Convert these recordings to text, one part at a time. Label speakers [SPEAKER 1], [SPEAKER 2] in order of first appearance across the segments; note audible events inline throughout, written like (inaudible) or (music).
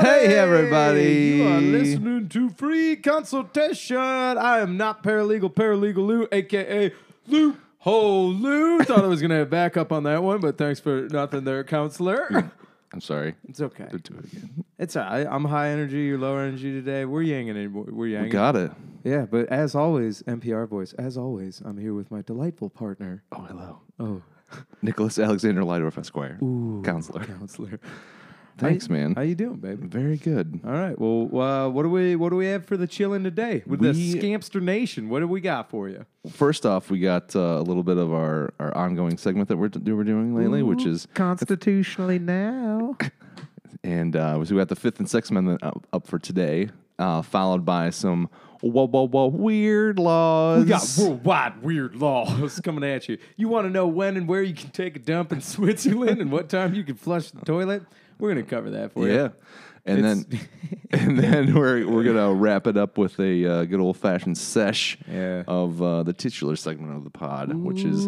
[SPEAKER 1] Hey, everybody.
[SPEAKER 2] You are listening to Free Consultation. I am not paralegal, paralegal Lou, aka Lou. Ho Lou. (laughs) Thought I was gonna have backup on that one, but thanks for nothing there,
[SPEAKER 1] (laughs)
[SPEAKER 2] counselor.
[SPEAKER 1] I'm sorry.
[SPEAKER 2] It's okay.
[SPEAKER 1] Do it again.
[SPEAKER 2] It's all right. I'm high energy. You're low energy today. We're yanging. and We're we're yanging.
[SPEAKER 1] Got it.
[SPEAKER 2] Yeah, but as always, NPR voice. As always, I'm here with my delightful partner.
[SPEAKER 1] Oh, hello.
[SPEAKER 2] Oh,
[SPEAKER 1] (laughs) Nicholas Alexander Lydorf Esquire, counselor.
[SPEAKER 2] counselor.
[SPEAKER 1] Thanks, man.
[SPEAKER 2] How you doing, baby?
[SPEAKER 1] Very good.
[SPEAKER 2] All right. Well, uh, what do we what do we have for the chilling today with the
[SPEAKER 1] We-
[SPEAKER 2] Scampster Nation? What do we got for you?
[SPEAKER 1] First off, we got uh, a little bit of our, our ongoing segment that we're, do- we're doing lately, which is,
[SPEAKER 2] constitutionally (laughs) now.
[SPEAKER 1] and uh, so we got the Fifth and Sixth Amendment up, up for today, uh, followed by some whoa, whoa, whoa, weird laws.
[SPEAKER 2] We got worldwide weird laws coming at you. You want to know when and where you can take a dump in (laughs) Switzerland and what time you can flush the toilet? We're gonna cover that for
[SPEAKER 1] Yeah.
[SPEAKER 2] you.
[SPEAKER 1] And
[SPEAKER 2] It's-
[SPEAKER 1] then, (laughs) and then we're we're gonna wrap it up with a uh, good old fashioned sesh
[SPEAKER 2] Yeah.
[SPEAKER 1] of uh, the titular segment of the pod, which is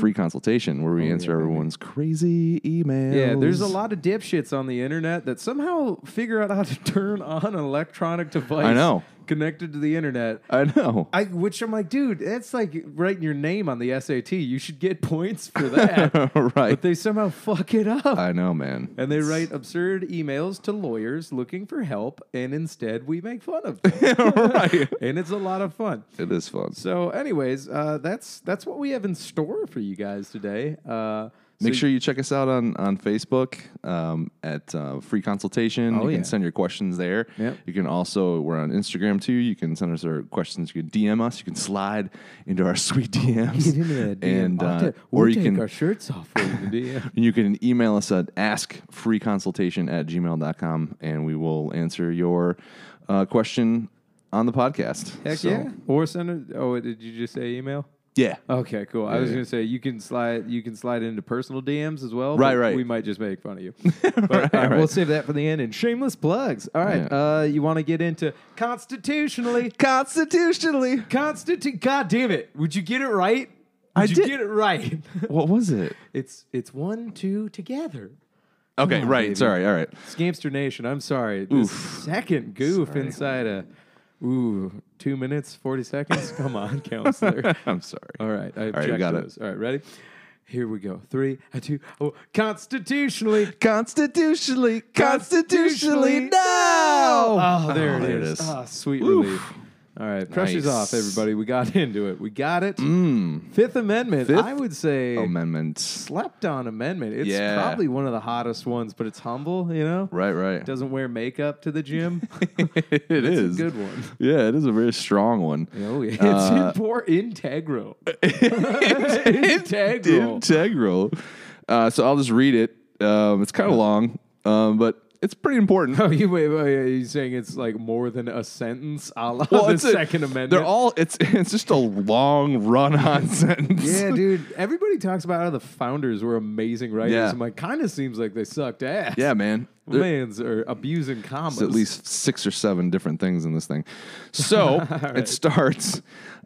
[SPEAKER 1] free consultation, where we answer everyone's crazy emails.
[SPEAKER 2] Oh, Yeah, there's a lot of dipshits on the internet that somehow figure out how to (laughs) turn on an electronic device.
[SPEAKER 1] I know.
[SPEAKER 2] Connected to the internet.
[SPEAKER 1] I know. (laughs)
[SPEAKER 2] I, which I'm like, dude, that's like writing your name on the SAT. You should get (laughs) points for (laughs) that.
[SPEAKER 1] right.
[SPEAKER 2] but they somehow fuck it up.
[SPEAKER 1] I know, man.
[SPEAKER 2] and they write absurd emails to lawyers looking for help, and instead we make fun of them.
[SPEAKER 1] (laughs) right.
[SPEAKER 2] and it's a lot of fun.
[SPEAKER 1] It is fun.
[SPEAKER 2] So, anyways, uh, that's that's what we have in store for you guys today. Uh,
[SPEAKER 1] Make
[SPEAKER 2] so-
[SPEAKER 1] sure you check us out on on Facebook um, at uh, Free Consultation.
[SPEAKER 2] Oh,
[SPEAKER 1] you
[SPEAKER 2] yeah.
[SPEAKER 1] can send your questions there.
[SPEAKER 2] Yep.
[SPEAKER 1] You can also we're on Instagram too. You can send us our questions. You can DM us. You can slide into our (laughs) sweet DMs.
[SPEAKER 2] Get into that DM.
[SPEAKER 1] And
[SPEAKER 2] I'll
[SPEAKER 1] uh,
[SPEAKER 2] ta- we'll
[SPEAKER 1] or you
[SPEAKER 2] take
[SPEAKER 1] can
[SPEAKER 2] our shirts off for you,
[SPEAKER 1] (laughs)
[SPEAKER 2] DM.
[SPEAKER 1] you can email us at askfreeconsultation at gmail.com and we will answer your uh, question on the podcast.
[SPEAKER 2] Heck
[SPEAKER 1] So-
[SPEAKER 2] yeah! Or send it. Oh, did you just say email?
[SPEAKER 1] Yeah.
[SPEAKER 2] Okay, cool. I was
[SPEAKER 1] yeah.
[SPEAKER 2] gonna say you can slide you can slide into personal DMs as well.
[SPEAKER 1] Right,
[SPEAKER 2] but
[SPEAKER 1] right.
[SPEAKER 2] We might just make fun of
[SPEAKER 1] (laughs)
[SPEAKER 2] you. But, all right,
[SPEAKER 1] Right,
[SPEAKER 2] We'll
[SPEAKER 1] right.
[SPEAKER 2] save that for the end. And shameless plugs. All right,
[SPEAKER 1] Yeah.
[SPEAKER 2] uh, you want to get into constitutionally?
[SPEAKER 1] Constitutionally.
[SPEAKER 2] Constitu- God damn it! Would you get it right? Would
[SPEAKER 1] I
[SPEAKER 2] you
[SPEAKER 1] did-
[SPEAKER 2] get it right. (laughs)
[SPEAKER 1] What was it?
[SPEAKER 2] it's it's one two together.
[SPEAKER 1] Okay,
[SPEAKER 2] on,
[SPEAKER 1] right.
[SPEAKER 2] baby.
[SPEAKER 1] Sorry. All right. (laughs)
[SPEAKER 2] Scamster Nation. I'm sorry. This
[SPEAKER 1] Oof.
[SPEAKER 2] second goof
[SPEAKER 1] Sorry.
[SPEAKER 2] inside a ooh two minutes forty seconds. Come
[SPEAKER 1] (laughs)
[SPEAKER 2] on, counselor.
[SPEAKER 1] I'm sorry.
[SPEAKER 2] All right, I object
[SPEAKER 1] right, we got
[SPEAKER 2] to
[SPEAKER 1] it.
[SPEAKER 2] those. All right, ready? Here we go. Three, a two, oh, constitutionally.
[SPEAKER 1] Constitutionally, constitutionally, no!
[SPEAKER 2] Oh, there, it, is. Ah, sweet relief. All right, pressure's off,
[SPEAKER 1] Nice.
[SPEAKER 2] everybody. We got (laughs) into it. We got it.
[SPEAKER 1] Hmm.
[SPEAKER 2] Fifth Amendment.
[SPEAKER 1] Fifth
[SPEAKER 2] I would say
[SPEAKER 1] Amendment.
[SPEAKER 2] slept on amendment. It's
[SPEAKER 1] Yeah.
[SPEAKER 2] probably one of the hottest ones, but it's humble, you know?
[SPEAKER 1] Right, right.
[SPEAKER 2] Doesn't wear makeup to the (laughs) gym.
[SPEAKER 1] (laughs) it
[SPEAKER 2] it's
[SPEAKER 1] is.
[SPEAKER 2] a good one.
[SPEAKER 1] Yeah, it is a very strong one.
[SPEAKER 2] Oh, yeah. It's
[SPEAKER 1] Uh,
[SPEAKER 2] impor- (laughs) integral. integral.
[SPEAKER 1] Integral. Uh, so I'll just read it. Um, it's kind of long, um, but it's
[SPEAKER 2] (laughs)
[SPEAKER 1] pretty important.
[SPEAKER 2] Oh, you wait, wait, wait, you're saying it's like more than a sentence, a la the
[SPEAKER 1] it's a-
[SPEAKER 2] Second Amendment.
[SPEAKER 1] They're all. It's (laughs) it's just a long run-on sentence.
[SPEAKER 2] yeah,
[SPEAKER 1] (laughs)
[SPEAKER 2] dude. Everybody talks about how the founders were amazing writers.
[SPEAKER 1] Yeah.
[SPEAKER 2] I'm like, kind of seems like they sucked ass.
[SPEAKER 1] yeah, man.
[SPEAKER 2] (laughs)
[SPEAKER 1] There-
[SPEAKER 2] Mans are abusing commas.
[SPEAKER 1] It's at
[SPEAKER 2] (laughs)
[SPEAKER 1] least six or seven different things in this thing. So it starts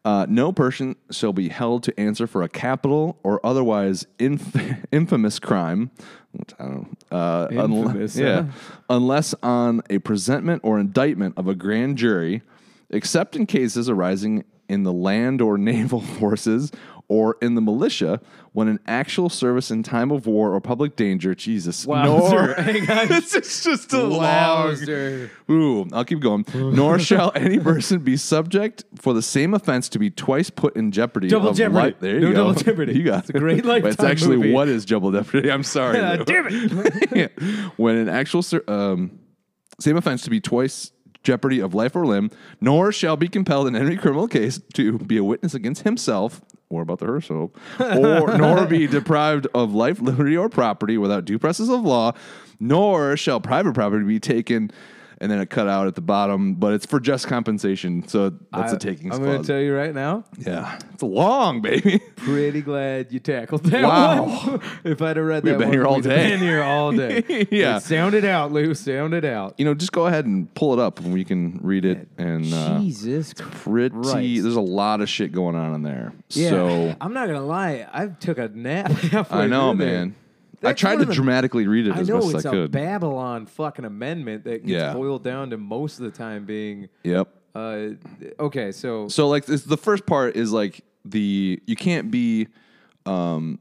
[SPEAKER 1] uh, No person shall be held to answer for a capital or otherwise inf- (laughs) infamous crime. which I don't know, uh, unle-
[SPEAKER 2] Infamous,
[SPEAKER 1] yeah,
[SPEAKER 2] huh?
[SPEAKER 1] unless on a presentment or indictment of a grand jury, except in cases arising in the land or (laughs) naval forces or in the militia when an actual service in time of war or public danger. Jesus,
[SPEAKER 2] Wowzer.
[SPEAKER 1] nor-
[SPEAKER 2] Hang on.
[SPEAKER 1] (laughs) this is just a long. (laughs)
[SPEAKER 2] Wowzer.
[SPEAKER 1] Ooh, I'll keep going.
[SPEAKER 2] (laughs)
[SPEAKER 1] Nor shall any person be subject for the same offense to be twice put in jeopardy.
[SPEAKER 2] Double
[SPEAKER 1] of
[SPEAKER 2] jeopardy.
[SPEAKER 1] Life. There you
[SPEAKER 2] No
[SPEAKER 1] go. (laughs)
[SPEAKER 2] double jeopardy.
[SPEAKER 1] You got
[SPEAKER 2] It's a great
[SPEAKER 1] it.
[SPEAKER 2] lifetime
[SPEAKER 1] It's actually
[SPEAKER 2] movie.
[SPEAKER 1] what is double jeopardy? (laughs)
[SPEAKER 2] (laughs)
[SPEAKER 1] I'm sorry.
[SPEAKER 2] Ah,
[SPEAKER 1] Lou.
[SPEAKER 2] damn it.
[SPEAKER 1] (laughs) Yeah. When an actual ser- um, same offense to be twice jeopardy of life or limb, nor shall be compelled in any criminal case to be a witness against himself or about the herself,
[SPEAKER 2] (laughs)
[SPEAKER 1] or nor be deprived of life, liberty, or property without due process of law, nor shall private property be taken. And then it cut out at the bottom, but it's for just compensation. So that's a
[SPEAKER 2] I-
[SPEAKER 1] takings
[SPEAKER 2] I'm going to
[SPEAKER 1] clause.
[SPEAKER 2] tell you right now.
[SPEAKER 1] yeah, it's long, baby. (laughs)
[SPEAKER 2] Pretty glad you tackled that
[SPEAKER 1] Wow.
[SPEAKER 2] one. (laughs) if I'd have read that
[SPEAKER 1] been
[SPEAKER 2] one,
[SPEAKER 1] here all
[SPEAKER 2] we'd have
[SPEAKER 1] day.
[SPEAKER 2] Been here all day.
[SPEAKER 1] (laughs) Yeah.
[SPEAKER 2] Like, sound it out, Lou. Sound it out.
[SPEAKER 1] You know, just go ahead and pull it up, and we can read it. And uh,
[SPEAKER 2] Jesus
[SPEAKER 1] pretty.
[SPEAKER 2] Christ.
[SPEAKER 1] There's a lot of shit going on in there.
[SPEAKER 2] Yeah,
[SPEAKER 1] So
[SPEAKER 2] I'm not gonna lie. (laughs) I took a nap. (laughs) Halfway
[SPEAKER 1] I know,
[SPEAKER 2] through there.
[SPEAKER 1] man. I
[SPEAKER 2] That's
[SPEAKER 1] tried
[SPEAKER 2] one
[SPEAKER 1] to
[SPEAKER 2] of the-
[SPEAKER 1] dramatically read it
[SPEAKER 2] I
[SPEAKER 1] as
[SPEAKER 2] know
[SPEAKER 1] best
[SPEAKER 2] it's
[SPEAKER 1] I
[SPEAKER 2] a
[SPEAKER 1] could.
[SPEAKER 2] Babylon fucking amendment that gets
[SPEAKER 1] Yeah.
[SPEAKER 2] boiled down to most of the time being.
[SPEAKER 1] yep.
[SPEAKER 2] Uh, okay, so
[SPEAKER 1] So like this, the first part is like the you can't be um,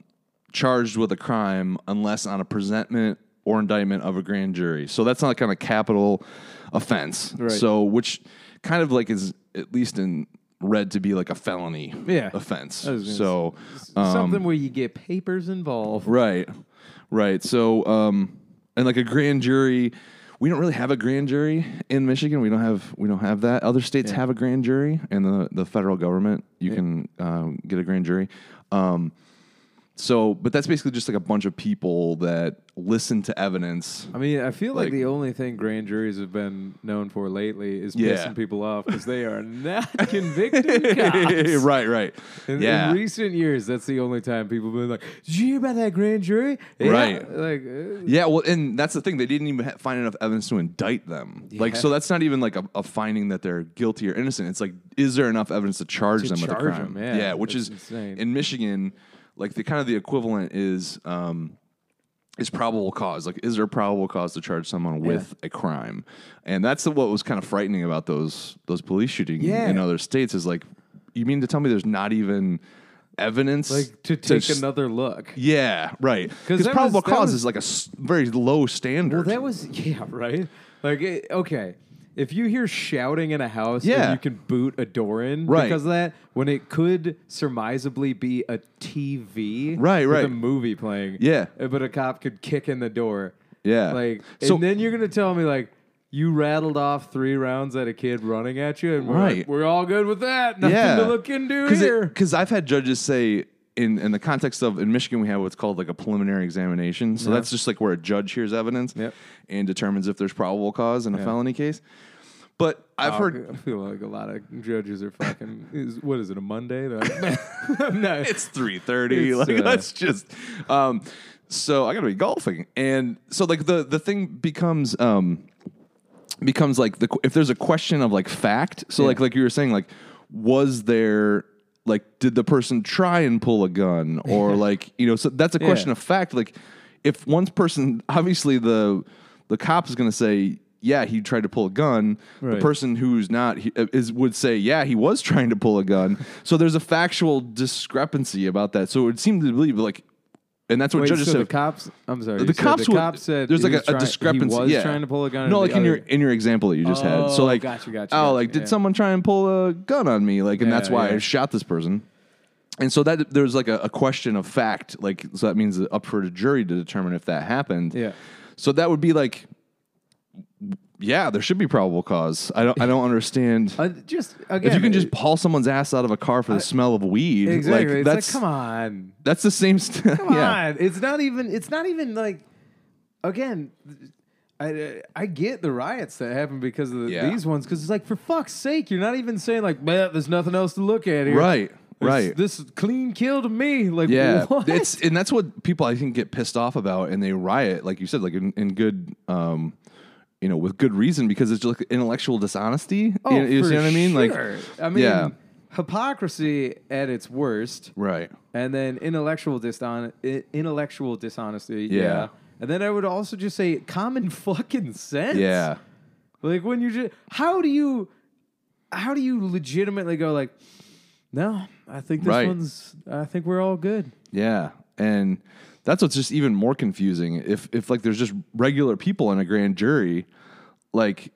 [SPEAKER 1] charged with a crime unless on a presentment or indictment of a grand jury. So that's not kind of capital offense.
[SPEAKER 2] Right.
[SPEAKER 1] So which kind of like is at least in read to be like a felony
[SPEAKER 2] Yeah.
[SPEAKER 1] offense.
[SPEAKER 2] was gonna
[SPEAKER 1] So um,
[SPEAKER 2] something where you get papers involved.
[SPEAKER 1] Right. Right. So, um, and like a grand jury, we don't really have a grand jury in Michigan. We don't have we don't have that. Other states have a grand jury, and the the federal government you can um, get a grand jury. Um, so, but that's basically just like a bunch of people that listen to evidence.
[SPEAKER 2] I mean, I feel like,
[SPEAKER 1] Like-
[SPEAKER 2] the only thing grand juries have been known for lately is
[SPEAKER 1] Yeah.
[SPEAKER 2] pissing people off because they are not (laughs)
[SPEAKER 1] (laughs)
[SPEAKER 2] convicted cops.
[SPEAKER 1] right. Right.
[SPEAKER 2] In,
[SPEAKER 1] yeah.
[SPEAKER 2] in recent years, that's the only time people have been like, "Did you hear about that grand jury?" Yeah.
[SPEAKER 1] Right.
[SPEAKER 2] Like, uh,
[SPEAKER 1] Yeah, well, and that's the thing. They didn't even ha- find enough evidence to indict them. Like, so that's not even like a, a finding that they're guilty or innocent. It's like, is there enough evidence to charge them with a
[SPEAKER 2] charge
[SPEAKER 1] crime?
[SPEAKER 2] them, yeah.
[SPEAKER 1] which
[SPEAKER 2] That's
[SPEAKER 1] is
[SPEAKER 2] insane.
[SPEAKER 1] in Michigan, like the kind of the equivalent is um, is probable cause. Like, is there probable cause to charge someone with a crime? And that's the- what was kind of frightening about those those police shootings
[SPEAKER 2] Yeah.
[SPEAKER 1] in other states. Is like, you mean to tell me there's not even evidence
[SPEAKER 2] like to take
[SPEAKER 1] s-
[SPEAKER 2] another look.
[SPEAKER 1] yeah, right. Because
[SPEAKER 2] that
[SPEAKER 1] probable
[SPEAKER 2] was- that
[SPEAKER 1] cause
[SPEAKER 2] was-
[SPEAKER 1] is like a s- very low standard.
[SPEAKER 2] Well, that was (laughs) yeah, right. Like it, okay, if you hear shouting in a house, and
[SPEAKER 1] Yeah.
[SPEAKER 2] you can boot a door in
[SPEAKER 1] Right.
[SPEAKER 2] because of that. When it could surmisably be a TV,
[SPEAKER 1] Right,
[SPEAKER 2] with
[SPEAKER 1] right.
[SPEAKER 2] a movie playing,
[SPEAKER 1] Yeah.
[SPEAKER 2] uh, but a cop could kick in the door,
[SPEAKER 1] Yeah.
[SPEAKER 2] Like,
[SPEAKER 1] So-
[SPEAKER 2] and then you're gonna tell me like. You rattled off three rounds at a kid running at you, and we're, like,
[SPEAKER 1] Right.
[SPEAKER 2] we're all good with that. Nothing
[SPEAKER 1] yeah.
[SPEAKER 2] to look into
[SPEAKER 1] Cause it-
[SPEAKER 2] here.
[SPEAKER 1] Cause I've had judges say in, in the context of in Michigan we have what's called like a preliminary examination. So that's just like where a judge hears evidence
[SPEAKER 2] Yep.
[SPEAKER 1] and determines if there's probable cause in a felony case. But I've
[SPEAKER 2] Oh,
[SPEAKER 1] heard
[SPEAKER 2] I feel like a lot of judges are fucking. Is, what is it? A Monday? (laughs)
[SPEAKER 1] (laughs)
[SPEAKER 2] I'm not-
[SPEAKER 1] (laughs) it's three thirty.
[SPEAKER 2] It's,
[SPEAKER 1] Like
[SPEAKER 2] uh,
[SPEAKER 1] that's just. Um, so I gotta be golfing, and so like the the thing becomes um, becomes like the if there's a question of like fact. So like like you were saying like was there like did the person try and pull
[SPEAKER 2] (laughs)
[SPEAKER 1] a gun or like you know so that's a question of fact. Like if one person obviously the the cop is gonna say. Yeah, he tried to pull a gun. The
[SPEAKER 2] Right.
[SPEAKER 1] person who's not he- uh, is would say, yeah, he was trying to pull
[SPEAKER 2] (laughs)
[SPEAKER 1] a gun. So there's a factual discrepancy about that. So it would seem to believe like, and that's what
[SPEAKER 2] Wait,
[SPEAKER 1] judges
[SPEAKER 2] so
[SPEAKER 1] have.
[SPEAKER 2] the cops. I'm sorry.
[SPEAKER 1] the cops
[SPEAKER 2] the
[SPEAKER 1] would-
[SPEAKER 2] cops said
[SPEAKER 1] there's
[SPEAKER 2] he
[SPEAKER 1] like a,
[SPEAKER 2] was
[SPEAKER 1] a
[SPEAKER 2] try-
[SPEAKER 1] discrepancy.
[SPEAKER 2] He was
[SPEAKER 1] yeah.
[SPEAKER 2] trying to pull a gun. and
[SPEAKER 1] No, like
[SPEAKER 2] the
[SPEAKER 1] in your
[SPEAKER 2] other-
[SPEAKER 1] in your example that you just had. So
[SPEAKER 2] Oh,
[SPEAKER 1] like,
[SPEAKER 2] gotcha, gotcha,
[SPEAKER 1] oh,
[SPEAKER 2] gotcha,
[SPEAKER 1] like
[SPEAKER 2] yeah.
[SPEAKER 1] did someone try and pull a gun on me? Like, and that's
[SPEAKER 2] Yeah,
[SPEAKER 1] why I
[SPEAKER 2] yeah.
[SPEAKER 1] shot this person. And so that there's like a, a question of fact. Like, so that means up for the jury to determine if that happened.
[SPEAKER 2] Yeah.
[SPEAKER 1] So that would be like, yeah, there should be probable cause. I don't I don't understand.
[SPEAKER 2] Uh, just (laughs) again.
[SPEAKER 1] if you can just
[SPEAKER 2] it-
[SPEAKER 1] haul someone's ass out of a car for the smell of weed,
[SPEAKER 2] exactly.
[SPEAKER 1] like
[SPEAKER 2] it's
[SPEAKER 1] that's
[SPEAKER 2] like, come on,
[SPEAKER 1] that's the same. St- (laughs)
[SPEAKER 2] come
[SPEAKER 1] yeah.
[SPEAKER 2] on. It's not even. It's not even like. Again, I I get the riots that happen because of the,
[SPEAKER 1] Yeah.
[SPEAKER 2] these ones because it's like for fuck's sake, you're not even saying like, man, there's nothing else to look at here.
[SPEAKER 1] Right.
[SPEAKER 2] This-
[SPEAKER 1] Right.
[SPEAKER 2] This is clean kill to me. Like
[SPEAKER 1] Yeah,
[SPEAKER 2] (laughs) what?
[SPEAKER 1] it's and that's what people I think get pissed off about, and they riot, like you said, like in, in good, um, you know, with good reason because it's just like intellectual dishonesty.
[SPEAKER 2] Oh,
[SPEAKER 1] you, you
[SPEAKER 2] for
[SPEAKER 1] see what I mean?
[SPEAKER 2] sure.
[SPEAKER 1] Like,
[SPEAKER 2] I mean,
[SPEAKER 1] yeah.
[SPEAKER 2] hypocrisy at its worst,
[SPEAKER 1] right,
[SPEAKER 2] and then intellectual dishon- i- intellectual dishonesty.
[SPEAKER 1] Yeah.
[SPEAKER 2] Yeah. And then I would also just say common (laughs) fucking sense.
[SPEAKER 1] yeah,
[SPEAKER 2] Like when you just how do you how do you legitimately go like no, I think this
[SPEAKER 1] Right.
[SPEAKER 2] one's I think we're all
[SPEAKER 1] (laughs)
[SPEAKER 2] good.
[SPEAKER 1] yeah, and that's what's just even more confusing. If if like there's just regular people in a grand jury, like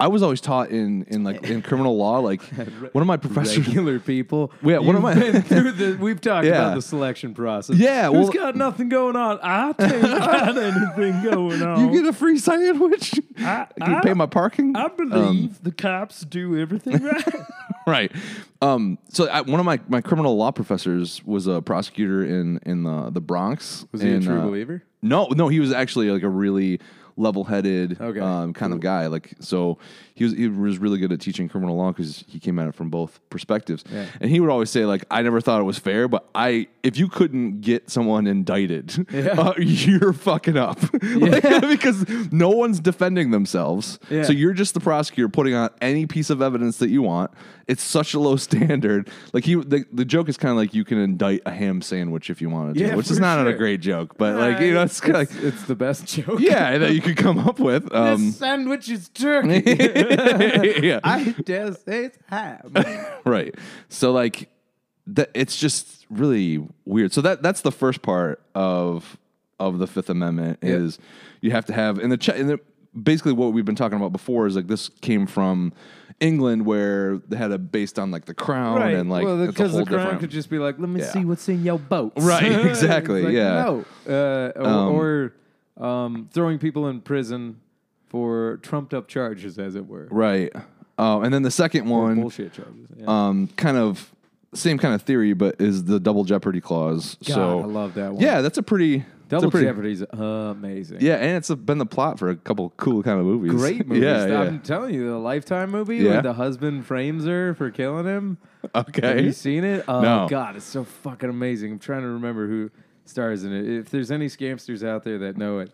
[SPEAKER 1] I was always taught in in like in criminal
[SPEAKER 2] (laughs)
[SPEAKER 1] law, like one of my professors.
[SPEAKER 2] Regular
[SPEAKER 1] (laughs)
[SPEAKER 2] people.
[SPEAKER 1] Yeah, what
[SPEAKER 2] You've
[SPEAKER 1] am I-
[SPEAKER 2] been
[SPEAKER 1] (laughs)
[SPEAKER 2] through the, we've talked
[SPEAKER 1] Yeah.
[SPEAKER 2] about the selection process.
[SPEAKER 1] Yeah,
[SPEAKER 2] Who's
[SPEAKER 1] well-
[SPEAKER 2] got nothing going on? I
[SPEAKER 1] (laughs)
[SPEAKER 2] think got anything going on.
[SPEAKER 1] You get a free sandwich. (laughs) I, can
[SPEAKER 2] I-
[SPEAKER 1] pay my parking.
[SPEAKER 2] I
[SPEAKER 1] Um,
[SPEAKER 2] believe the cops do everything right.
[SPEAKER 1] right. Um, so I, one of my, my criminal law professors was a prosecutor in in the, the Bronx.
[SPEAKER 2] Was he a
[SPEAKER 1] (laughs) and,
[SPEAKER 2] true
[SPEAKER 1] uh,
[SPEAKER 2] believer?
[SPEAKER 1] No, no, he was actually like a really level-headed
[SPEAKER 2] Okay.
[SPEAKER 1] um, kind of guy. Like so, he was he was really good at teaching criminal law because he came at it from both perspectives.
[SPEAKER 2] Yeah.
[SPEAKER 1] And he would always say like, "I never thought it was fair, but I if you couldn't get someone indicted,
[SPEAKER 2] Yeah.
[SPEAKER 1] (laughs) uh, you're fucking up (laughs) Like, because no one's defending themselves.
[SPEAKER 2] Yeah.
[SPEAKER 1] So you're just the prosecutor putting on any piece of evidence that you want. It's such a low (laughs) standard. Like he, the, the joke is kind of like you can indict a ham sandwich if you wanted to,
[SPEAKER 2] Yeah,
[SPEAKER 1] which is
[SPEAKER 2] for
[SPEAKER 1] not a
[SPEAKER 2] sure.
[SPEAKER 1] great joke, but like you know, it's kind of
[SPEAKER 2] (laughs)
[SPEAKER 1] like
[SPEAKER 2] it's the best joke.
[SPEAKER 1] yeah that you could come up with. Um,
[SPEAKER 2] this sandwich is
[SPEAKER 1] (laughs)
[SPEAKER 2] turkey.
[SPEAKER 1] yeah.
[SPEAKER 2] I dare say it's
[SPEAKER 1] Oh,
[SPEAKER 2] ham.
[SPEAKER 1] right. So like that it's just really weird. So that that's the first part of of the 5th amendment is you have to have and the, che- and the basically what we've been talking about before is like this came from England where they had a based on like the crown and like
[SPEAKER 2] well,
[SPEAKER 1] it's a
[SPEAKER 2] because
[SPEAKER 1] whole
[SPEAKER 2] the crown
[SPEAKER 1] different-
[SPEAKER 2] could just be like, "Let me
[SPEAKER 1] Yeah.
[SPEAKER 2] see what's in your boat." (laughs)
[SPEAKER 1] Right,
[SPEAKER 2] It's
[SPEAKER 1] exactly,
[SPEAKER 2] like,
[SPEAKER 1] yeah.
[SPEAKER 2] No, uh, or, or um, throwing people in prison for trumped up charges, as it were,
[SPEAKER 1] right. Um, and then the second one
[SPEAKER 2] bullshit charges. Yeah.
[SPEAKER 1] um, kind of same kind of theory but is the double jeopardy clause.
[SPEAKER 2] God,
[SPEAKER 1] so
[SPEAKER 2] I love that one.
[SPEAKER 1] Yeah, that's a pretty it's a
[SPEAKER 2] Double
[SPEAKER 1] pretty,
[SPEAKER 2] Jeopardy's amazing.
[SPEAKER 1] Yeah, and it's been the plot for a couple cool kind of movies. Um,
[SPEAKER 2] Great movies.
[SPEAKER 1] (laughs) Yeah,
[SPEAKER 2] I'm telling you, the Lifetime movie
[SPEAKER 1] Yeah.
[SPEAKER 2] where the husband frames her for killing him.
[SPEAKER 1] yeah.
[SPEAKER 2] Have
[SPEAKER 1] Okay.
[SPEAKER 2] you seen it? Oh
[SPEAKER 1] No.
[SPEAKER 2] God, it's so fucking amazing. I'm trying to remember who stars in it. If there's any scamsters out there that know it,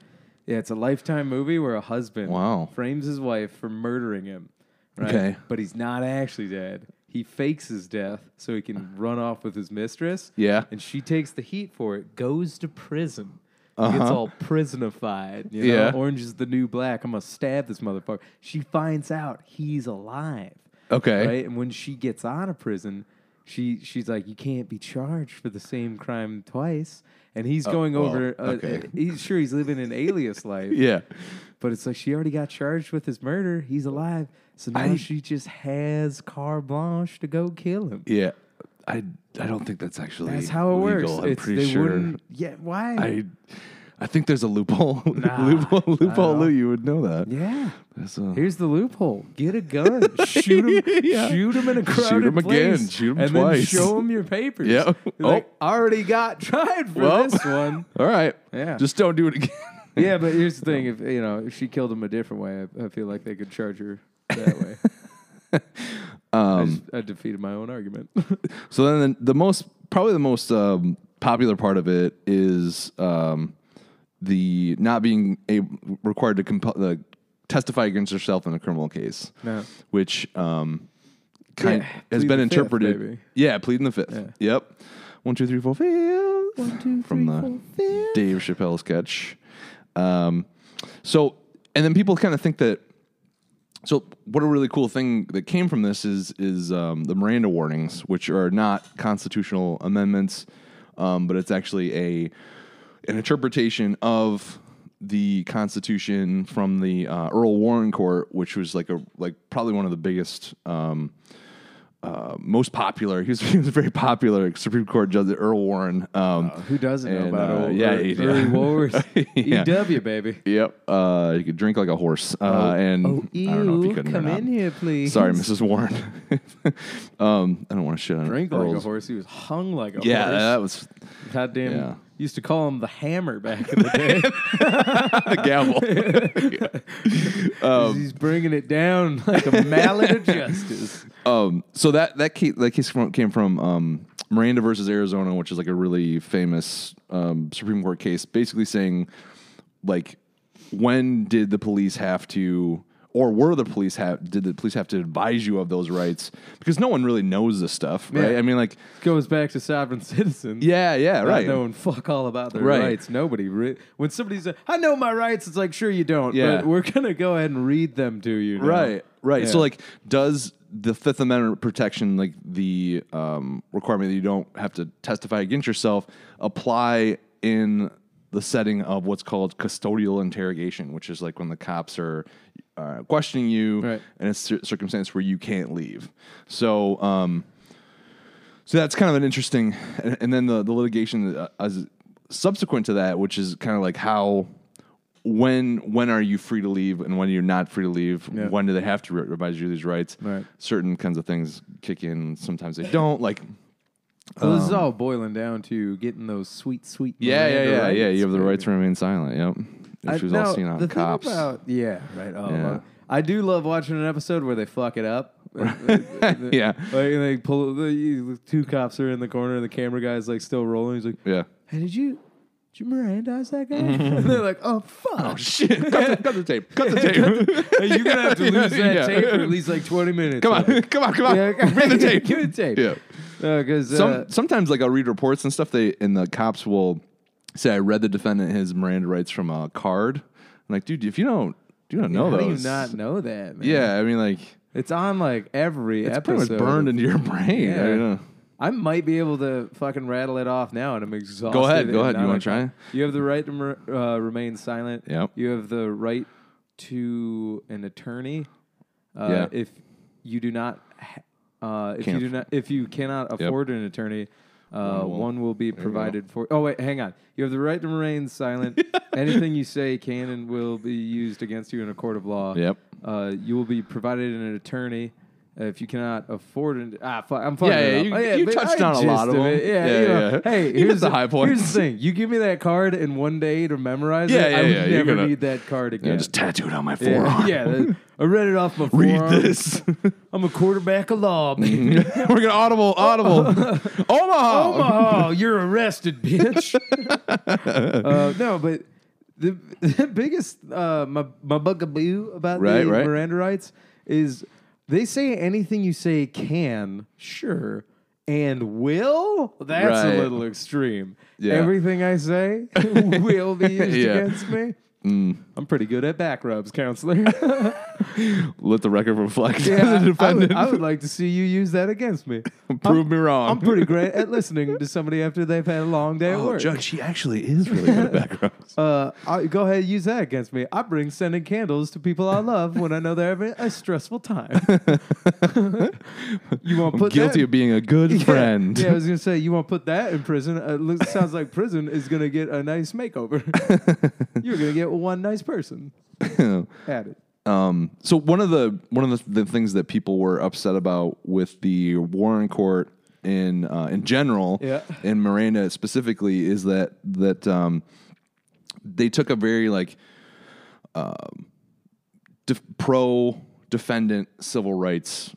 [SPEAKER 2] yeah, it's a lifetime movie where a husband
[SPEAKER 1] Wow.
[SPEAKER 2] frames his wife for murdering him. Right?
[SPEAKER 1] Okay.
[SPEAKER 2] but he's not actually dead. He fakes his death so he can run off with his mistress.
[SPEAKER 1] Yeah.
[SPEAKER 2] and she takes the heat for it. Goes to prison. Gets all prisonified. You know?
[SPEAKER 1] Uh-huh. Yeah.
[SPEAKER 2] Orange is the new black. I'm gonna stab this motherfucker. She finds out he's alive.
[SPEAKER 1] Okay.
[SPEAKER 2] Right? And when she gets out of prison, she she's like, you can't be charged for the same crime twice. And he's going
[SPEAKER 1] well,
[SPEAKER 2] over. Uh,
[SPEAKER 1] okay.
[SPEAKER 2] uh, he's sure he's living an
[SPEAKER 1] (laughs)
[SPEAKER 2] alias life.
[SPEAKER 1] Yeah.
[SPEAKER 2] But it's like she already got charged with his murder. He's alive. So now
[SPEAKER 1] I-
[SPEAKER 2] she just has carte blanche to go kill him.
[SPEAKER 1] Yeah. I I don't think that's actually
[SPEAKER 2] That's how it
[SPEAKER 1] legal.
[SPEAKER 2] works.
[SPEAKER 1] I'm
[SPEAKER 2] It's-
[SPEAKER 1] pretty
[SPEAKER 2] they
[SPEAKER 1] sure.
[SPEAKER 2] wouldn't- Yeah. Why?
[SPEAKER 1] I I think there's a loophole. (laughs)
[SPEAKER 2] Nah.
[SPEAKER 1] loophole loophole
[SPEAKER 2] Wow.
[SPEAKER 1] Lou, you would know that.
[SPEAKER 2] yeah.
[SPEAKER 1] That's a-
[SPEAKER 2] Here's the loophole. Get a
[SPEAKER 1] (laughs)
[SPEAKER 2] gun. shoot him.
[SPEAKER 1] Yeah.
[SPEAKER 2] Shoot him in a crowded
[SPEAKER 1] Shoot 'em again.
[SPEAKER 2] place,
[SPEAKER 1] Shoot 'em
[SPEAKER 2] and
[SPEAKER 1] twice.
[SPEAKER 2] then show him your papers.
[SPEAKER 1] Yeah. Oh.
[SPEAKER 2] You're Like, already got tried for
[SPEAKER 1] Well.
[SPEAKER 2] this
[SPEAKER 1] (laughs)
[SPEAKER 2] one.
[SPEAKER 1] All right.
[SPEAKER 2] Yeah.
[SPEAKER 1] Just don't do it again.
[SPEAKER 2] yeah, but here's the thing: if you know, if she killed him a different way, I, I feel like they could charge her that way.
[SPEAKER 1] (laughs) Um,
[SPEAKER 2] I, just- I defeated my own argument.
[SPEAKER 1] So then the, the most probably the most um, popular part of it is um, the not being a, required to comp- uh, testify against yourself in a criminal case,
[SPEAKER 2] (laughs) No.
[SPEAKER 1] which um, kind
[SPEAKER 2] Yeah,
[SPEAKER 1] has
[SPEAKER 2] plead
[SPEAKER 1] been
[SPEAKER 2] the fifth,
[SPEAKER 1] interpreted.
[SPEAKER 2] baby.
[SPEAKER 1] yeah, pleading the fifth. Yep. One, two, three, four, fifth.
[SPEAKER 2] One, two, three,
[SPEAKER 1] From the
[SPEAKER 2] four, fifth.
[SPEAKER 1] Dave Chappelle sketch. Um, so, and then people kind of think that so what a really cool thing that came from this is is um, the Miranda warnings, which are not constitutional amendments, um, but it's actually a an interpretation of the Constitution from the uh, Earl Warren Court, which was like a like probably one of the biggest. Um, uh, most popular. He was, (laughs) he was a very popular Supreme Court judge, Earl Warren. Um,
[SPEAKER 2] Who doesn't
[SPEAKER 1] And,
[SPEAKER 2] know about
[SPEAKER 1] uh,
[SPEAKER 2] old
[SPEAKER 1] yeah,
[SPEAKER 2] Ur-
[SPEAKER 1] (laughs) yeah.
[SPEAKER 2] Uri Wars?
[SPEAKER 1] Yeah.
[SPEAKER 2] EW baby.
[SPEAKER 1] Yep. Uh, you could drink like a horse. Uh, and I don't know if you could or
[SPEAKER 2] Oh, E come
[SPEAKER 1] not.
[SPEAKER 2] in here, please.
[SPEAKER 1] Sorry, Mrs. Warren. (laughs) um, I don't want to shit on
[SPEAKER 2] Drink like a
[SPEAKER 1] Earl's-
[SPEAKER 2] horse. He was hung like a
[SPEAKER 1] Yeah,
[SPEAKER 2] horse.
[SPEAKER 1] that was
[SPEAKER 2] Goddamn.
[SPEAKER 1] yeah.
[SPEAKER 2] Used to call him the hammer back
[SPEAKER 1] (laughs)
[SPEAKER 2] in the day.
[SPEAKER 1] the
[SPEAKER 2] (laughs)
[SPEAKER 1] gavel. Um,
[SPEAKER 2] He's bringing it down like a mallet of
[SPEAKER 1] (laughs)
[SPEAKER 2] justice.
[SPEAKER 1] um, so that that case, that case from, came from um, Miranda versus Arizona, which is like a really famous um, Supreme Court case, basically saying like when did the police have to or were the police have did the police have to advise you of those rights because no one really knows this stuff right
[SPEAKER 2] Yeah.
[SPEAKER 1] i mean like
[SPEAKER 2] Goes back to sovereign citizens.
[SPEAKER 1] yeah yeah
[SPEAKER 2] not
[SPEAKER 1] right
[SPEAKER 2] knowing fuck all about their
[SPEAKER 1] Right.
[SPEAKER 2] rights. Nobody re- when somebody says, "I know my rights," it's like, sure you don't,
[SPEAKER 1] Yeah.
[SPEAKER 2] but we're gonna go ahead and read them to you, now.
[SPEAKER 1] Right, right. So
[SPEAKER 2] Yeah.
[SPEAKER 1] like, does the Fifth Amendment protection, like the um, requirement that you don't have to testify against yourself, apply in the setting of what's called custodial interrogation, which is like when the cops are uh, questioning you
[SPEAKER 2] Right.
[SPEAKER 1] in a cir- circumstance where you can't leave. So. Um, so that's kind of an interesting, and, and then the, the litigation uh, as subsequent to that, which is kind of like how, when when are you free to leave and when you're not free to leave?
[SPEAKER 2] Yeah.
[SPEAKER 1] When do they have to re- revise you these rights?
[SPEAKER 2] Right.
[SPEAKER 1] Certain kinds of things kick in. Sometimes they don't. Like
[SPEAKER 2] So this is all boiling down to getting those sweet, sweet.
[SPEAKER 1] yeah, yeah,
[SPEAKER 2] Miranda
[SPEAKER 1] Um, yeah, yeah.
[SPEAKER 2] rights,
[SPEAKER 1] You have the
[SPEAKER 2] baby.
[SPEAKER 1] right to remain silent. Yep. If she was
[SPEAKER 2] now,
[SPEAKER 1] all seen on
[SPEAKER 2] the thing
[SPEAKER 1] cops. (laughs)
[SPEAKER 2] about- yeah, right. Oh,
[SPEAKER 1] Yeah.
[SPEAKER 2] well, I do love watching an episode where they fuck it up.
[SPEAKER 1] (laughs) yeah.
[SPEAKER 2] Like and they pull the two cops are in the corner and the camera guy's like still rolling. He's like,
[SPEAKER 1] Yeah.
[SPEAKER 2] "Hey, did you did you Mirandize that guy?" and they're like, "Oh fuck,
[SPEAKER 1] (laughs) Shit. Cut the, cut the tape. Cut (laughs) the tape.
[SPEAKER 2] Hey, you're gonna have to lose that
[SPEAKER 1] Yeah.
[SPEAKER 2] tape for at least like 20 minutes."
[SPEAKER 1] come on. (laughs) Come on. Come on.
[SPEAKER 2] Yeah.
[SPEAKER 1] Bring the (laughs) tape.
[SPEAKER 2] Give me the tape. uh,
[SPEAKER 1] Yeah.
[SPEAKER 2] because
[SPEAKER 1] Some, sometimes, like I'll read reports and stuff. They and the cops will say, "I read the defendant his Miranda rights from a card." I'm like, dude, if you don't, you don't know
[SPEAKER 2] how
[SPEAKER 1] those.
[SPEAKER 2] do you not know that? Man?
[SPEAKER 1] yeah, I mean, like
[SPEAKER 2] it's on like every
[SPEAKER 1] it's
[SPEAKER 2] episode.
[SPEAKER 1] pretty much burned into your brain.
[SPEAKER 2] Yeah.
[SPEAKER 1] I don't know.
[SPEAKER 2] I might be able to fucking rattle it off now, and I'm exhausted.
[SPEAKER 1] Go ahead, go
[SPEAKER 2] and
[SPEAKER 1] ahead.
[SPEAKER 2] now
[SPEAKER 1] You
[SPEAKER 2] I
[SPEAKER 1] wanna
[SPEAKER 2] can't.
[SPEAKER 1] try?
[SPEAKER 2] You have the right to mer- uh, remain silent.
[SPEAKER 1] Yep.
[SPEAKER 2] You have the right to an attorney. Uh,
[SPEAKER 1] Yeah.
[SPEAKER 2] If you do not, ha- uh, if
[SPEAKER 1] Can't
[SPEAKER 2] you do
[SPEAKER 1] aff-
[SPEAKER 2] not, if you cannot afford an attorney, uh,
[SPEAKER 1] One will.
[SPEAKER 2] one will be
[SPEAKER 1] you go.
[SPEAKER 2] provided for. Oh wait, hang on. You have the right to remain
[SPEAKER 1] (laughs)
[SPEAKER 2] silent. Anything you say can and will be used against you in a court of law.
[SPEAKER 1] Yep.
[SPEAKER 2] Uh, you will be provided an attorney. If you cannot afford an ah, fuck, I'm fucking
[SPEAKER 1] Yeah,
[SPEAKER 2] it
[SPEAKER 1] yeah,
[SPEAKER 2] up.
[SPEAKER 1] you-
[SPEAKER 2] Oh,
[SPEAKER 1] you
[SPEAKER 2] but
[SPEAKER 1] touched
[SPEAKER 2] I
[SPEAKER 1] on a lot
[SPEAKER 2] gist
[SPEAKER 1] of
[SPEAKER 2] it.
[SPEAKER 1] them.
[SPEAKER 2] Yeah,
[SPEAKER 1] Yeah,
[SPEAKER 2] you know,
[SPEAKER 1] yeah.
[SPEAKER 2] Hey,
[SPEAKER 1] You hit
[SPEAKER 2] here's
[SPEAKER 1] the high
[SPEAKER 2] Here's
[SPEAKER 1] points.
[SPEAKER 2] the thing: you give me that card in one day to memorize
[SPEAKER 1] Yeah,
[SPEAKER 2] it. I
[SPEAKER 1] yeah,
[SPEAKER 2] would
[SPEAKER 1] yeah, you're
[SPEAKER 2] never
[SPEAKER 1] gonna-
[SPEAKER 2] need that card
[SPEAKER 1] Yeah,
[SPEAKER 2] again.
[SPEAKER 1] just tattooed on my
[SPEAKER 2] yeah,
[SPEAKER 1] forearm.
[SPEAKER 2] yeah, that- I read it off my
[SPEAKER 1] (laughs) Read
[SPEAKER 2] forearm.
[SPEAKER 1] this. (laughs)
[SPEAKER 2] I'm a quarterback of law, man.
[SPEAKER 1] We're gonna audible,
[SPEAKER 2] (laughs)
[SPEAKER 1] audible. Omaha.
[SPEAKER 2] Omaha, you're arrested,
[SPEAKER 1] (laughs)
[SPEAKER 2] bitch. uh, no, but the, the biggest uh, my my bugaboo about
[SPEAKER 1] Right,
[SPEAKER 2] the
[SPEAKER 1] right.
[SPEAKER 2] Miranda rights is they say anything you say can, sure, and will. That's
[SPEAKER 1] Right.
[SPEAKER 2] a little extreme.
[SPEAKER 1] Yeah.
[SPEAKER 2] Everything I say (laughs) will be used
[SPEAKER 1] (laughs) Yeah. Mm.
[SPEAKER 2] against me. I'm pretty good at back rubs,
[SPEAKER 1] (laughs)
[SPEAKER 2] counselor.
[SPEAKER 1] Let the record reflect.
[SPEAKER 2] Yeah,
[SPEAKER 1] (laughs) the
[SPEAKER 2] I, I would,
[SPEAKER 1] defendant
[SPEAKER 2] I would like to see you use that against
[SPEAKER 1] (laughs)
[SPEAKER 2] me.
[SPEAKER 1] prove me wrong.
[SPEAKER 2] I'm pretty great at listening to somebody after they've had a long day at
[SPEAKER 1] Oh,
[SPEAKER 2] work.
[SPEAKER 1] Judge, she actually is really good at
[SPEAKER 2] (laughs)
[SPEAKER 1] backgrounds.
[SPEAKER 2] Uh, I, go ahead, use that against me. I bring sending candles to people I love when I know they're having a stressful
[SPEAKER 1] (laughs)
[SPEAKER 2] time. (laughs) you want to put
[SPEAKER 1] Guilty
[SPEAKER 2] that,
[SPEAKER 1] of being a
[SPEAKER 2] (laughs)
[SPEAKER 1] good
[SPEAKER 2] Yeah.
[SPEAKER 1] friend.
[SPEAKER 2] Yeah, I was gonna say you want to put that in prison. Uh, it looks- sounds like prison is gonna get a nice
[SPEAKER 1] (laughs)
[SPEAKER 2] makeover. You're gonna get one nice person added.
[SPEAKER 1] Um, so one of the one of the, the things that people were upset about with the Warren Court in uh, in general,
[SPEAKER 2] Yeah.
[SPEAKER 1] and Miranda specifically, is that that um, they took a very like um, def- pro defendant civil rights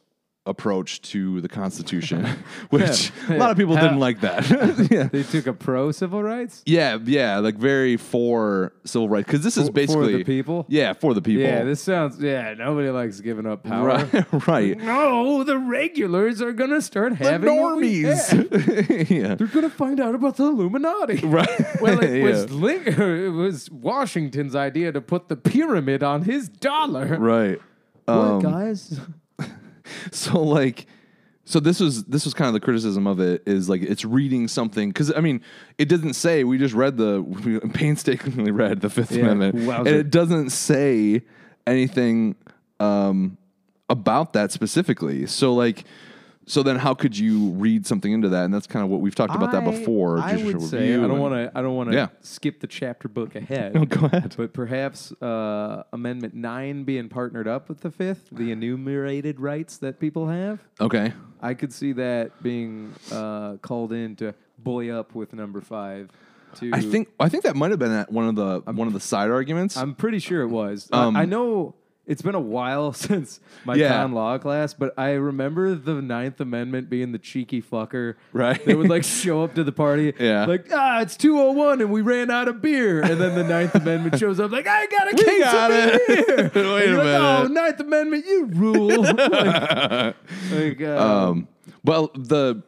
[SPEAKER 1] approach to the
[SPEAKER 2] (laughs)
[SPEAKER 1] Constitution, (laughs) which a lot of people didn't like that. (laughs) yeah.
[SPEAKER 2] They took a pro civil rights.
[SPEAKER 1] Yeah, yeah, like very for civil rights because this
[SPEAKER 2] For-
[SPEAKER 1] is
[SPEAKER 2] for the
[SPEAKER 1] basically
[SPEAKER 2] people?
[SPEAKER 1] Yeah, for the people.
[SPEAKER 2] Yeah, this sounds. Yeah, nobody likes giving up power.
[SPEAKER 1] right, (laughs)
[SPEAKER 2] (laughs)
[SPEAKER 1] right.
[SPEAKER 2] No, the regulars are gonna start having a we- yeah. (laughs)
[SPEAKER 1] normies. yeah.
[SPEAKER 2] They're gonna find out about the Illuminati.
[SPEAKER 1] (laughs) Right.
[SPEAKER 2] Well, it
[SPEAKER 1] Yeah.
[SPEAKER 2] was Link- (laughs) it was Washington's idea to put the pyramid on his dollar.
[SPEAKER 1] right. Um,
[SPEAKER 2] what guys?
[SPEAKER 1] (laughs) So like so this was this was kind of the criticism of it is like it's reading something cuz I mean it doesn't say we just read the (laughs) we painstakingly read the 5th
[SPEAKER 2] Yeah,
[SPEAKER 1] amendment
[SPEAKER 2] wowzer.
[SPEAKER 1] and it doesn't say anything um about that specifically. So like so then how could you read something into that and that's kind of what we've talked about that before
[SPEAKER 2] I,
[SPEAKER 1] judicial
[SPEAKER 2] would say I
[SPEAKER 1] review
[SPEAKER 2] don't
[SPEAKER 1] and-
[SPEAKER 2] want to. I don't want to
[SPEAKER 1] Yeah.
[SPEAKER 2] skip the chapter book ahead.
[SPEAKER 1] (laughs) No, go ahead.
[SPEAKER 2] But perhaps uh, Amendment Nine being partnered up with the Fifth, the enumerated rights that people have.
[SPEAKER 1] Okay.
[SPEAKER 2] I could see that being uh, called in to bully up with number five. To
[SPEAKER 1] I think I think that might have been at one of the one of the side arguments.
[SPEAKER 2] I'm pretty sure it was. I-
[SPEAKER 1] Um,
[SPEAKER 2] I, know it's been a while (laughs) since my
[SPEAKER 1] Yeah.
[SPEAKER 2] con law class, but I remember the Ninth Amendment being the cheeky fucker.
[SPEAKER 1] Right.
[SPEAKER 2] They would
[SPEAKER 1] (laughs)
[SPEAKER 2] like show up to the party.
[SPEAKER 1] Yeah.
[SPEAKER 2] Like, ah, it's 201 and we ran out of beer. And then the Ninth Amendment shows up, like, I got a case
[SPEAKER 1] got
[SPEAKER 2] of beer.
[SPEAKER 1] it. (laughs) Wait
[SPEAKER 2] And
[SPEAKER 1] a
[SPEAKER 2] you're Like, oh,
[SPEAKER 1] minute."
[SPEAKER 2] Ninth Amendment, you rule. (laughs) like, like, uh,
[SPEAKER 1] Um, well, the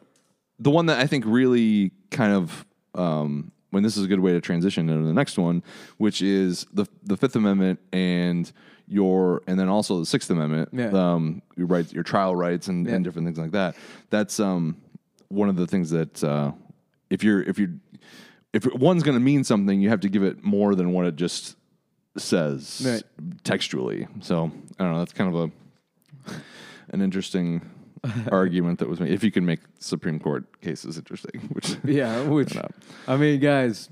[SPEAKER 1] the one that I think really kind of um, when this is a good way to transition into the next one, which is the the Fifth Amendment and your and then also the Sixth Amendment,
[SPEAKER 2] Yeah.
[SPEAKER 1] um, your rights, your trial rights, and,
[SPEAKER 2] Yeah.
[SPEAKER 1] and different things like that. That's um, one of the things that uh, if you're if you're if one's going to mean something, you have to give it more than what it just says textually. So I don't know. That's kind of a an interesting
[SPEAKER 2] (laughs)
[SPEAKER 1] argument that was made. If you can make Supreme Court cases interesting, (laughs) which
[SPEAKER 2] (laughs) yeah, which, I mean, guys.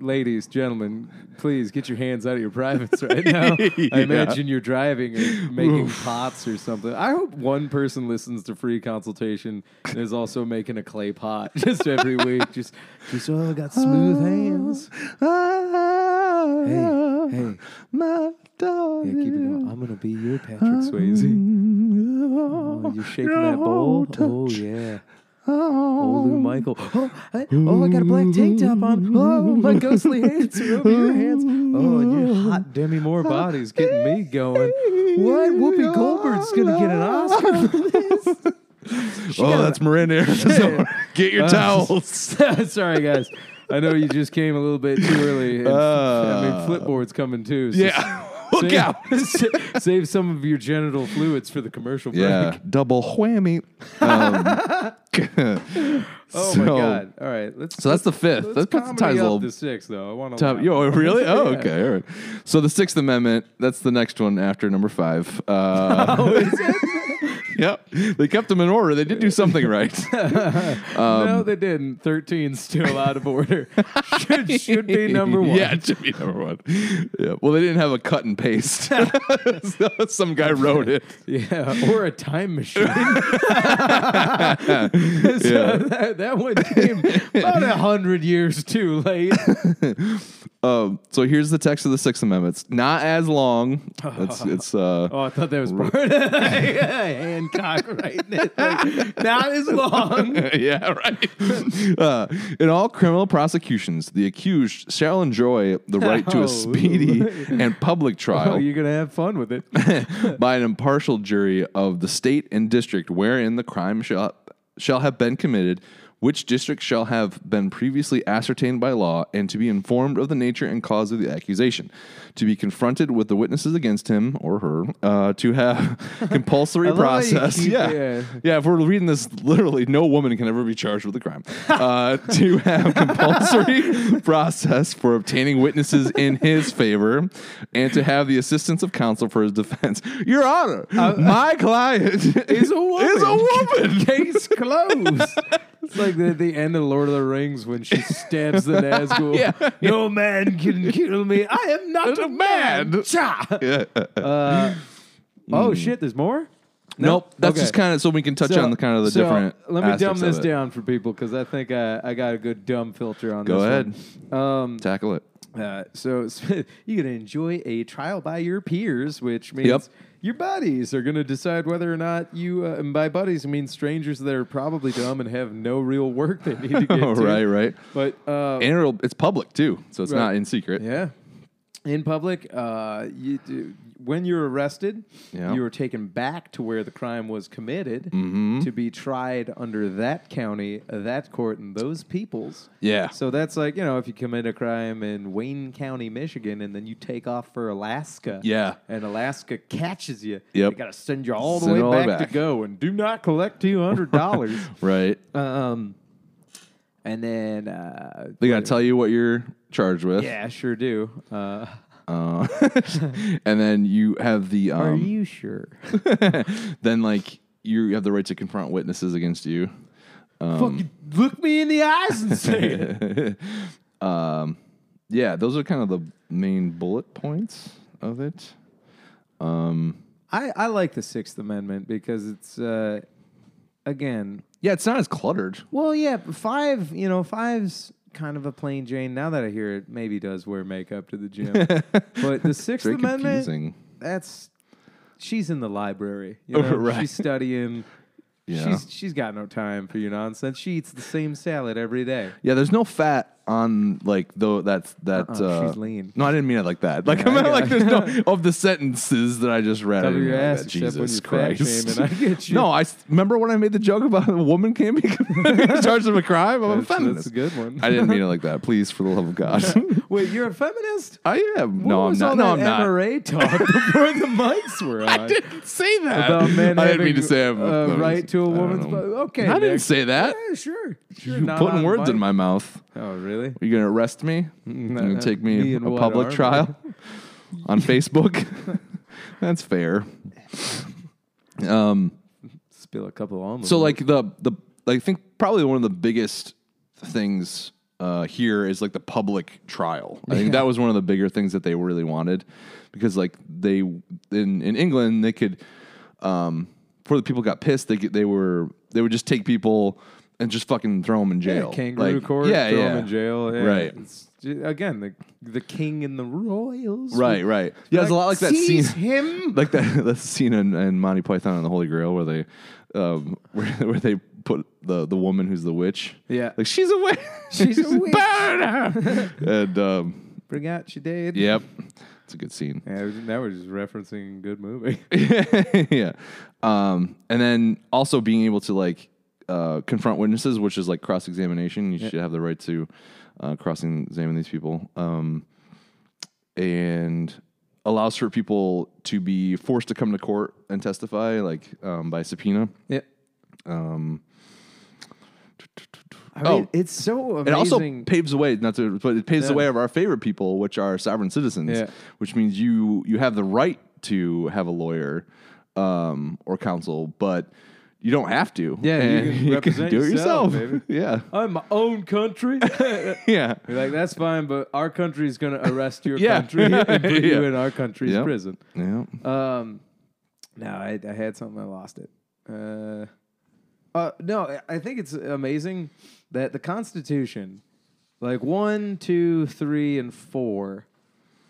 [SPEAKER 2] Ladies, gentlemen, please get your hands out of your privates right (laughs) now. I
[SPEAKER 1] Yeah.
[SPEAKER 2] imagine you're driving and making pots or something. I hope one person listens to free consultation and is also making a clay pot (laughs) just every (laughs) week. Just, just oh, I got smooth hands. Hey,
[SPEAKER 1] Ah,
[SPEAKER 2] Yeah,
[SPEAKER 1] my darling.
[SPEAKER 2] keep it going. I'm gonna be your Patrick Swayze. Oh, you're shaking that bowl. Oh yeah. Oh, Lou Michael. (gasps) Oh, I, oh, I got a black tank top on. Oh, my ghostly hands are over your hands. Oh, and your hot Demi Moore body's getting me going. What? Whoopi Goldberg's gonna get an Oscar
[SPEAKER 1] (laughs)
[SPEAKER 2] for this?
[SPEAKER 1] Oh, that's
[SPEAKER 2] (laughs)
[SPEAKER 1] Miranda (laughs) Arizona. Get
[SPEAKER 2] Uh,
[SPEAKER 1] your towels.
[SPEAKER 2] Sorry, guys. I know you just came a little bit too early. And, I mean, Flipboard's coming too. so
[SPEAKER 1] Uh. Yeah. Look out.
[SPEAKER 2] (laughs) Save, (laughs) save some of your genital fluids for the commercial break.
[SPEAKER 1] Yeah. Double whammy.
[SPEAKER 2] (laughs)
[SPEAKER 1] Um, (laughs)
[SPEAKER 2] Oh
[SPEAKER 1] so,
[SPEAKER 2] my god! All right, let's.
[SPEAKER 1] So that's the fifth.
[SPEAKER 2] let's
[SPEAKER 1] That puts the
[SPEAKER 2] comedy
[SPEAKER 1] times
[SPEAKER 2] up
[SPEAKER 1] a little
[SPEAKER 2] to six, though. I want to.
[SPEAKER 1] Top, yo,
[SPEAKER 2] (laughs)
[SPEAKER 1] oh, really? Oh, okay. All right. So the Sixth Amendment, that's the next one after number
[SPEAKER 2] (laughs)
[SPEAKER 1] five. Uh,
[SPEAKER 2] Oh,
[SPEAKER 1] (laughs) yep. They kept them in order. They did do something
[SPEAKER 2] (laughs)
[SPEAKER 1] right.
[SPEAKER 2] no, they didn't. Thirteen's still out of
[SPEAKER 1] (laughs)
[SPEAKER 2] order. should, should be number one.
[SPEAKER 1] yeah, it should be number one. Yeah. Well, they didn't have a cut and
[SPEAKER 2] (laughs)
[SPEAKER 1] paste. (laughs) So Some guy wrote it.
[SPEAKER 2] Yeah, or a time
[SPEAKER 1] (laughs)
[SPEAKER 2] machine. (laughs) So
[SPEAKER 1] Yeah.
[SPEAKER 2] that, that one came about a hundred years too late.
[SPEAKER 1] Um, so here's the text of the Sixth Amendment. It's not as long. It's
[SPEAKER 2] (laughs)
[SPEAKER 1] it's uh,
[SPEAKER 2] Oh, I thought that was part of (laughs) Hancock writing it. Like, not as
[SPEAKER 1] (laughs)
[SPEAKER 2] long.
[SPEAKER 1] yeah, right. uh, in all criminal prosecutions, the accused shall enjoy the right
[SPEAKER 2] (laughs)
[SPEAKER 1] to
[SPEAKER 2] Oh,
[SPEAKER 1] a speedy and
[SPEAKER 2] (laughs)
[SPEAKER 1] public
[SPEAKER 2] Oh,
[SPEAKER 1] trial
[SPEAKER 2] you're gonna have fun with it.
[SPEAKER 1] (laughs) by an impartial jury of the state and district wherein the crime shall shall have been committed, which district shall have been previously ascertained by law, and to be informed of the nature and cause of the accusation, to be confronted with the witnesses against him or her, uh, to have (laughs) compulsory
[SPEAKER 2] love how you
[SPEAKER 1] process.
[SPEAKER 2] keep-
[SPEAKER 1] yeah.
[SPEAKER 2] yeah.
[SPEAKER 1] yeah, If we're reading this, literally, no woman can ever be charged with a crime. uh, to
[SPEAKER 2] (laughs)
[SPEAKER 1] have compulsory process for obtaining witnesses in his favor, and to have the assistance of counsel for his defense. Your Honor, my client
[SPEAKER 2] Uh, Is a woman.
[SPEAKER 1] Is a woman. (laughs)
[SPEAKER 2] Case closed. (laughs) It's like the, the end of Lord of the Rings when she stabs the Nazgul.
[SPEAKER 1] (laughs) Yeah.
[SPEAKER 2] No man can kill me. I am not a man.
[SPEAKER 1] man. Mm.
[SPEAKER 2] Cha.
[SPEAKER 1] Yeah.
[SPEAKER 2] Uh, oh shit! There's more.
[SPEAKER 1] Nope. That's
[SPEAKER 2] Okay.
[SPEAKER 1] just kind of so we can touch
[SPEAKER 2] So-
[SPEAKER 1] on the kind of the
[SPEAKER 2] so
[SPEAKER 1] different.
[SPEAKER 2] Let me dumb
[SPEAKER 1] aspects of
[SPEAKER 2] this
[SPEAKER 1] it.
[SPEAKER 2] down for people because I think I, I got a good dumb filter on
[SPEAKER 1] Go
[SPEAKER 2] this.
[SPEAKER 1] ahead,
[SPEAKER 2] One. Um,
[SPEAKER 1] tackle it.
[SPEAKER 2] uh, so (laughs) you're gonna enjoy a trial by your peers, which means
[SPEAKER 1] Yep.
[SPEAKER 2] your buddies are gonna decide whether or not you. Uh, and by buddies, I mean strangers that are probably dumb and have no real work they need to
[SPEAKER 1] (laughs)
[SPEAKER 2] get to.
[SPEAKER 1] Oh, right, right.
[SPEAKER 2] But uh,
[SPEAKER 1] And it'll, it's public too, so it's
[SPEAKER 2] Right.
[SPEAKER 1] not in secret.
[SPEAKER 2] yeah. In public, uh, you do, when you're arrested,
[SPEAKER 1] Yeah.
[SPEAKER 2] you are taken back to where the crime was committed
[SPEAKER 1] Mm-hmm.
[SPEAKER 2] to be tried under that county, that court, and those peoples.
[SPEAKER 1] Yeah.
[SPEAKER 2] So that's like, you know, if you commit a crime in Wayne County, Michigan, and then you take off for Alaska.
[SPEAKER 1] Yeah.
[SPEAKER 2] And Alaska catches you.
[SPEAKER 1] Yep.
[SPEAKER 2] They got to send you all the
[SPEAKER 1] Send
[SPEAKER 2] way
[SPEAKER 1] it all
[SPEAKER 2] back,
[SPEAKER 1] back.
[SPEAKER 2] to go and do not collect
[SPEAKER 1] (laughs)
[SPEAKER 2] $200.
[SPEAKER 1] Right.
[SPEAKER 2] um, and then. Uh,
[SPEAKER 1] They got to tell you what you're charged with.
[SPEAKER 2] yeah, sure do. Uh,
[SPEAKER 1] Uh, (laughs) and then you have the
[SPEAKER 2] are
[SPEAKER 1] um,
[SPEAKER 2] you sure?
[SPEAKER 1] then like you have the right to confront witnesses against you.
[SPEAKER 2] Fucking look me in the eyes and say it.
[SPEAKER 1] (laughs) Um, yeah, those are kind of the main bullet points of it.
[SPEAKER 2] I, I like the Sixth Amendment because it's, uh, again,
[SPEAKER 1] Yeah, it's not as cluttered.
[SPEAKER 2] Well, yeah, but five. You know, five's kind of a plain Jane. Now that I hear it, maybe does wear makeup to the
[SPEAKER 1] (laughs)
[SPEAKER 2] gym. but the Sixth
[SPEAKER 1] Very
[SPEAKER 2] Amendment,
[SPEAKER 1] confusing.
[SPEAKER 2] that's she's in the library. You know?
[SPEAKER 1] Oh, Right.
[SPEAKER 2] She's studying.
[SPEAKER 1] (laughs) Yeah.
[SPEAKER 2] She's she's got no time for your nonsense. She eats the same salad every day.
[SPEAKER 1] Yeah, there's no fat on like though that's that.
[SPEAKER 2] Uh-uh,
[SPEAKER 1] uh
[SPEAKER 2] she's lean.
[SPEAKER 1] No, I didn't mean it like that. (laughs) Like I meant like there's no of the sentences that I just read. I
[SPEAKER 2] Cover
[SPEAKER 1] didn't
[SPEAKER 2] your
[SPEAKER 1] mean it like
[SPEAKER 2] ass
[SPEAKER 1] that.
[SPEAKER 2] except when
[SPEAKER 1] Jesus
[SPEAKER 2] you're fat
[SPEAKER 1] Christ.
[SPEAKER 2] shaming.
[SPEAKER 1] (laughs)
[SPEAKER 2] I get you.
[SPEAKER 1] No, I s- remember when I made the joke about a woman can't be (laughs) charged with a crime. I'm a
[SPEAKER 2] That's-
[SPEAKER 1] feminist.
[SPEAKER 2] that's a good one.
[SPEAKER 1] I didn't mean it like that. Please, for the love
[SPEAKER 2] (laughs)
[SPEAKER 1] of God.
[SPEAKER 2] Wait, you're a feminist?
[SPEAKER 1] I am.
[SPEAKER 2] What
[SPEAKER 1] no, I'm
[SPEAKER 2] was
[SPEAKER 1] not.
[SPEAKER 2] all
[SPEAKER 1] No,
[SPEAKER 2] that
[SPEAKER 1] I'm not.
[SPEAKER 2] MRA talk (laughs) before the mics were on.
[SPEAKER 1] I didn't say that.
[SPEAKER 2] About men
[SPEAKER 1] I
[SPEAKER 2] having
[SPEAKER 1] didn't mean to say I'm a
[SPEAKER 2] uh,
[SPEAKER 1] feminist.
[SPEAKER 2] right to a
[SPEAKER 1] I don't
[SPEAKER 2] woman's
[SPEAKER 1] know.
[SPEAKER 2] body. Okay,
[SPEAKER 1] I didn't
[SPEAKER 2] Nick.
[SPEAKER 1] say that.
[SPEAKER 2] Yeah, sure. sure.
[SPEAKER 1] You're
[SPEAKER 2] not
[SPEAKER 1] putting
[SPEAKER 2] on
[SPEAKER 1] words
[SPEAKER 2] mic.
[SPEAKER 1] in my mouth.
[SPEAKER 2] Oh, really?
[SPEAKER 1] Are you gonna arrest me? You're gonna
[SPEAKER 2] uh,
[SPEAKER 1] take Mm, me,
[SPEAKER 2] me
[SPEAKER 1] in
[SPEAKER 2] and
[SPEAKER 1] a
[SPEAKER 2] what
[SPEAKER 1] public
[SPEAKER 2] arm?
[SPEAKER 1] trial (laughs) on Facebook? That's fair. Um,
[SPEAKER 2] Spill a couple almonds.
[SPEAKER 1] so like the the I think probably one of the biggest things uh, here is like the public trial. I think that was one of the bigger things that they really wanted because like they in in England they could um, before the people got pissed they could- they were they would just take people and just fucking throw him in jail.
[SPEAKER 2] kangaroo
[SPEAKER 1] Like,
[SPEAKER 2] court,
[SPEAKER 1] Yeah,
[SPEAKER 2] throw
[SPEAKER 1] yeah.
[SPEAKER 2] him in jail. yeah.
[SPEAKER 1] Right.
[SPEAKER 2] It's, again, the the king and the royals.
[SPEAKER 1] Right, right. Yeah, it's a lot like that scene.
[SPEAKER 2] seize him.
[SPEAKER 1] like that (laughs) that scene in, in Monty Python and the Holy Grail where they um (laughs) where, where they put the the woman who's the witch.
[SPEAKER 2] Yeah.
[SPEAKER 1] Like she's a witch.
[SPEAKER 2] She's
[SPEAKER 1] (laughs)
[SPEAKER 2] a witch. (laughs)
[SPEAKER 1] Burn her. and um
[SPEAKER 2] Bring out your dead.
[SPEAKER 1] yep. It's a good scene.
[SPEAKER 2] Yeah, we- now we're just referencing good movie.
[SPEAKER 1] (laughs) yeah. Um and then also being able to like uh, confront witnesses, which is like cross examination. You should have the right to uh, cross examine these people. Um, and allows for people to be forced to come to court and testify, like um, by subpoena.
[SPEAKER 2] yeah.
[SPEAKER 1] Um,
[SPEAKER 2] I mean,
[SPEAKER 1] Oh.
[SPEAKER 2] it's so amazing.
[SPEAKER 1] it also paves the way, not to, but it paves the
[SPEAKER 2] Yeah.
[SPEAKER 1] way of our favorite people, which are sovereign citizens,
[SPEAKER 2] Yeah.
[SPEAKER 1] which means you you have the right to have a lawyer um, or counsel, but you don't have to.
[SPEAKER 2] Yeah, you
[SPEAKER 1] (laughs) And
[SPEAKER 2] can represent
[SPEAKER 1] do it
[SPEAKER 2] yourself,
[SPEAKER 1] yourself.
[SPEAKER 2] baby.
[SPEAKER 1] (laughs)
[SPEAKER 2] (laughs)
[SPEAKER 1] yeah,
[SPEAKER 2] I'm my own
[SPEAKER 1] (laughs)
[SPEAKER 2] country. You're
[SPEAKER 1] yeah,
[SPEAKER 2] like, that's fine, but our country is going to arrest your
[SPEAKER 1] (laughs) Yeah.
[SPEAKER 2] country and put you
[SPEAKER 1] Yeah.
[SPEAKER 2] in our country's
[SPEAKER 1] Yep.
[SPEAKER 2] prison.
[SPEAKER 1] yeah.
[SPEAKER 2] Um, no, I, I had something, I lost it. Uh, uh, no, I- I think it's amazing that the Constitution, like one, two, three, and four,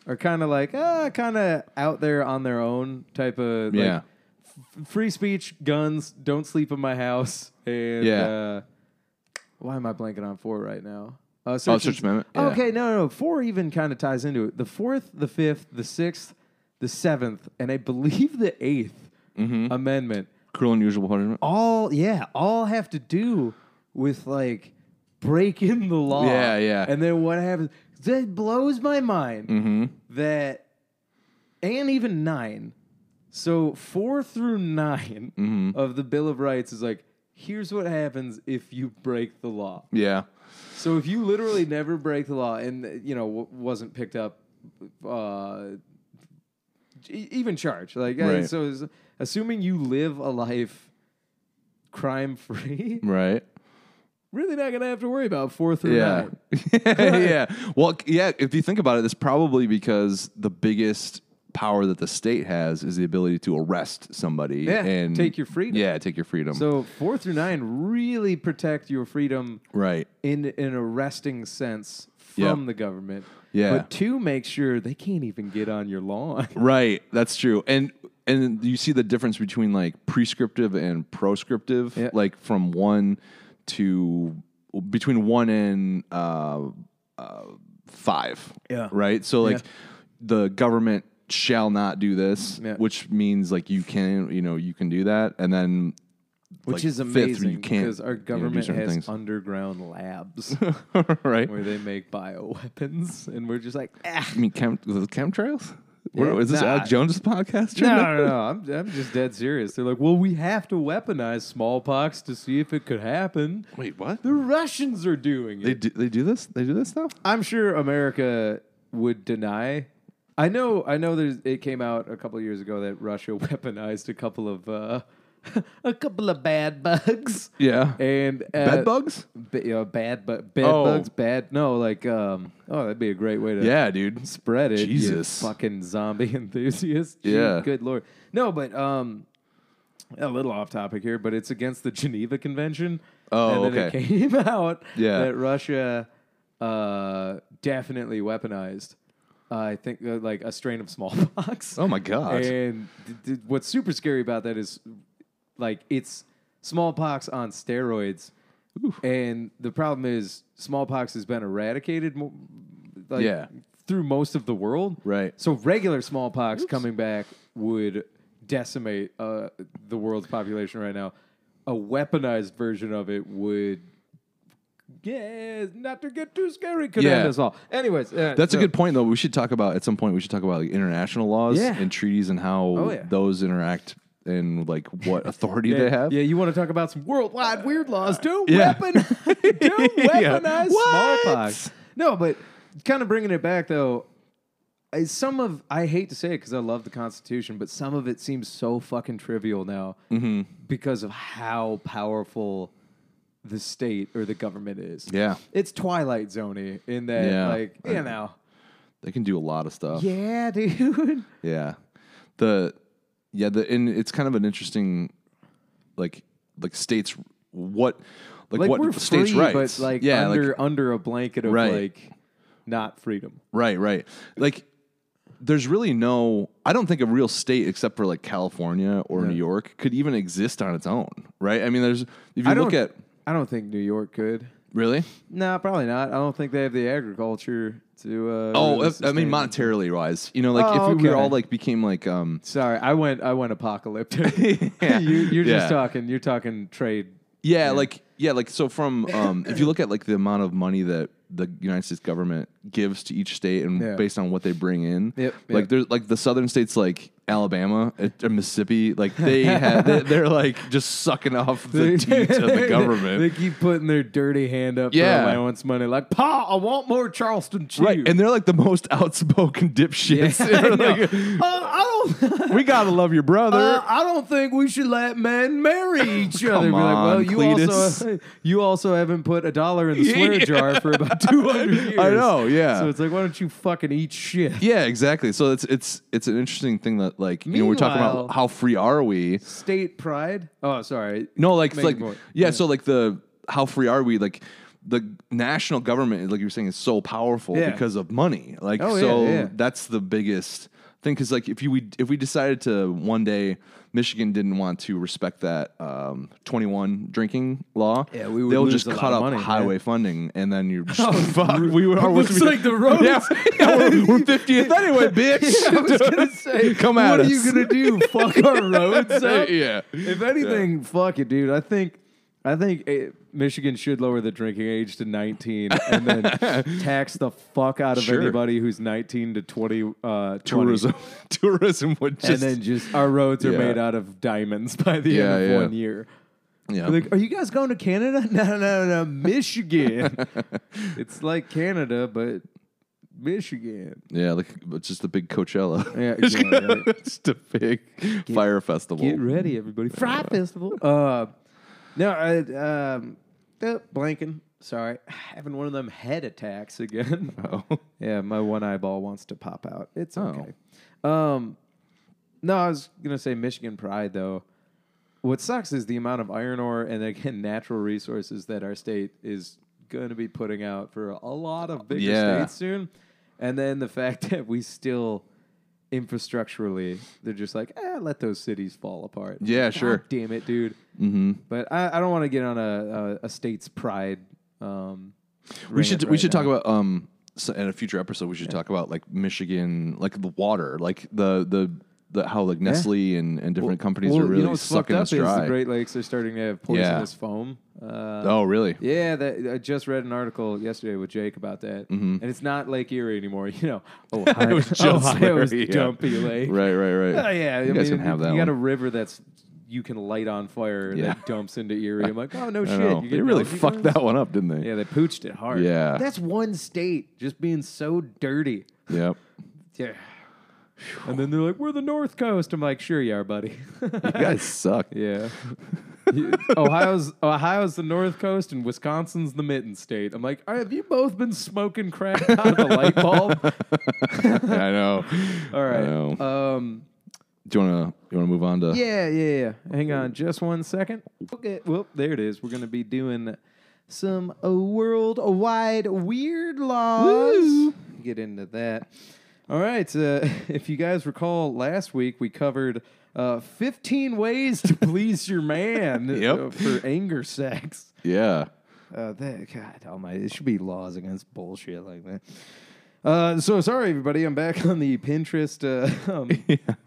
[SPEAKER 2] are kind of like uh, kind of out there on their own type of like,
[SPEAKER 1] Yeah.
[SPEAKER 2] f- free speech, guns, don't sleep in my house, and
[SPEAKER 1] Yeah.
[SPEAKER 2] uh, why am I blanking on four right now? Uh,
[SPEAKER 1] Oh, Search Amendment, yeah.
[SPEAKER 2] Okay, no, no, no. Four even kind of ties into it. The fourth, the fifth, the sixth, the seventh, and I believe the 8th amendment.
[SPEAKER 1] Cruel and unusual punishment.
[SPEAKER 2] All yeah, all have to do with like breaking the law.
[SPEAKER 1] Yeah, yeah. Mm-hmm.
[SPEAKER 2] And then what happens? That blows my mind that and even nine. So four through 9
[SPEAKER 1] Mm-hmm.
[SPEAKER 2] of the Bill of Rights is like, here's what happens if you break the law.
[SPEAKER 1] Yeah,
[SPEAKER 2] So if you literally never break the law and you know w- wasn't picked up, uh, e- even charged, like uh,
[SPEAKER 1] Right.
[SPEAKER 2] so, is- assuming you live a life crime free,
[SPEAKER 1] right.
[SPEAKER 2] (laughs) really not gonna have to worry about four through
[SPEAKER 1] Yeah. (laughs)
[SPEAKER 2] nine.
[SPEAKER 1] yeah. Well, c- yeah, if you think about it, it's probably because the biggest power that the state has is the ability to arrest somebody
[SPEAKER 2] Yeah,
[SPEAKER 1] and
[SPEAKER 2] take your freedom.
[SPEAKER 1] Yeah, take your freedom.
[SPEAKER 2] So four through nine really protect your freedom
[SPEAKER 1] right.
[SPEAKER 2] in an arresting sense
[SPEAKER 1] Yeah.
[SPEAKER 2] from the government.
[SPEAKER 1] Yeah.
[SPEAKER 2] But two, make sure they can't even get on your lawn. (laughs)
[SPEAKER 1] Right. That's true. And and you see the difference between like prescriptive and proscriptive,
[SPEAKER 2] Yeah.
[SPEAKER 1] like from one to between one and uh, uh, five.
[SPEAKER 2] Yeah.
[SPEAKER 1] Right. So like
[SPEAKER 2] Yeah.
[SPEAKER 1] the government shall not do this,
[SPEAKER 2] Yeah.
[SPEAKER 1] which means like you can, you know, you can do that, and then (laughs)
[SPEAKER 2] Which
[SPEAKER 1] like,
[SPEAKER 2] is
[SPEAKER 1] fifth, you
[SPEAKER 2] amazing
[SPEAKER 1] can't,
[SPEAKER 2] because our
[SPEAKER 1] you know, do
[SPEAKER 2] government
[SPEAKER 1] certain
[SPEAKER 2] has
[SPEAKER 1] things.
[SPEAKER 2] underground labs.
[SPEAKER 1] right.
[SPEAKER 2] where they make bioweapons, and we're just like, ah.
[SPEAKER 1] I mean, chem- the chemtrails. Where-
[SPEAKER 2] Yeah.
[SPEAKER 1] Is this
[SPEAKER 2] Nah.
[SPEAKER 1] Alex Jones' podcast?
[SPEAKER 2] No, no, no. I'm, I'm just dead serious. They're like, well, we have to weaponize smallpox to see if it could happen.
[SPEAKER 1] Wait, what?
[SPEAKER 2] The Russians are doing
[SPEAKER 1] They
[SPEAKER 2] it.
[SPEAKER 1] do, they do this? They do this now?
[SPEAKER 2] I'm sure America would deny. I know. I know. There's. It came out a couple of years ago that Russia (laughs) weaponized a couple of uh, (laughs) a couple of bad bugs.
[SPEAKER 1] Yeah.
[SPEAKER 2] And uh,
[SPEAKER 1] Bed bugs?
[SPEAKER 2] ba- you know, bad, but bad
[SPEAKER 1] Oh.
[SPEAKER 2] bugs, bad. No, like, um, oh, that'd be a great way to
[SPEAKER 1] Yeah, dude.
[SPEAKER 2] spread it. you
[SPEAKER 1] Jesus.
[SPEAKER 2] fucking zombie (laughs) enthusiast. Gee,
[SPEAKER 1] Yeah.
[SPEAKER 2] good lord. No, but um, a little off topic here, but it's against the Geneva Convention.
[SPEAKER 1] Oh,
[SPEAKER 2] and then
[SPEAKER 1] okay.
[SPEAKER 2] It came (laughs) out
[SPEAKER 1] Yeah.
[SPEAKER 2] that Russia uh, definitely weaponized. Uh, I think uh, like a strain of smallpox.
[SPEAKER 1] (laughs) Oh my God.
[SPEAKER 2] And th- th- what's super scary about that is, like, it's smallpox on steroids. And the problem is, smallpox has been eradicated, mo- like,
[SPEAKER 1] Yeah.
[SPEAKER 2] through most of the world.
[SPEAKER 1] Right.
[SPEAKER 2] So regular smallpox coming back would decimate uh, the world's population right now. A weaponized version of it would. Yeah, not to get too scary, could end
[SPEAKER 1] Yeah.
[SPEAKER 2] us all. Anyways, uh,
[SPEAKER 1] That's
[SPEAKER 2] so-
[SPEAKER 1] a good point, though. We should talk about at some point. We should talk about like international laws
[SPEAKER 2] Yeah.
[SPEAKER 1] and treaties and how
[SPEAKER 2] Oh, yeah.
[SPEAKER 1] those interact and like
[SPEAKER 2] (laughs)
[SPEAKER 1] what authority
[SPEAKER 2] Yeah,
[SPEAKER 1] they have.
[SPEAKER 2] Yeah, you want to talk about some worldwide weird laws? Do
[SPEAKER 1] (laughs) Yeah.
[SPEAKER 2] weapon, do
[SPEAKER 1] Yeah.
[SPEAKER 2] weaponize
[SPEAKER 1] What?
[SPEAKER 2] smallpox. No, but kind of bringing it back though. I- Some of I hate to say it because I love the Constitution, but some of it seems so fucking trivial now
[SPEAKER 1] Mm-hmm.
[SPEAKER 2] because of how powerful the state or the government is.
[SPEAKER 1] Yeah.
[SPEAKER 2] it's Twilight Zoney in that,
[SPEAKER 1] Yeah.
[SPEAKER 2] like you know,
[SPEAKER 1] They can do a lot of stuff.
[SPEAKER 2] yeah, dude.
[SPEAKER 1] Yeah. The yeah, the and it's kind of an interesting like like states what
[SPEAKER 2] (laughs)
[SPEAKER 1] like,
[SPEAKER 2] Like
[SPEAKER 1] what
[SPEAKER 2] we're
[SPEAKER 1] states'
[SPEAKER 2] free,
[SPEAKER 1] rights.
[SPEAKER 2] but like
[SPEAKER 1] yeah,
[SPEAKER 2] under
[SPEAKER 1] like,
[SPEAKER 2] under a blanket of
[SPEAKER 1] Right.
[SPEAKER 2] like not freedom.
[SPEAKER 1] right, right. Like there's really no. I don't think a real state except for like California or New York could even exist on its own, right? I mean, there's if you
[SPEAKER 2] I
[SPEAKER 1] look
[SPEAKER 2] don't.
[SPEAKER 1] at
[SPEAKER 2] I don't think New York could.
[SPEAKER 1] really.
[SPEAKER 2] Nah, probably not. I don't think they have the agriculture to. Uh,
[SPEAKER 1] Oh,
[SPEAKER 2] really
[SPEAKER 1] if- I
[SPEAKER 2] sustain-
[SPEAKER 1] mean monetarily wise, you know, like
[SPEAKER 2] Oh,
[SPEAKER 1] if we were
[SPEAKER 2] okay.
[SPEAKER 1] all like became like um
[SPEAKER 2] Sorry, I went. I went apocalyptic.
[SPEAKER 1] (laughs)
[SPEAKER 2] (laughs)
[SPEAKER 1] Yeah.
[SPEAKER 2] you, you're
[SPEAKER 1] Yeah.
[SPEAKER 2] just talking. You're talking trade.
[SPEAKER 1] Yeah, like yeah, like
[SPEAKER 2] (laughs)
[SPEAKER 1] so from um, if you look at like the amount of money that the United States government gives to each state and
[SPEAKER 2] Yeah.
[SPEAKER 1] based on what they bring in,
[SPEAKER 2] Yep,
[SPEAKER 1] like
[SPEAKER 2] yep.
[SPEAKER 1] there's like the southern states like Alabama uh, or Mississippi,
[SPEAKER 2] (laughs)
[SPEAKER 1] like they have they, they're like just sucking off the teat of the
[SPEAKER 2] (laughs)
[SPEAKER 1] government.
[SPEAKER 2] They, keep putting their dirty hand up
[SPEAKER 1] Yeah.
[SPEAKER 2] for allowance money. Like, Pa, I want more Charleston chew. (laughs)
[SPEAKER 1] Right, and they're like the most (laughs) outspoken (laughs) dipshits. They're like,
[SPEAKER 2] Uh, (laughs) I don't. (laughs)
[SPEAKER 1] we gotta love your brother.
[SPEAKER 2] Uh, I don't think we should let men
[SPEAKER 1] (laughs)
[SPEAKER 2] marry each other. Be
[SPEAKER 1] Come
[SPEAKER 2] like, well,
[SPEAKER 1] on,
[SPEAKER 2] you also
[SPEAKER 1] Cletus.
[SPEAKER 2] you also haven't put a dollar in the swear
[SPEAKER 1] (laughs) Yeah.
[SPEAKER 2] jar for about two hundred years.
[SPEAKER 1] (laughs) I know, yeah.
[SPEAKER 2] So it's like, why don't you fucking eat
[SPEAKER 1] (laughs)
[SPEAKER 2] shit?
[SPEAKER 1] yeah, exactly. So it's it's it's an interesting thing that like you know we're talking about
[SPEAKER 2] Meanwhile-
[SPEAKER 1] how free are we?
[SPEAKER 2] State pride. Oh,
[SPEAKER 1] (laughs)
[SPEAKER 2] sorry. (laughs)
[SPEAKER 1] No, like
[SPEAKER 2] Make
[SPEAKER 1] like
[SPEAKER 2] it more-
[SPEAKER 1] yeah, So like the how free are we? Like the national government, like you were saying, is so powerful
[SPEAKER 2] Yeah.
[SPEAKER 1] because of money. Like
[SPEAKER 2] Oh, yeah,
[SPEAKER 1] so
[SPEAKER 2] yeah.
[SPEAKER 1] that's the biggest thing. Because like if you we if we decided to one day Michigan didn't want to respect that um, twenty one drinking law,
[SPEAKER 2] Yeah, we would
[SPEAKER 1] they'll
[SPEAKER 2] lose
[SPEAKER 1] just
[SPEAKER 2] a lot
[SPEAKER 1] cut
[SPEAKER 2] of
[SPEAKER 1] up
[SPEAKER 2] money,
[SPEAKER 1] highway
[SPEAKER 2] yeah.
[SPEAKER 1] funding, and then
[SPEAKER 2] (laughs)
[SPEAKER 1] you're just fuck. We were
[SPEAKER 2] Looks
[SPEAKER 1] we're-
[SPEAKER 2] like the roads.
[SPEAKER 1] (laughs) Yeah, yeah, we're- we're fiftieth anyway,
[SPEAKER 2] (laughs)
[SPEAKER 1] bitch.
[SPEAKER 2] I was gonna say,
[SPEAKER 1] Come at
[SPEAKER 2] what
[SPEAKER 1] us.
[SPEAKER 2] are you gonna
[SPEAKER 1] (laughs)
[SPEAKER 2] do? Fuck our roads up?
[SPEAKER 1] yeah.
[SPEAKER 2] If anything, fuck it, dude. I think, I think eh, Michigan should lower the drinking age to 19 and
[SPEAKER 1] (laughs)
[SPEAKER 2] then tax the fuck out of
[SPEAKER 1] Sure.
[SPEAKER 2] anybody who's 19 to 20. Uh, 20. (laughs)
[SPEAKER 1] Tourism, tourism would just
[SPEAKER 2] And then just our roads are
[SPEAKER 1] Yeah.
[SPEAKER 2] made out of diamonds by the
[SPEAKER 1] Yeah,
[SPEAKER 2] end of
[SPEAKER 1] yeah.
[SPEAKER 2] one year.
[SPEAKER 1] yeah.
[SPEAKER 2] Like, are you guys going to Canada? (laughs) No, no, no, Michigan. it's like Canada, but Michigan.
[SPEAKER 1] Yeah, like but just a big Coachella.
[SPEAKER 2] (laughs) Yeah,
[SPEAKER 1] It's
[SPEAKER 2] exactly,
[SPEAKER 1] gonna-
[SPEAKER 2] right.
[SPEAKER 1] it's the big fire festival.
[SPEAKER 2] Get (laughs) ready, everybody. Fry Festival. Uh, no, I, um, uh, blanking. Sorry. (sighs) Having one of them head attacks again.
[SPEAKER 1] Oh. (laughs)
[SPEAKER 2] yeah, my one eyeball wants to pop out. It's okay. Um, no, I was going to say Michigan Pride, though. What sucks is the amount of iron ore and, again, natural resources that our state is going to be putting out for a lot of bigger
[SPEAKER 1] Yeah.
[SPEAKER 2] states soon. And then the fact (laughs) that we still infrastructurally, they're just like, eh, let those cities fall apart.
[SPEAKER 1] Yeah,
[SPEAKER 2] God
[SPEAKER 1] sure.
[SPEAKER 2] Damn it, dude.
[SPEAKER 1] hmm
[SPEAKER 2] But I, I don't want to get on a, a, a state's pride. Um,
[SPEAKER 1] We should we should talk about um so in a future episode we should talk about like Michigan like the water like the the, the how like Nestle and, and different companies
[SPEAKER 2] well,
[SPEAKER 1] are really
[SPEAKER 2] you know what's fucked
[SPEAKER 1] sucking
[SPEAKER 2] up
[SPEAKER 1] us
[SPEAKER 2] is
[SPEAKER 1] dry.
[SPEAKER 2] The Great Lakes are starting to have poisonous foam. Uh,
[SPEAKER 1] oh really?
[SPEAKER 2] Yeah, that, I just read an article yesterday with Jake about that,
[SPEAKER 1] Mm-hmm.
[SPEAKER 2] and it's not Lake Erie anymore. (laughs) You know, Ohio,
[SPEAKER 1] (laughs) was just
[SPEAKER 2] Ohio's
[SPEAKER 1] Erie, Oh, yeah.
[SPEAKER 2] dumpy lake.
[SPEAKER 1] Right, right,
[SPEAKER 2] (laughs)
[SPEAKER 1] right.
[SPEAKER 2] Oh yeah, I
[SPEAKER 1] you guys
[SPEAKER 2] mean,
[SPEAKER 1] can have
[SPEAKER 2] you-
[SPEAKER 1] that.
[SPEAKER 2] You got a
[SPEAKER 1] one.
[SPEAKER 2] river that's you can light on fire
[SPEAKER 1] Yeah.
[SPEAKER 2] that dumps into Erie. I'm like, oh no
[SPEAKER 1] (laughs) I
[SPEAKER 2] shit,
[SPEAKER 1] know.
[SPEAKER 2] you
[SPEAKER 1] They
[SPEAKER 2] get
[SPEAKER 1] really
[SPEAKER 2] algae
[SPEAKER 1] fucked
[SPEAKER 2] blooms?
[SPEAKER 1] that one up, didn't
[SPEAKER 2] (laughs)
[SPEAKER 1] they?
[SPEAKER 2] Yeah, they pooched it hard.
[SPEAKER 1] Yeah.
[SPEAKER 2] that's one state just being so dirty. (sighs)
[SPEAKER 1] Yep.
[SPEAKER 2] Yeah. And then they're like, we're the North Coast. I'm like, sure you are, buddy. (laughs)
[SPEAKER 1] You guys suck.
[SPEAKER 2] yeah. You- Ohio's Ohio's the North Coast and Wisconsin's the Mitten State. I'm like, all right, have you both been smoking
[SPEAKER 1] (laughs)
[SPEAKER 2] crack out of a light bulb?
[SPEAKER 1] (laughs) I know.
[SPEAKER 2] All right.
[SPEAKER 1] know.
[SPEAKER 2] Um,
[SPEAKER 1] Do you wanna you wanna move on to
[SPEAKER 2] Yeah, yeah, yeah. Hang on just one second. Okay. Well, there it is. We're going to be doing some uh, worldwide weird laws.
[SPEAKER 1] Woo.
[SPEAKER 2] Get into that. All right. Uh, (laughs) if you guys recall, last week we covered uh, 15 ways to please your man
[SPEAKER 1] (laughs) Yep.
[SPEAKER 2] uh, for anger sex. (laughs)
[SPEAKER 1] Yeah.
[SPEAKER 2] Uh, that, God almighty, it should be laws against bullshit like that. Uh, so sorry, everybody. I'm back on the Pinterest uh, (laughs) um,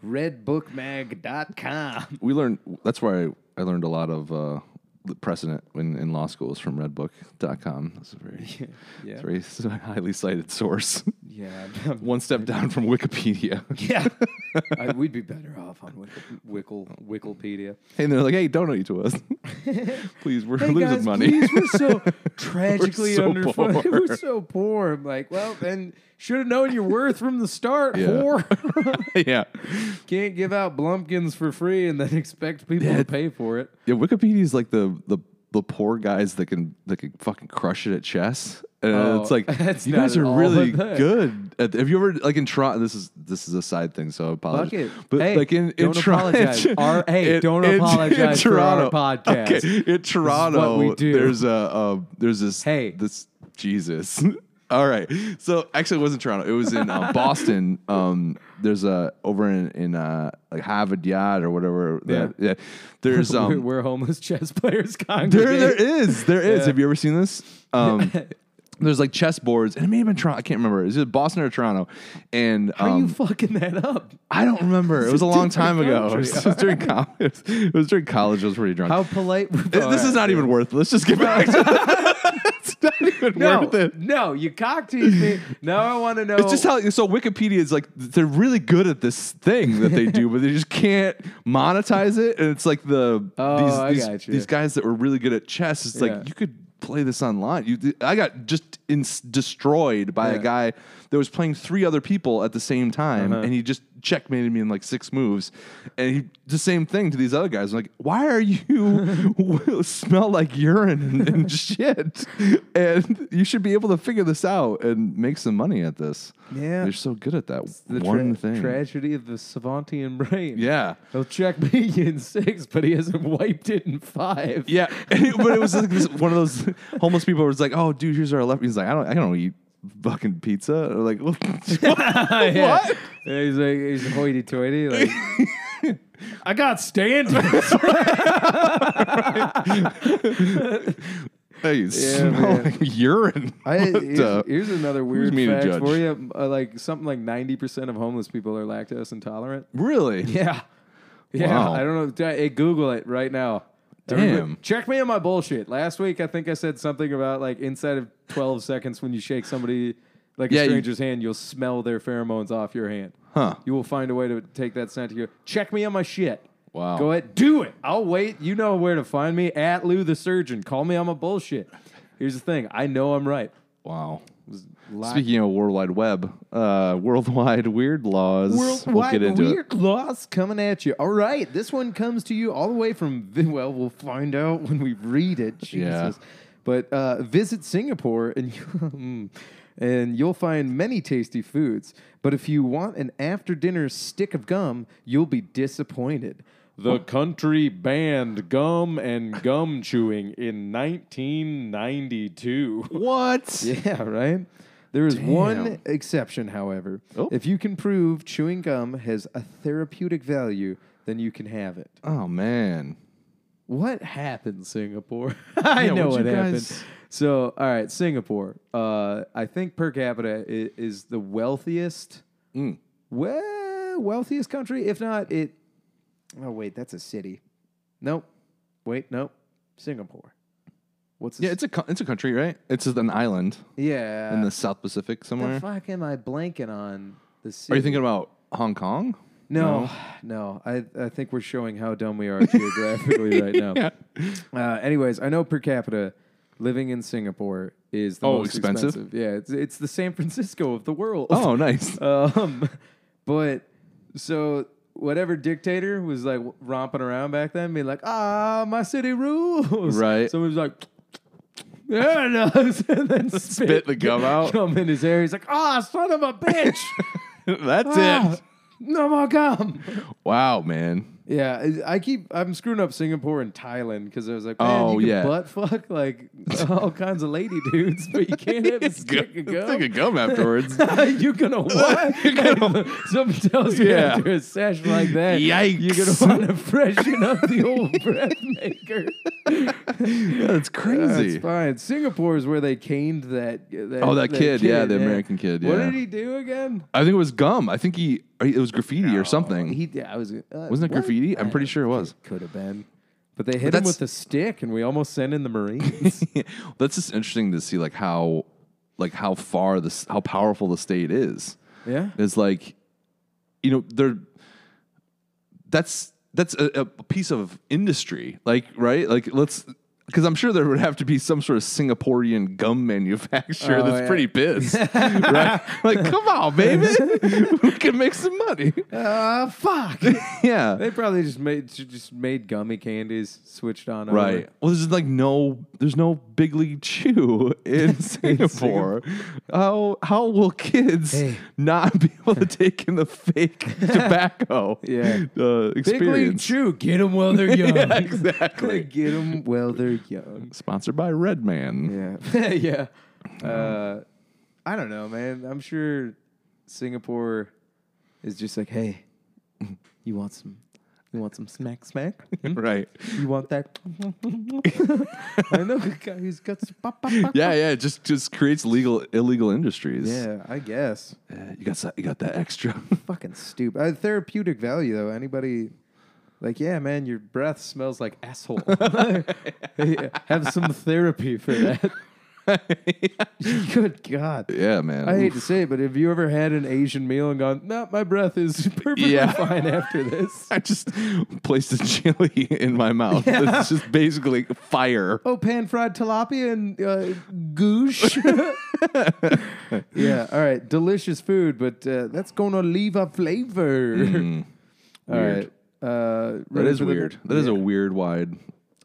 [SPEAKER 2] redbookmag.com.
[SPEAKER 1] we learned that's where I, I learned a lot of uh, the precedent in, in law school is from redbook.com. That's a very,
[SPEAKER 2] (laughs) Yeah.
[SPEAKER 1] it's a very s- (laughs) highly
[SPEAKER 2] (laughs)
[SPEAKER 1] cited source.
[SPEAKER 2] Yeah.
[SPEAKER 1] One step down from
[SPEAKER 2] (laughs)
[SPEAKER 1] Wikipedia.
[SPEAKER 2] yeah. I, we'd be better off on Wik- Wickle, (laughs) Wikipedia.
[SPEAKER 1] and they're like, hey, donate to
[SPEAKER 2] (laughs)
[SPEAKER 1] us. (laughs) please, we're losing money.
[SPEAKER 2] Please, (laughs) we're so tragically
[SPEAKER 1] so
[SPEAKER 2] underfunded.
[SPEAKER 1] poor.
[SPEAKER 2] (laughs) We're so poor. I'm like, well, then should have known your worth from the start,
[SPEAKER 1] Yeah.
[SPEAKER 2] (laughs) whore.
[SPEAKER 1] (laughs) yeah.
[SPEAKER 2] Can't give out blumpkins for free and then expect people to pay for it.
[SPEAKER 1] Yeah, Wikipedia is like the, the the poor guys that can that can fucking crush it at chess. And
[SPEAKER 2] Oh,
[SPEAKER 1] it's
[SPEAKER 2] (laughs)
[SPEAKER 1] like
[SPEAKER 2] that's
[SPEAKER 1] you
[SPEAKER 2] not
[SPEAKER 1] guys
[SPEAKER 2] at
[SPEAKER 1] are
[SPEAKER 2] all (laughs)
[SPEAKER 1] really
[SPEAKER 2] a thing.
[SPEAKER 1] good. At, have you ever like in Toronto? This is this is a side thing, so I apologize.
[SPEAKER 2] Fuck it.
[SPEAKER 1] But
[SPEAKER 2] Hey,
[SPEAKER 1] like in, in
[SPEAKER 2] don't
[SPEAKER 1] Toronto, (laughs)
[SPEAKER 2] apologize. Our- hey, don't apologize for our podcast.
[SPEAKER 1] Okay, in Toronto,
[SPEAKER 2] we do.
[SPEAKER 1] there's a uh, there's this
[SPEAKER 2] Hey.
[SPEAKER 1] this Jesus. (laughs) All right, so actually it wasn't Toronto. It was in
[SPEAKER 2] (laughs)
[SPEAKER 1] uh, Boston. Um, there's a over in in uh, like Harvard Yard or whatever. that- yeah.
[SPEAKER 2] (laughs)
[SPEAKER 1] There's um,
[SPEAKER 2] we're, we're
[SPEAKER 1] (laughs)
[SPEAKER 2] homeless chess players
[SPEAKER 1] there,
[SPEAKER 2] congregate.
[SPEAKER 1] there is, there is.
[SPEAKER 2] Yeah.
[SPEAKER 1] Have you ever seen this? Um, (laughs) there's like chess boards, and it may have been Toronto. I can't remember. It was either Boston or Toronto, and
[SPEAKER 2] How are you
[SPEAKER 1] um,
[SPEAKER 2] fucking that up?
[SPEAKER 1] I don't remember. It was a long time
[SPEAKER 2] different
[SPEAKER 1] ago. It
[SPEAKER 2] country.
[SPEAKER 1] was, (laughs) it was during college. It was during college. I was pretty drunk.
[SPEAKER 2] How polite.
[SPEAKER 1] Th- (laughs) this is not even worth. it. Let's just get back. to (laughs) It's not even
[SPEAKER 2] (laughs) No,
[SPEAKER 1] worth it.
[SPEAKER 2] no, you cock tease me. Now I want to know.
[SPEAKER 1] It's just how so Wikipedia is like they're really good at this thing that they do, but they just can't monetize it. And it's like (laughs) the
[SPEAKER 2] Oh,
[SPEAKER 1] these
[SPEAKER 2] I
[SPEAKER 1] these,
[SPEAKER 2] gotcha.
[SPEAKER 1] these guys that were really good at chess. It's
[SPEAKER 2] Yeah.
[SPEAKER 1] like you could play this online. You, I got just in, destroyed by a
[SPEAKER 2] Yeah.
[SPEAKER 1] guy that was playing three other people at the same time,
[SPEAKER 2] Uh-huh.
[SPEAKER 1] and he just checkmated me in like six moves. And he the same thing to these other guys. I'm like, why
[SPEAKER 2] (laughs)
[SPEAKER 1] are you smell like urine and, and shit? And you should be able to figure this out and make some money at this.
[SPEAKER 2] Yeah.
[SPEAKER 1] They're so good at that
[SPEAKER 2] the tra-
[SPEAKER 1] one thing.
[SPEAKER 2] tragedy of the Savantian brain.
[SPEAKER 1] yeah.
[SPEAKER 2] He'll check me (laughs) in six, but he hasn't wiped it in five.
[SPEAKER 1] Yeah. (laughs) but it was like this, one of those (laughs) homeless people was like, "Oh, dude, here's our left." He's like, "I don't I don't eat fucking pizza." And I'm
[SPEAKER 2] (laughs)
[SPEAKER 1] like, "What?"
[SPEAKER 2] (laughs) Yeah.
[SPEAKER 1] What?
[SPEAKER 2] Yeah, he's like, he's hoity-toity. Like,
[SPEAKER 1] (laughs)
[SPEAKER 2] I got standards.
[SPEAKER 1] hey, you smell
[SPEAKER 2] man.
[SPEAKER 1] like (laughs) urine.
[SPEAKER 2] (laughs) I,
[SPEAKER 1] What
[SPEAKER 2] here's,
[SPEAKER 1] the-
[SPEAKER 2] here's another weird
[SPEAKER 1] me to
[SPEAKER 2] fact
[SPEAKER 1] judge?
[SPEAKER 2] for you. Uh, like something like ninety percent of homeless people are lactose intolerant.
[SPEAKER 1] really?
[SPEAKER 2] (laughs) Yeah, yeah.
[SPEAKER 1] Wow.
[SPEAKER 2] I don't know. Hey, Google it right now.
[SPEAKER 1] Damn.
[SPEAKER 2] Everybody- Check me on my bullshit. Last week, I think I said something about like inside of twelve (laughs) seconds when you shake somebody like
[SPEAKER 1] Yeah,
[SPEAKER 2] a
[SPEAKER 1] you-
[SPEAKER 2] stranger's hand, you'll smell their pheromones off your hand.
[SPEAKER 1] Huh.
[SPEAKER 2] You will find a way to take that scent to your. Check me on my shit.
[SPEAKER 1] Wow.
[SPEAKER 2] Go ahead, do it. I'll wait. You know where to find me at Lou the Surgeon. Call me on my bullshit. Here's the thing. I know I'm right.
[SPEAKER 1] Wow.
[SPEAKER 2] Lock-
[SPEAKER 1] Speaking of World Wide Web, uh, worldwide weird laws.
[SPEAKER 2] Worldwide
[SPEAKER 1] we'll get into it.
[SPEAKER 2] weird loss coming at you. All right, this one comes to you all the way from. Vi- Well, we'll find out (laughs) when we read it.
[SPEAKER 1] Yeah.
[SPEAKER 2] Jesus, but uh, visit Singapore and (laughs) you, mm, and you'll find many tasty foods. But if you want an after dinner stick of gum, you'll be disappointed. The country banned gum and gum chewing in (laughs) 1992.
[SPEAKER 1] What?
[SPEAKER 2] Yeah, right? There is one
[SPEAKER 1] Damn.
[SPEAKER 2] exception, however.
[SPEAKER 1] Oh.
[SPEAKER 2] If you can prove chewing gum has a therapeutic value, then you can have it.
[SPEAKER 1] Oh man.
[SPEAKER 2] What happened, Singapore? I
[SPEAKER 1] Yeah,
[SPEAKER 2] know
[SPEAKER 1] what'd
[SPEAKER 2] what
[SPEAKER 1] you
[SPEAKER 2] happened.
[SPEAKER 1] guys-
[SPEAKER 2] So, all right, Singapore. Uh, I think per capita is, is the wealthiest, well, wealthiest country. If not, it. Oh wait, that's a city. Nope. Wait, nope. Singapore. What's
[SPEAKER 1] Yeah,
[SPEAKER 2] this?
[SPEAKER 1] it's a co- it's a country, right? It's just an island
[SPEAKER 2] yeah?
[SPEAKER 1] in the South Pacific somewhere.
[SPEAKER 2] the fuck am I blanking on the city?
[SPEAKER 1] Are you thinking about Hong Kong?
[SPEAKER 2] No, (sighs) no. I, I think we're showing how dumb we are geographically right
[SPEAKER 1] (laughs)
[SPEAKER 2] now. Uh, anyways, I know per capita living in Singapore is the
[SPEAKER 1] Oh,
[SPEAKER 2] most
[SPEAKER 1] expensive?
[SPEAKER 2] Yeah, it's, it's the San Francisco of the world.
[SPEAKER 1] Oh,
[SPEAKER 2] (laughs)
[SPEAKER 1] nice.
[SPEAKER 2] Um, but so whatever dictator was like romping around back then, being like, ah, my city rules.
[SPEAKER 1] Right.
[SPEAKER 2] Somebody was like, yeah, it does. (laughs) and then spit,
[SPEAKER 1] (laughs) Spit the gum
[SPEAKER 2] (laughs)
[SPEAKER 1] out. (laughs)
[SPEAKER 2] Gum in his hair. He's like, ah, son of a bitch.
[SPEAKER 1] That's
[SPEAKER 2] Ah,
[SPEAKER 1] it.
[SPEAKER 2] no more gum.
[SPEAKER 1] Wow, man.
[SPEAKER 2] Yeah, I- I keep I'm screwing up Singapore and Thailand because I was like, man,
[SPEAKER 1] Oh,
[SPEAKER 2] you can
[SPEAKER 1] yeah.
[SPEAKER 2] butt fuck like (laughs) all kinds of lady dudes, but you can't
[SPEAKER 1] (laughs)
[SPEAKER 2] have a stick of
[SPEAKER 1] Take a
[SPEAKER 2] gum.
[SPEAKER 1] gum (laughs) afterwards.
[SPEAKER 2] (laughs) you gonna what? (laughs) Somebody tells you
[SPEAKER 1] Yeah.
[SPEAKER 2] after a sesh like that, you're
[SPEAKER 1] Yikes.
[SPEAKER 2] gonna want to (laughs) freshen up the old (laughs) breath maker.
[SPEAKER 1] (laughs) yeah, that's
[SPEAKER 2] That's
[SPEAKER 1] crazy.
[SPEAKER 2] fine. Singapore is where they caned that. that
[SPEAKER 1] Oh, that kid, yeah, the American kid,
[SPEAKER 2] What
[SPEAKER 1] yeah.
[SPEAKER 2] did he do again?
[SPEAKER 1] I think it was gum. I think he or it was graffiti or something.
[SPEAKER 2] He, yeah, I was. Uh,
[SPEAKER 1] Wasn't it
[SPEAKER 2] what?
[SPEAKER 1] graffiti? I'm
[SPEAKER 2] I
[SPEAKER 1] pretty sure it was.
[SPEAKER 2] Could have been. But they hit
[SPEAKER 1] But
[SPEAKER 2] him with
[SPEAKER 1] that's-
[SPEAKER 2] a stick, and we almost sent in the (laughs) Marines.
[SPEAKER 1] (laughs) that's just interesting to see like how like how far this how powerful the state is.
[SPEAKER 2] yeah.
[SPEAKER 1] It's like you know, they're that's that's a, a piece of industry. Like, right? Like let's because I'm sure there would have to be some sort of Singaporean gum (laughs) manufacturer
[SPEAKER 2] Oh,
[SPEAKER 1] that's
[SPEAKER 2] yeah.
[SPEAKER 1] pretty pissed,
[SPEAKER 2] (laughs)
[SPEAKER 1] right? Like, come on, baby, we can make some money.
[SPEAKER 2] Ah, fuck.
[SPEAKER 1] (laughs) Yeah,
[SPEAKER 2] they probably just made ju- just made gummy candies, switched on. over.
[SPEAKER 1] Right. Well, there's like no, there's no big
[SPEAKER 2] (laughs)
[SPEAKER 1] league chew in Singapore. How how will kids
[SPEAKER 2] Hey.
[SPEAKER 1] not be able to take in the fake
[SPEAKER 2] (laughs)
[SPEAKER 1] tobacco?
[SPEAKER 2] Yeah.
[SPEAKER 1] Uh,
[SPEAKER 2] Big league
[SPEAKER 1] experience.
[SPEAKER 2] chew. Get them while (laughs) they're young.
[SPEAKER 1] Yeah,
[SPEAKER 2] (laughs)
[SPEAKER 1] exactly.
[SPEAKER 2] Get them while they're young.
[SPEAKER 1] Sponsored by Redman.
[SPEAKER 2] Yeah. (laughs) (clears throat) yeah. Uh, I don't know, man. I'm sure Singapore is just like, hey, you want some, you want some smack smack? Hmm?
[SPEAKER 1] (laughs) Right.
[SPEAKER 2] You want that? (laughs) I know a guy who's got some pop pop pop.
[SPEAKER 1] Yeah, yeah. It just just creates legal illegal industries.
[SPEAKER 2] Yeah, I guess.
[SPEAKER 1] Uh, you got that. You got that extra. (laughs)
[SPEAKER 2] Fucking stupid. Uh, therapeutic value though. Anybody like, yeah, man, your breath smells like asshole. Yeah, Have some therapy for that. Good God.
[SPEAKER 1] yeah, man.
[SPEAKER 2] I hate to say it, but have you ever had an Asian meal and gone, no, my breath is (laughs) perfectly
[SPEAKER 1] Yeah.
[SPEAKER 2] fine after this?
[SPEAKER 1] (laughs) I just placed a chili (laughs) in my mouth. It's just basically fire.
[SPEAKER 2] Oh, pan fried tilapia and uh,
[SPEAKER 1] (laughs)
[SPEAKER 2] goosh. yeah, all right. Delicious food, but uh, that's going to leave a flavor. (laughs) All right.
[SPEAKER 1] Mm. Weird.
[SPEAKER 2] Uh,
[SPEAKER 1] That
[SPEAKER 2] ready
[SPEAKER 1] is
[SPEAKER 2] for the-
[SPEAKER 1] weird. That is a weird wide.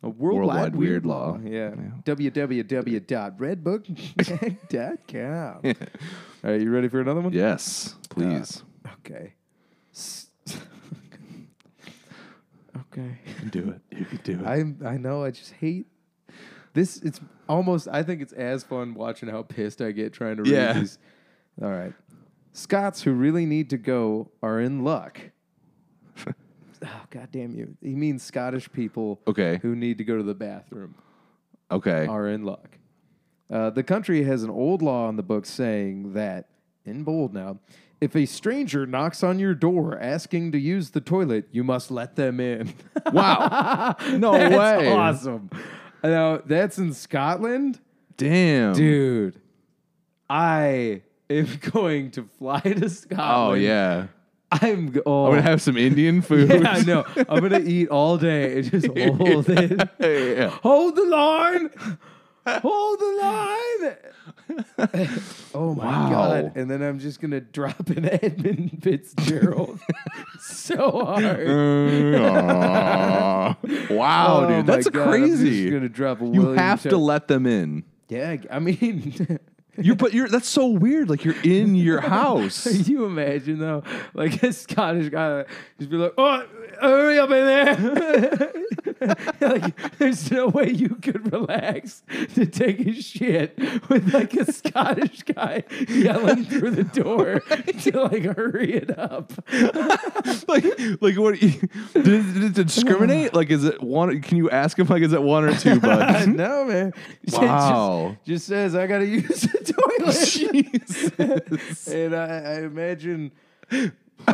[SPEAKER 2] A worldwide,
[SPEAKER 1] Worldwide
[SPEAKER 2] weird
[SPEAKER 1] Weird
[SPEAKER 2] law.
[SPEAKER 1] Law.
[SPEAKER 2] Yeah.
[SPEAKER 1] (laughs)
[SPEAKER 2] www.redbook.com. All right, you ready for another one?
[SPEAKER 1] Yes, please.
[SPEAKER 2] Okay. S- (laughs) okay.
[SPEAKER 1] can do it. You can do it.
[SPEAKER 2] I I know I just hate this it's almost I think it's as fun watching how pissed I get trying to read
[SPEAKER 1] Yeah.
[SPEAKER 2] these. All right. Scots who really need to go are in
[SPEAKER 1] (laughs)
[SPEAKER 2] luck. oh god damn you. He means Scottish people
[SPEAKER 1] okay.
[SPEAKER 2] who need to go to the bathroom.
[SPEAKER 1] Okay.
[SPEAKER 2] are in luck. Uh, the country has an old law on the books saying that, in bold now, if a stranger knocks on your door asking to use the toilet, you must let them in.
[SPEAKER 1] (laughs)
[SPEAKER 2] (laughs)
[SPEAKER 1] (laughs) Wow. No
[SPEAKER 2] that's
[SPEAKER 1] way.
[SPEAKER 2] awesome. Now, that's in Scotland?
[SPEAKER 1] Damn.
[SPEAKER 2] Dude, I am (laughs) going to fly to Scotland.
[SPEAKER 1] Oh yeah.
[SPEAKER 2] I'm, g- oh,
[SPEAKER 1] I'm gonna have some Indian food.
[SPEAKER 2] (laughs) yeah, I
[SPEAKER 1] (laughs)
[SPEAKER 2] know. I'm going to eat all day and just hold (laughs) it.
[SPEAKER 1] Yeah, (laughs) yeah.
[SPEAKER 2] Hold the
[SPEAKER 1] (laughs)
[SPEAKER 2] line. Hold the line. oh my
[SPEAKER 1] Wow.
[SPEAKER 2] god. And then I'm just gonna drop an (laughs) Edmund
[SPEAKER 1] (laughs)
[SPEAKER 2] Fitzgerald so hard.
[SPEAKER 1] Uh, wow,
[SPEAKER 2] Oh
[SPEAKER 1] dude, that's
[SPEAKER 2] my God, I'm
[SPEAKER 1] crazy.
[SPEAKER 2] just gonna drop a
[SPEAKER 1] you
[SPEAKER 2] William
[SPEAKER 1] have to
[SPEAKER 2] Shak-
[SPEAKER 1] let them in.
[SPEAKER 2] Yeah, I mean (laughs)
[SPEAKER 1] You but you're that's so weird. Like you're in your house.
[SPEAKER 2] Can you imagine though? Like a Scottish guy just be like, Oh hurry up in there. (laughs) like there's no way you could relax to take a shit with like a Scottish guy yelling through the door to like hurry it up.
[SPEAKER 1] (laughs)
[SPEAKER 2] (laughs)
[SPEAKER 1] like like what? Did, it- did it discriminate? Like is it one? Can you ask him like is it one
[SPEAKER 2] (laughs)
[SPEAKER 1] or two, bud?
[SPEAKER 2] know, man. (laughs) It just-
[SPEAKER 1] Wow.
[SPEAKER 2] Just, says I gotta use the (laughs) toilet.
[SPEAKER 1] (laughs) Jesus.
[SPEAKER 2] And I, I imagine. (laughs) I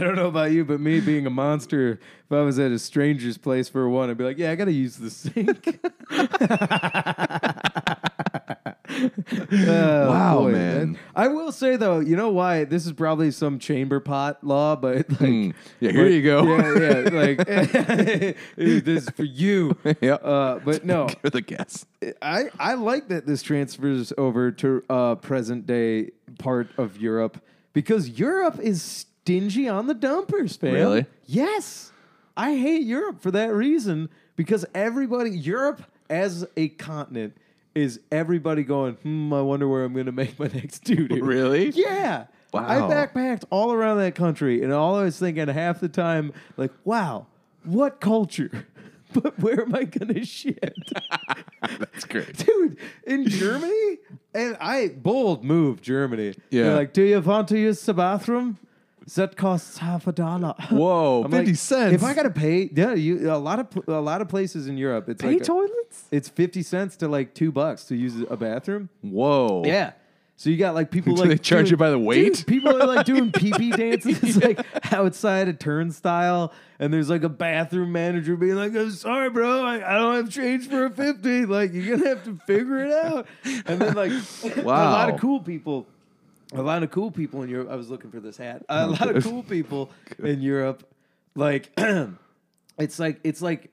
[SPEAKER 2] don't know about you, but me being a monster, if I was at a stranger's place for one, I'd be like, "Yeah, I gotta use the sink." (laughs) Oh,
[SPEAKER 1] Wow, man.
[SPEAKER 2] that- I will say though, you know why? This is probably some chamber pot law, but like,
[SPEAKER 1] Mm. Yeah, here
[SPEAKER 2] but-
[SPEAKER 1] you go. (laughs)
[SPEAKER 2] Yeah, yeah. Like, (laughs) this is for you.
[SPEAKER 1] Yep.
[SPEAKER 2] Uh, but
[SPEAKER 1] (laughs)
[SPEAKER 2] no,
[SPEAKER 1] You're the guest.
[SPEAKER 2] I, I like that this transfers over to uh, present day part of Europe because Europe is stingy on the dumpers, man.
[SPEAKER 1] Really?
[SPEAKER 2] Yes. I hate Europe for that reason because everybody, Europe as a continent, is everybody going, hmm, I wonder where I'm going to make my next duty.
[SPEAKER 1] Really?
[SPEAKER 2] Yeah. I
[SPEAKER 1] Wow.
[SPEAKER 2] backpacked all around that country, and all I was thinking half the time, like, wow, what culture? (laughs) But where am I gonna shit? (laughs)
[SPEAKER 1] That's great.
[SPEAKER 2] dude in germany and i bold move germany
[SPEAKER 1] Yeah.
[SPEAKER 2] They're like do you want to use the bathroom that costs half a dollar (laughs)
[SPEAKER 1] Whoa,
[SPEAKER 2] I'm
[SPEAKER 1] 50
[SPEAKER 2] like,
[SPEAKER 1] cents.
[SPEAKER 2] if i gotta pay yeah you, a lot of pl- a lot of places in europe it's like
[SPEAKER 1] toilets?
[SPEAKER 2] it's 50 cents to like two bucks to use a bathroom
[SPEAKER 1] Whoa.
[SPEAKER 2] yeah so you got like people
[SPEAKER 1] Do
[SPEAKER 2] like
[SPEAKER 1] they
[SPEAKER 2] doing-
[SPEAKER 1] charge you by the weight?
[SPEAKER 2] Dude, people are like doing pee
[SPEAKER 1] (laughs)
[SPEAKER 2] pee dances like outside a turnstile, and there's like a bathroom manager being like, "I'm sorry, bro, I, I don't have change for a 50. Like you're gonna have to figure it out." And then like a
[SPEAKER 1] Wow.
[SPEAKER 2] lot of cool people. A lot of cool people in Europe. I was looking for this hat. A lot
[SPEAKER 1] (laughs)
[SPEAKER 2] of cool (clears throat) people in Europe, like it's like it's like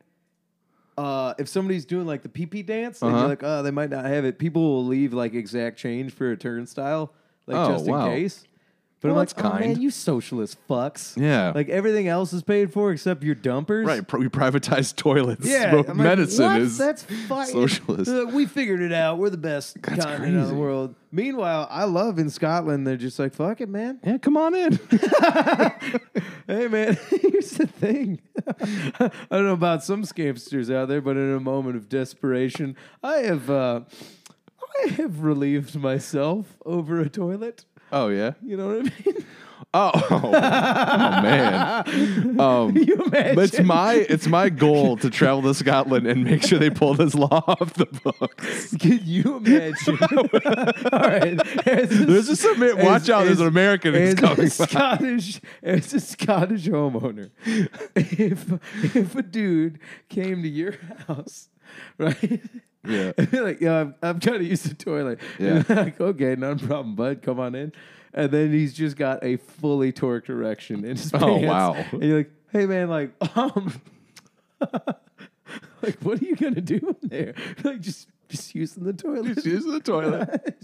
[SPEAKER 2] uh, if somebody's doing like the pee pee dance, and
[SPEAKER 1] Uh-huh.
[SPEAKER 2] you're like, oh, they might not have it. People will leave like exact change for a turnstile, like
[SPEAKER 1] Oh,
[SPEAKER 2] just
[SPEAKER 1] wow.
[SPEAKER 2] in case. But
[SPEAKER 1] Well,
[SPEAKER 2] I'm like,
[SPEAKER 1] that's
[SPEAKER 2] oh man,
[SPEAKER 1] kind."
[SPEAKER 2] you socialist fucks.
[SPEAKER 1] Yeah.
[SPEAKER 2] Like everything else is paid for except your dumpers.
[SPEAKER 1] Right, pr- we privatized toilets.
[SPEAKER 2] Yeah,
[SPEAKER 1] but
[SPEAKER 2] I'm like,
[SPEAKER 1] medicine
[SPEAKER 2] what?
[SPEAKER 1] is
[SPEAKER 2] that's fucking
[SPEAKER 1] socialist.
[SPEAKER 2] Uh, we figured it out. We're the best
[SPEAKER 1] That's
[SPEAKER 2] continent in the
[SPEAKER 1] crazy.
[SPEAKER 2] world. Meanwhile, I love in Scotland. They're just like, fuck it, man.
[SPEAKER 1] yeah. Come on in.
[SPEAKER 2] Hey, man. (laughs) Here's the thing. (laughs) I don't know about some scampsters out there, but in a moment of desperation, I have uh, I have relieved myself over a toilet.
[SPEAKER 1] (laughs) oh yeah.
[SPEAKER 2] You know what I mean? (laughs)
[SPEAKER 1] Oh, (laughs) oh man. Um,
[SPEAKER 2] Can (laughs) you imagine?
[SPEAKER 1] But it's my it's my goal to travel to Scotland and make sure they pull this (laughs) law off the books.
[SPEAKER 2] Can you imagine? (laughs) All right.
[SPEAKER 1] There's a submit. Watch out! There's an (laughs) American who's
[SPEAKER 2] As a
[SPEAKER 1] coming.
[SPEAKER 2] Scottish, as a Scottish homeowner, (laughs) if if a dude came to your house, right?
[SPEAKER 1] Yeah.
[SPEAKER 2] And (laughs) they're like, yeah, I'm, I'm trying to use the toilet. (laughs)
[SPEAKER 1] Yeah.
[SPEAKER 2] And they're like, okay, not a problem, bud. Come on in. And then he's just got a fully torqued erection in his
[SPEAKER 1] (laughs) Oh,
[SPEAKER 2] pants.
[SPEAKER 1] wow.
[SPEAKER 2] And you're like, hey, man, like, (laughs) um, like, what are you gonna do in there? (laughs) Like, just just using the toilet.
[SPEAKER 1] (laughs) Just use the toilet.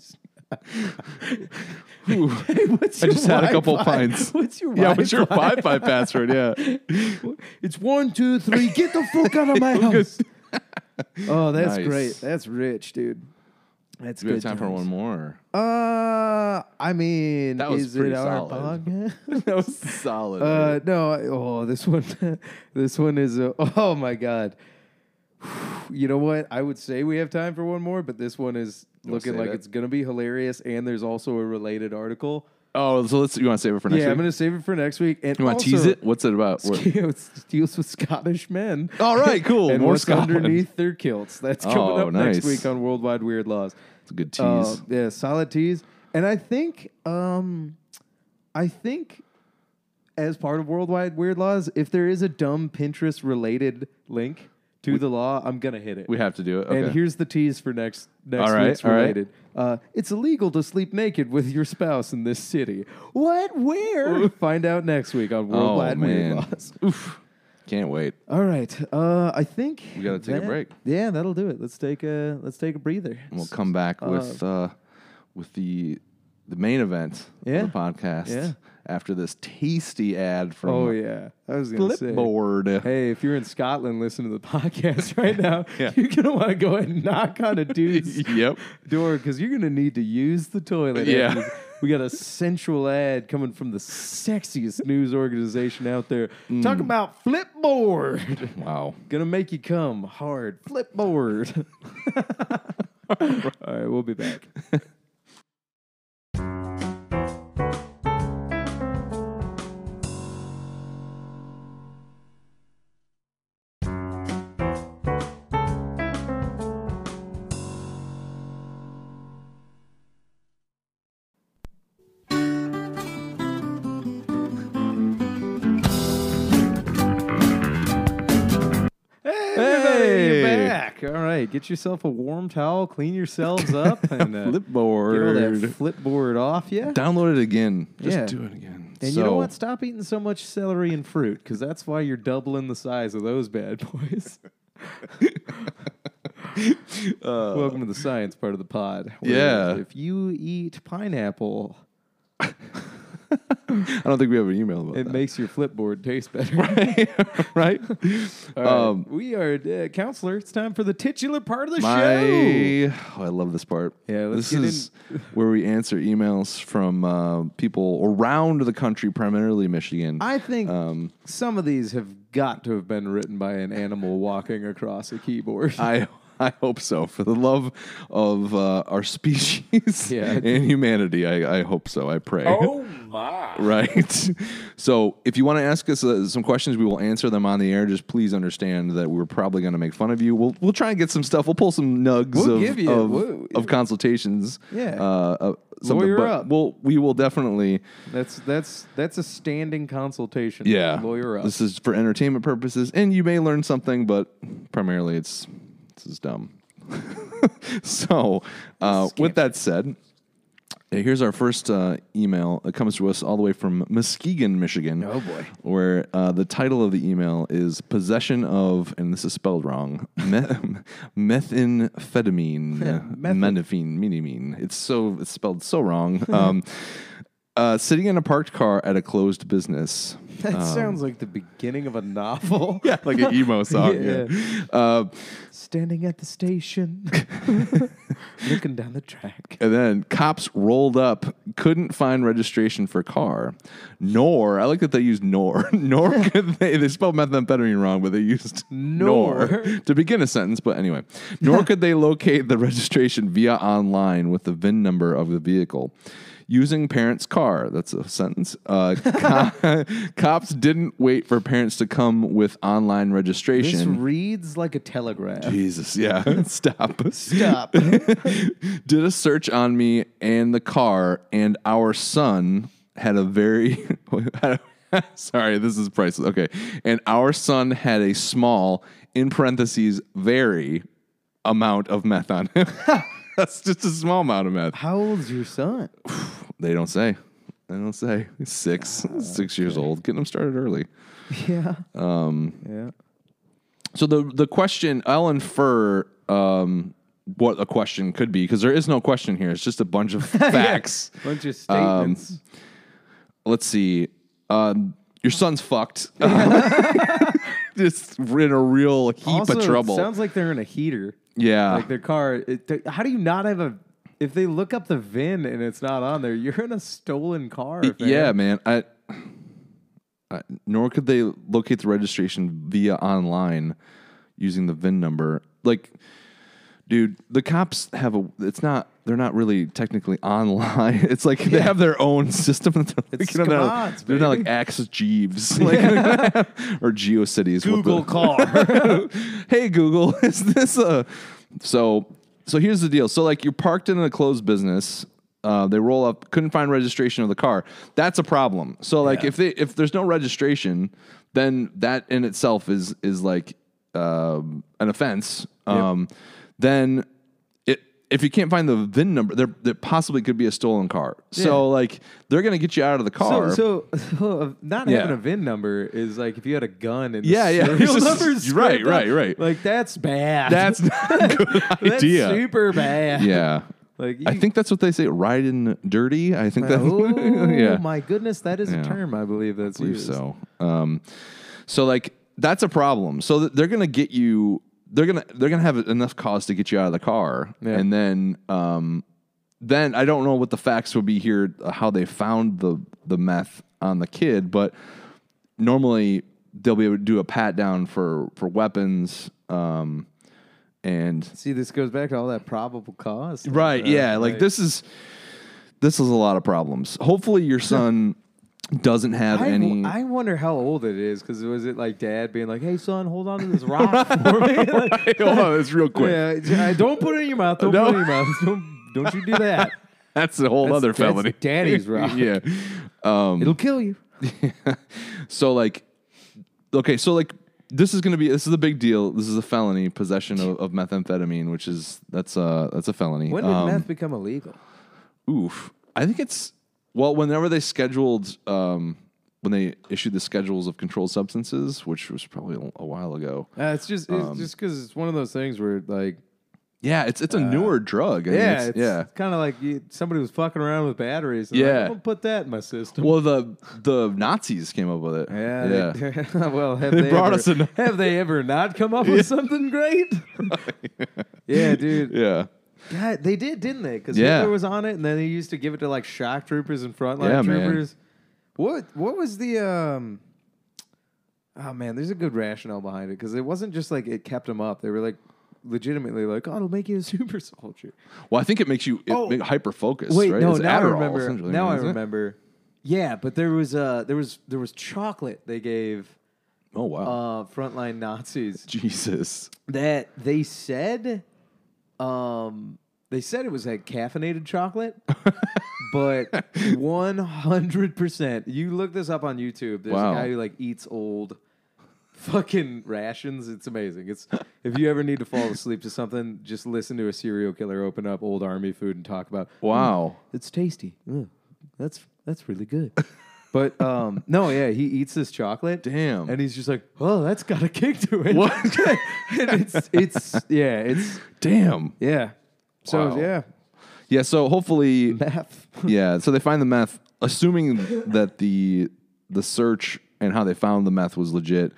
[SPEAKER 2] (laughs)
[SPEAKER 1] (laughs) Ooh.
[SPEAKER 2] Hey, (laughs) what's
[SPEAKER 1] I
[SPEAKER 2] your
[SPEAKER 1] just had a couple
[SPEAKER 2] Wi-Fi? (laughs)
[SPEAKER 1] pints.
[SPEAKER 2] What's your
[SPEAKER 1] Yeah, what's your
[SPEAKER 2] Wi-Fi?
[SPEAKER 1] Wi-Fi password? Yeah.
[SPEAKER 2] It's one, two, three. Get the fuck out
[SPEAKER 1] (laughs)
[SPEAKER 2] of my house. oh, that's
[SPEAKER 1] Nice.
[SPEAKER 2] great. That's rich, dude. That's
[SPEAKER 1] Do we
[SPEAKER 2] good.
[SPEAKER 1] have time for
[SPEAKER 2] times.
[SPEAKER 1] one more?
[SPEAKER 2] Uh, I mean,
[SPEAKER 1] That was
[SPEAKER 2] is it
[SPEAKER 1] pretty
[SPEAKER 2] our
[SPEAKER 1] solid.
[SPEAKER 2] podcast? (laughs)
[SPEAKER 1] (laughs) That was solid.
[SPEAKER 2] uh, no. I- Oh, this one. (laughs) this one is. A, (laughs) oh my god. (sighs) You know what? I would say we have time for one more, but this one is looking
[SPEAKER 1] say
[SPEAKER 2] like
[SPEAKER 1] that?
[SPEAKER 2] it's gonna be hilarious, and there's also a related article.
[SPEAKER 1] oh, so let's. You want to save it for next
[SPEAKER 2] yeah,
[SPEAKER 1] week?
[SPEAKER 2] I'm gonna save it for next week. And
[SPEAKER 1] you want to tease
[SPEAKER 2] also- (laughs)
[SPEAKER 1] it? Oh, What's it about? What-
[SPEAKER 2] It deals with Scottish men.
[SPEAKER 1] (laughs) All right, cool.
[SPEAKER 2] and
[SPEAKER 1] More
[SPEAKER 2] what's
[SPEAKER 1] Scotland.
[SPEAKER 2] underneath their kilts. That's coming
[SPEAKER 1] Oh,
[SPEAKER 2] up next
[SPEAKER 1] nice.
[SPEAKER 2] week on Worldwide Weird Laws.
[SPEAKER 1] (laughs) It's a good tease.
[SPEAKER 2] Uh, yeah, solid tease. And I think, um, I think, as part of Worldwide Weird Laws, if there is a dumb Pinterest related link to the law, I'm gonna hit it.
[SPEAKER 1] we have to do it. Okay.
[SPEAKER 2] And here's the tease for next next
[SPEAKER 1] All right,
[SPEAKER 2] week's
[SPEAKER 1] all right.
[SPEAKER 2] related. Uh, it's illegal to sleep naked with your spouse in this city. What?
[SPEAKER 1] (laughs)
[SPEAKER 2] Where? Find out next week on
[SPEAKER 1] oh
[SPEAKER 2] Worldwide Weird
[SPEAKER 1] man.
[SPEAKER 2] Laws.
[SPEAKER 1] (laughs) Oof. Can't wait.
[SPEAKER 2] All right. Uh, I think we
[SPEAKER 1] gotta take a break.
[SPEAKER 2] Yeah, that'll do it. Let's take a let's take a breather.
[SPEAKER 1] And we'll come back with uh, with the the main event
[SPEAKER 2] Yeah.
[SPEAKER 1] of the podcast
[SPEAKER 2] Yeah.
[SPEAKER 1] after this tasty ad from
[SPEAKER 2] Oh yeah, I was gonna say.
[SPEAKER 1] Flipboard.
[SPEAKER 2] Hey, if you're in Scotland listening to the (laughs) podcast right now,
[SPEAKER 1] (laughs) Yeah.
[SPEAKER 2] you're gonna want to go ahead and knock on a dude's
[SPEAKER 1] (laughs) yep.
[SPEAKER 2] door because you're gonna need to use the toilet.
[SPEAKER 1] Yeah.
[SPEAKER 2] after this. We got a sensual ad coming from the sexiest news organization out there.
[SPEAKER 1] Mm.
[SPEAKER 2] Talking about Flipboard. (laughs)
[SPEAKER 1] Wow.
[SPEAKER 2] Gonna make you come hard. Flipboard. (laughs) All right, we'll be back. Hey,
[SPEAKER 1] Hey!
[SPEAKER 2] you're back. All right, get yourself a warm towel, clean yourselves
[SPEAKER 1] (laughs)
[SPEAKER 2] up, and uh, get all
[SPEAKER 1] Flipboard.
[SPEAKER 2] that flipboard off you.
[SPEAKER 1] Download it again. Just
[SPEAKER 2] Yeah.
[SPEAKER 1] do it again.
[SPEAKER 2] And
[SPEAKER 1] so,
[SPEAKER 2] you know what? Stop eating so much celery and fruit because that's why you're doubling the size of those bad
[SPEAKER 1] (laughs)
[SPEAKER 2] boys. Welcome to the science part of the pod. where
[SPEAKER 1] Uh, Yeah. Uh,
[SPEAKER 2] If you eat pineapple,
[SPEAKER 1] I don't think we have an email about
[SPEAKER 2] it
[SPEAKER 1] that.
[SPEAKER 2] makes your flipboard taste better.
[SPEAKER 1] right? (laughs)
[SPEAKER 2] (laughs) All right.
[SPEAKER 1] Um,
[SPEAKER 2] we are uh, counselor. It's time for the titular part of the show.
[SPEAKER 1] My, oh, I love this part.
[SPEAKER 2] Yeah, let's
[SPEAKER 1] this
[SPEAKER 2] get
[SPEAKER 1] is
[SPEAKER 2] (laughs)
[SPEAKER 1] where we answer emails from uh, people around the country, primarily Michigan.
[SPEAKER 2] I think
[SPEAKER 1] Um,
[SPEAKER 2] some of these have got to have been written by an animal walking across a
[SPEAKER 1] (laughs)
[SPEAKER 2] keyboard.
[SPEAKER 1] I I hope so. For the love of uh, our (laughs) species
[SPEAKER 2] Yeah. Oh,
[SPEAKER 1] and humanity, I, I hope so. I pray.
[SPEAKER 3] my.
[SPEAKER 1] (laughs) Right. So, if you want to ask us uh, some questions, we will answer them on the air. Just please understand that we're probably going to make fun of you. We'll we'll try and get some stuff. We'll pull some nugs
[SPEAKER 2] We'll
[SPEAKER 1] of
[SPEAKER 2] give you-
[SPEAKER 1] of,
[SPEAKER 2] we'll-
[SPEAKER 1] of consultations.
[SPEAKER 2] Yeah.
[SPEAKER 1] Uh, uh, something,
[SPEAKER 2] Lawyer
[SPEAKER 1] but
[SPEAKER 2] up.
[SPEAKER 1] We'll we will definitely.
[SPEAKER 2] that's that's that's a standing consultation.
[SPEAKER 1] Yeah.
[SPEAKER 2] lawyer up.
[SPEAKER 1] This is for entertainment purposes, and you may learn something, but primarily it's (laughs) this is dumb. so, uh, with that said, Hey, here's our first uh, email. It comes to us all the way from Muskegon, Michigan.
[SPEAKER 2] Oh, boy.
[SPEAKER 1] Where uh, the title of the email is "Possession of," and this is spelled wrong, me- (laughs)
[SPEAKER 2] (laughs)
[SPEAKER 1] methamphetamine, menafine, minimine. It's so it's spelled so wrong.
[SPEAKER 2] Hmm.
[SPEAKER 1] Um, uh, sitting in a parked car at a closed business.
[SPEAKER 2] That sounds like the beginning of a novel.
[SPEAKER 1] um, (laughs) Yeah, like an emo song.
[SPEAKER 2] Yeah.
[SPEAKER 1] yeah. Uh,
[SPEAKER 2] Standing at the
[SPEAKER 1] (laughs)
[SPEAKER 2] station, looking down the track.
[SPEAKER 1] And then cops rolled up, couldn't find registration for car, nor I like that they used nor, (laughs) nor could they they spelled methamphetamine wrong, but they used nor,
[SPEAKER 2] Nor.
[SPEAKER 1] to begin a sentence. But anyway, nor could they locate the registration via online with the VIN number of the vehicle. Using parents' car. That's a sentence. Uh, (laughs) co- cops didn't wait for parents to come with online
[SPEAKER 2] This
[SPEAKER 1] registration.
[SPEAKER 2] reads like a telegraph.
[SPEAKER 1] Jesus, yeah. (laughs) Stop.
[SPEAKER 2] Stop.
[SPEAKER 1] did a search on me and the car, and our son had a very. (laughs) sorry, this is priceless. Okay. And our son had a small, in parentheses, very amount of meth on him. (laughs) That's just a small amount of meth.
[SPEAKER 2] How old's your
[SPEAKER 1] (laughs)
[SPEAKER 2] son?
[SPEAKER 1] They don't say. They don't say. He's Six, six years old. Getting them started early.
[SPEAKER 2] Yeah. Um. Yeah.
[SPEAKER 1] So the the question I'll infer um, what a question could be because there is no question here. It's just a bunch of facts.
[SPEAKER 2] Bunch of
[SPEAKER 1] um,
[SPEAKER 2] statements.
[SPEAKER 1] Let's see. Um, your
[SPEAKER 2] (laughs)
[SPEAKER 1] son's fucked. (laughs) just in a real heap
[SPEAKER 2] also,
[SPEAKER 1] of
[SPEAKER 2] it
[SPEAKER 1] trouble.
[SPEAKER 2] sounds like they're in a heater.
[SPEAKER 1] yeah.
[SPEAKER 2] Like their car. It, they- how do you not have a? If they look up the VIN and it's not on there, you're in a stolen car. fam.
[SPEAKER 1] yeah, man. I, I nor could they locate the registration via online using the VIN number. Like, dude, the cops have a. It's not. They're not really technically online. (laughs) It's like they have their own system. (laughs) that they're
[SPEAKER 2] It's
[SPEAKER 1] looking at. they're, not,
[SPEAKER 2] squads,
[SPEAKER 1] they're not
[SPEAKER 2] baby.
[SPEAKER 1] like Axe
[SPEAKER 2] (laughs)
[SPEAKER 1] Jeeves, like, (laughs) or GeoCities. what
[SPEAKER 2] Google
[SPEAKER 1] (laughs) the-
[SPEAKER 2] (laughs) car.
[SPEAKER 1] hey Google, (laughs) is this a so? So here's the deal. So like you're parked in a closed business. Uh, they roll up, couldn't find registration of the car. That's a problem. So like if they if there's no registration, then that in itself is is like um, an offense. Um, Then it if you can't find the VIN number, there there possibly could be a stolen car. So like they're gonna get you out of the car.
[SPEAKER 2] so, so, so uh, not
[SPEAKER 1] Yeah.
[SPEAKER 2] having a VIN number is like if you had a gun and the
[SPEAKER 1] Yeah, yeah.
[SPEAKER 2] serial
[SPEAKER 1] (laughs) It's just-
[SPEAKER 2] numbers
[SPEAKER 1] right,
[SPEAKER 2] scraped up,
[SPEAKER 1] right, right.
[SPEAKER 2] Like that's bad.
[SPEAKER 1] (laughs) that's not a good
[SPEAKER 2] (laughs) That's
[SPEAKER 1] idea.
[SPEAKER 2] super bad.
[SPEAKER 1] yeah.
[SPEAKER 2] Like you,
[SPEAKER 1] (laughs) I think that's what they say. Riding dirty. I think that's
[SPEAKER 2] Oh
[SPEAKER 1] (laughs) yeah.
[SPEAKER 2] my goodness, that is
[SPEAKER 1] Yeah.
[SPEAKER 2] a term I believe that's
[SPEAKER 1] I believe
[SPEAKER 2] used.
[SPEAKER 1] so. Um, so like that's a problem. So th- they're gonna get you. They're gonna they're gonna have enough cause to get you out of the car,
[SPEAKER 2] Yeah.
[SPEAKER 1] and then um, then I don't know what the facts would be here, uh, how they found the the meth on the kid, but normally they'll be able to do a pat down for for weapons. Um, and
[SPEAKER 2] See, this goes back to all that probable uh, cause. stuff,
[SPEAKER 1] Right. Yeah. Like
[SPEAKER 2] Right.
[SPEAKER 1] this is this is a lot of problems. Hopefully your son doesn't have
[SPEAKER 2] I,
[SPEAKER 1] any.
[SPEAKER 2] w- I wonder how old it is because was it like dad being like, "Hey son, hold on to this (laughs) rock for me." Like,
[SPEAKER 1] (laughs) Hold on, that's real quick.
[SPEAKER 2] yeah, j- I- don't put it in your mouth. (laughs) Don't
[SPEAKER 1] No.
[SPEAKER 2] put it in your mouth. Don't, don't you do (laughs) that.
[SPEAKER 1] (laughs) That's a whole other
[SPEAKER 2] that's
[SPEAKER 1] felony. (laughs)
[SPEAKER 2] daddy's rock. (laughs)
[SPEAKER 1] yeah.
[SPEAKER 2] It'll kill you.
[SPEAKER 1] So like, okay. So like, this is gonna be this is a big deal. This is a felony possession of, of methamphetamine, which is that's a that's a felony.
[SPEAKER 2] When did
[SPEAKER 1] Um,
[SPEAKER 2] meth become illegal?
[SPEAKER 1] Oof. I think it's well, whenever they scheduled um when they issued the schedules of controlled substances, which was probably a- a while ago.
[SPEAKER 2] Uh, it's just it's just because it's one of those things where like
[SPEAKER 1] Yeah, it's it's a newer drug. I mean,
[SPEAKER 2] Uh, yeah,
[SPEAKER 1] it's-
[SPEAKER 2] it's
[SPEAKER 1] yeah.
[SPEAKER 2] kind of like you, somebody was fucking around with batteries. and
[SPEAKER 1] Yeah.
[SPEAKER 2] like, don't put that in my system.
[SPEAKER 1] Well, the the Nazis came up with it.
[SPEAKER 2] (laughs) Yeah.
[SPEAKER 1] yeah.
[SPEAKER 2] they- (laughs) well, have
[SPEAKER 1] They
[SPEAKER 2] they,
[SPEAKER 1] brought
[SPEAKER 2] ever,
[SPEAKER 1] us a-
[SPEAKER 2] have they ever not come (laughs) up with something great?
[SPEAKER 1] (laughs)
[SPEAKER 2] yeah, dude.
[SPEAKER 1] yeah.
[SPEAKER 2] God, they did, didn't they? Because
[SPEAKER 1] Yeah.
[SPEAKER 2] Hitler was on it, and then they used to give it to like shock troopers and frontline
[SPEAKER 1] Yeah, man.
[SPEAKER 2] troopers. What What was the um? Oh man, there's a good rationale behind it because it wasn't just like it kept them up. They were like legitimately like, "Oh, it'll make you a (laughs) super soldier."
[SPEAKER 1] Well, I think it makes you it
[SPEAKER 2] Oh.
[SPEAKER 1] hyper focused.
[SPEAKER 2] Wait,
[SPEAKER 1] right?
[SPEAKER 2] no,
[SPEAKER 1] It's
[SPEAKER 2] now
[SPEAKER 1] Adderall,
[SPEAKER 2] I remember.
[SPEAKER 1] essentially,
[SPEAKER 2] Now I
[SPEAKER 1] isn't it?
[SPEAKER 2] remember. Yeah, but there was uh there was there was chocolate they gave
[SPEAKER 1] Oh wow,
[SPEAKER 2] uh frontline Nazis
[SPEAKER 1] (laughs) Jesus.
[SPEAKER 2] that they said um they said it was like caffeinated chocolate but 100% you look this up on youtube there's
[SPEAKER 1] Wow.
[SPEAKER 2] a guy who like eats old fucking rations. It's amazing. It's if you ever need to fall asleep to something, just listen to a serial killer open up old army food and talk about.
[SPEAKER 1] Wow.
[SPEAKER 2] It's tasty. Ugh, that's that's really good. (laughs) But um, no, yeah, he eats this chocolate.
[SPEAKER 1] Damn.
[SPEAKER 2] And he's just like, oh, that's got a kick to it.
[SPEAKER 1] What?
[SPEAKER 2] (laughs) and it's it's yeah, it's
[SPEAKER 1] Damn.
[SPEAKER 2] yeah. So
[SPEAKER 1] Wow.
[SPEAKER 2] yeah,
[SPEAKER 1] Yeah, so hopefully
[SPEAKER 2] math.
[SPEAKER 1] yeah, so they find the meth assuming that the the search and how they found the meth was legit.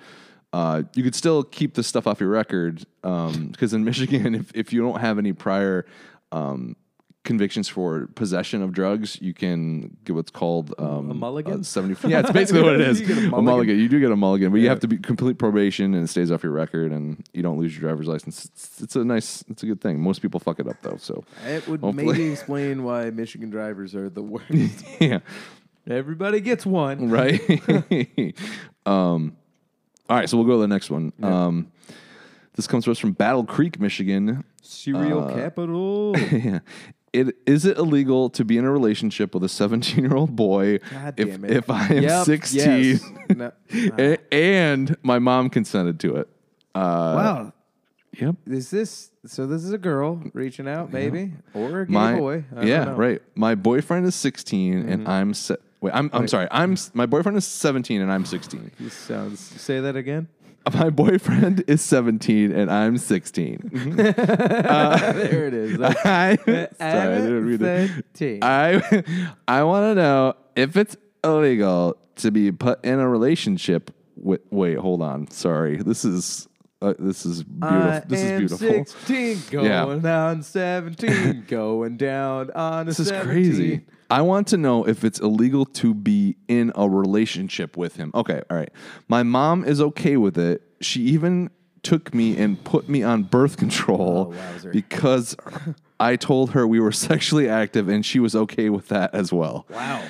[SPEAKER 1] Uh, you could still keep this stuff off your record because in (laughs) Michigan, if, if you don't have any prior um, convictions for possession of drugs, you can get what's called um,
[SPEAKER 2] A mulligan?
[SPEAKER 1] uh, Seventy. Yeah, it's basically what it
[SPEAKER 2] (laughs)
[SPEAKER 1] is.
[SPEAKER 2] You get a
[SPEAKER 1] a, mulligan.
[SPEAKER 2] mulligan.
[SPEAKER 1] You do get a mulligan, but you have to be complete probation, and it stays off your record, and you don't lose your driver's license. It's, it's a nice, it's a good thing. Most people fuck it up though, so
[SPEAKER 2] It would
[SPEAKER 1] Hopefully.
[SPEAKER 2] maybe explain why Michigan drivers are the worst.
[SPEAKER 1] (laughs) yeah.
[SPEAKER 2] (laughs) Everybody gets one. (laughs)
[SPEAKER 1] right? um, all right, so we'll go to the next one. Um, this comes to us from Battle Creek, Michigan. (laughs)
[SPEAKER 2] Serial (laughs) capital.
[SPEAKER 1] Yeah. It, is it illegal to be in a relationship with a 17 year old boy
[SPEAKER 2] God
[SPEAKER 1] if,
[SPEAKER 2] damn it.
[SPEAKER 1] if I am
[SPEAKER 2] Yep, (laughs)
[SPEAKER 1] 16
[SPEAKER 2] yes. No.
[SPEAKER 1] (laughs) A- and my mom consented to it? Uh,
[SPEAKER 2] wow.
[SPEAKER 1] Yep.
[SPEAKER 2] Is this so? This is a girl reaching out, maybe, or a gay
[SPEAKER 1] My
[SPEAKER 2] boy. I don't
[SPEAKER 1] yeah,
[SPEAKER 2] know. Mm-hmm.
[SPEAKER 1] right. My boyfriend is 16 and I'm se- wait. I'm, I'm sorry. I'm s- my boyfriend is 17 and I'm 16.
[SPEAKER 2] He sounds. uh, Say that again.
[SPEAKER 1] (laughs) my boyfriend is 17 and I'm 16.
[SPEAKER 2] Mm-hmm.
[SPEAKER 1] Uh,
[SPEAKER 2] (laughs) there it
[SPEAKER 1] (laughs)
[SPEAKER 2] is.
[SPEAKER 1] I, sorry, I didn't read it. I (laughs) I want to know if it's illegal to be put in a relationship with. Wait, hold on. Sorry, this is uh, this is beautiful.
[SPEAKER 2] I
[SPEAKER 1] this
[SPEAKER 2] am
[SPEAKER 1] is beautiful.
[SPEAKER 2] 16
[SPEAKER 1] Yeah.
[SPEAKER 2] going on 17 going down on
[SPEAKER 1] This is crazy. I want to know if it's illegal to be in a relationship with him. Okay, all right. My mom is okay with it. She even took me and put me on birth control
[SPEAKER 2] Oh, wowzer.
[SPEAKER 1] because I told her we were (laughs) sexually active and she was okay with that as well. (sighs)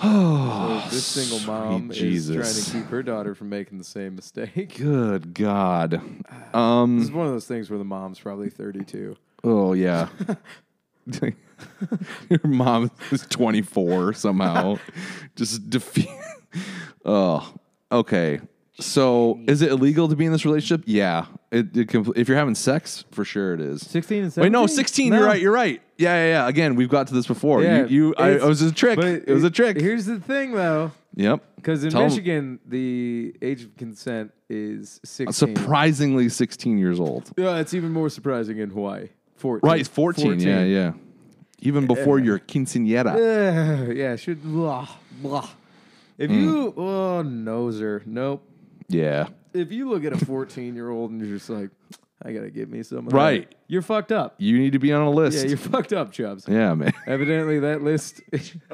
[SPEAKER 2] Wow. this single
[SPEAKER 1] sweet
[SPEAKER 2] mom is
[SPEAKER 1] Jesus.
[SPEAKER 2] trying to keep her daughter from making the same mistake. (laughs)
[SPEAKER 1] Good God.
[SPEAKER 2] this
[SPEAKER 1] Hmm.
[SPEAKER 2] is one of those things where the mom's probably 32.
[SPEAKER 1] Oh yeah. (laughs) Your mom is
[SPEAKER 2] (laughs)
[SPEAKER 1] 24 somehow. Just defeat. Oh, okay. So, is it illegal to be in this relationship? Yeah. It, it compl- if you're having sex, for sure it is.
[SPEAKER 2] 16 and 17?
[SPEAKER 1] Wait, no, 16. You're
[SPEAKER 2] No.
[SPEAKER 1] right. You're right. Yeah, yeah, yeah. Again, we've got to this before.
[SPEAKER 2] Yeah,
[SPEAKER 1] you, you I,
[SPEAKER 2] it's-
[SPEAKER 1] it was a trick.
[SPEAKER 2] but
[SPEAKER 1] It was a trick.
[SPEAKER 2] Here's the thing, though,
[SPEAKER 1] yep.
[SPEAKER 2] because in
[SPEAKER 1] Tell 'em-
[SPEAKER 2] Michigan, the age of consent is 16.
[SPEAKER 1] surprisingly 16 years old.
[SPEAKER 2] yeah, it's even more surprising in Hawaii. 14.
[SPEAKER 1] Right, 14. Yeah, yeah. Even before your quinceanera.
[SPEAKER 2] Ugh, yeah, should blah blah. If
[SPEAKER 1] Mm.
[SPEAKER 2] you oh noser, nope.
[SPEAKER 1] yeah.
[SPEAKER 2] If you look at a fourteen year old and you're just like, I gotta get me some of that,"
[SPEAKER 1] Right.
[SPEAKER 2] you're fucked up.
[SPEAKER 1] You need to be on a
[SPEAKER 2] Yeah,
[SPEAKER 1] list.
[SPEAKER 2] you're fucked up, Chubbs.
[SPEAKER 1] yeah man. (laughs)
[SPEAKER 2] Evidently, that list. (laughs)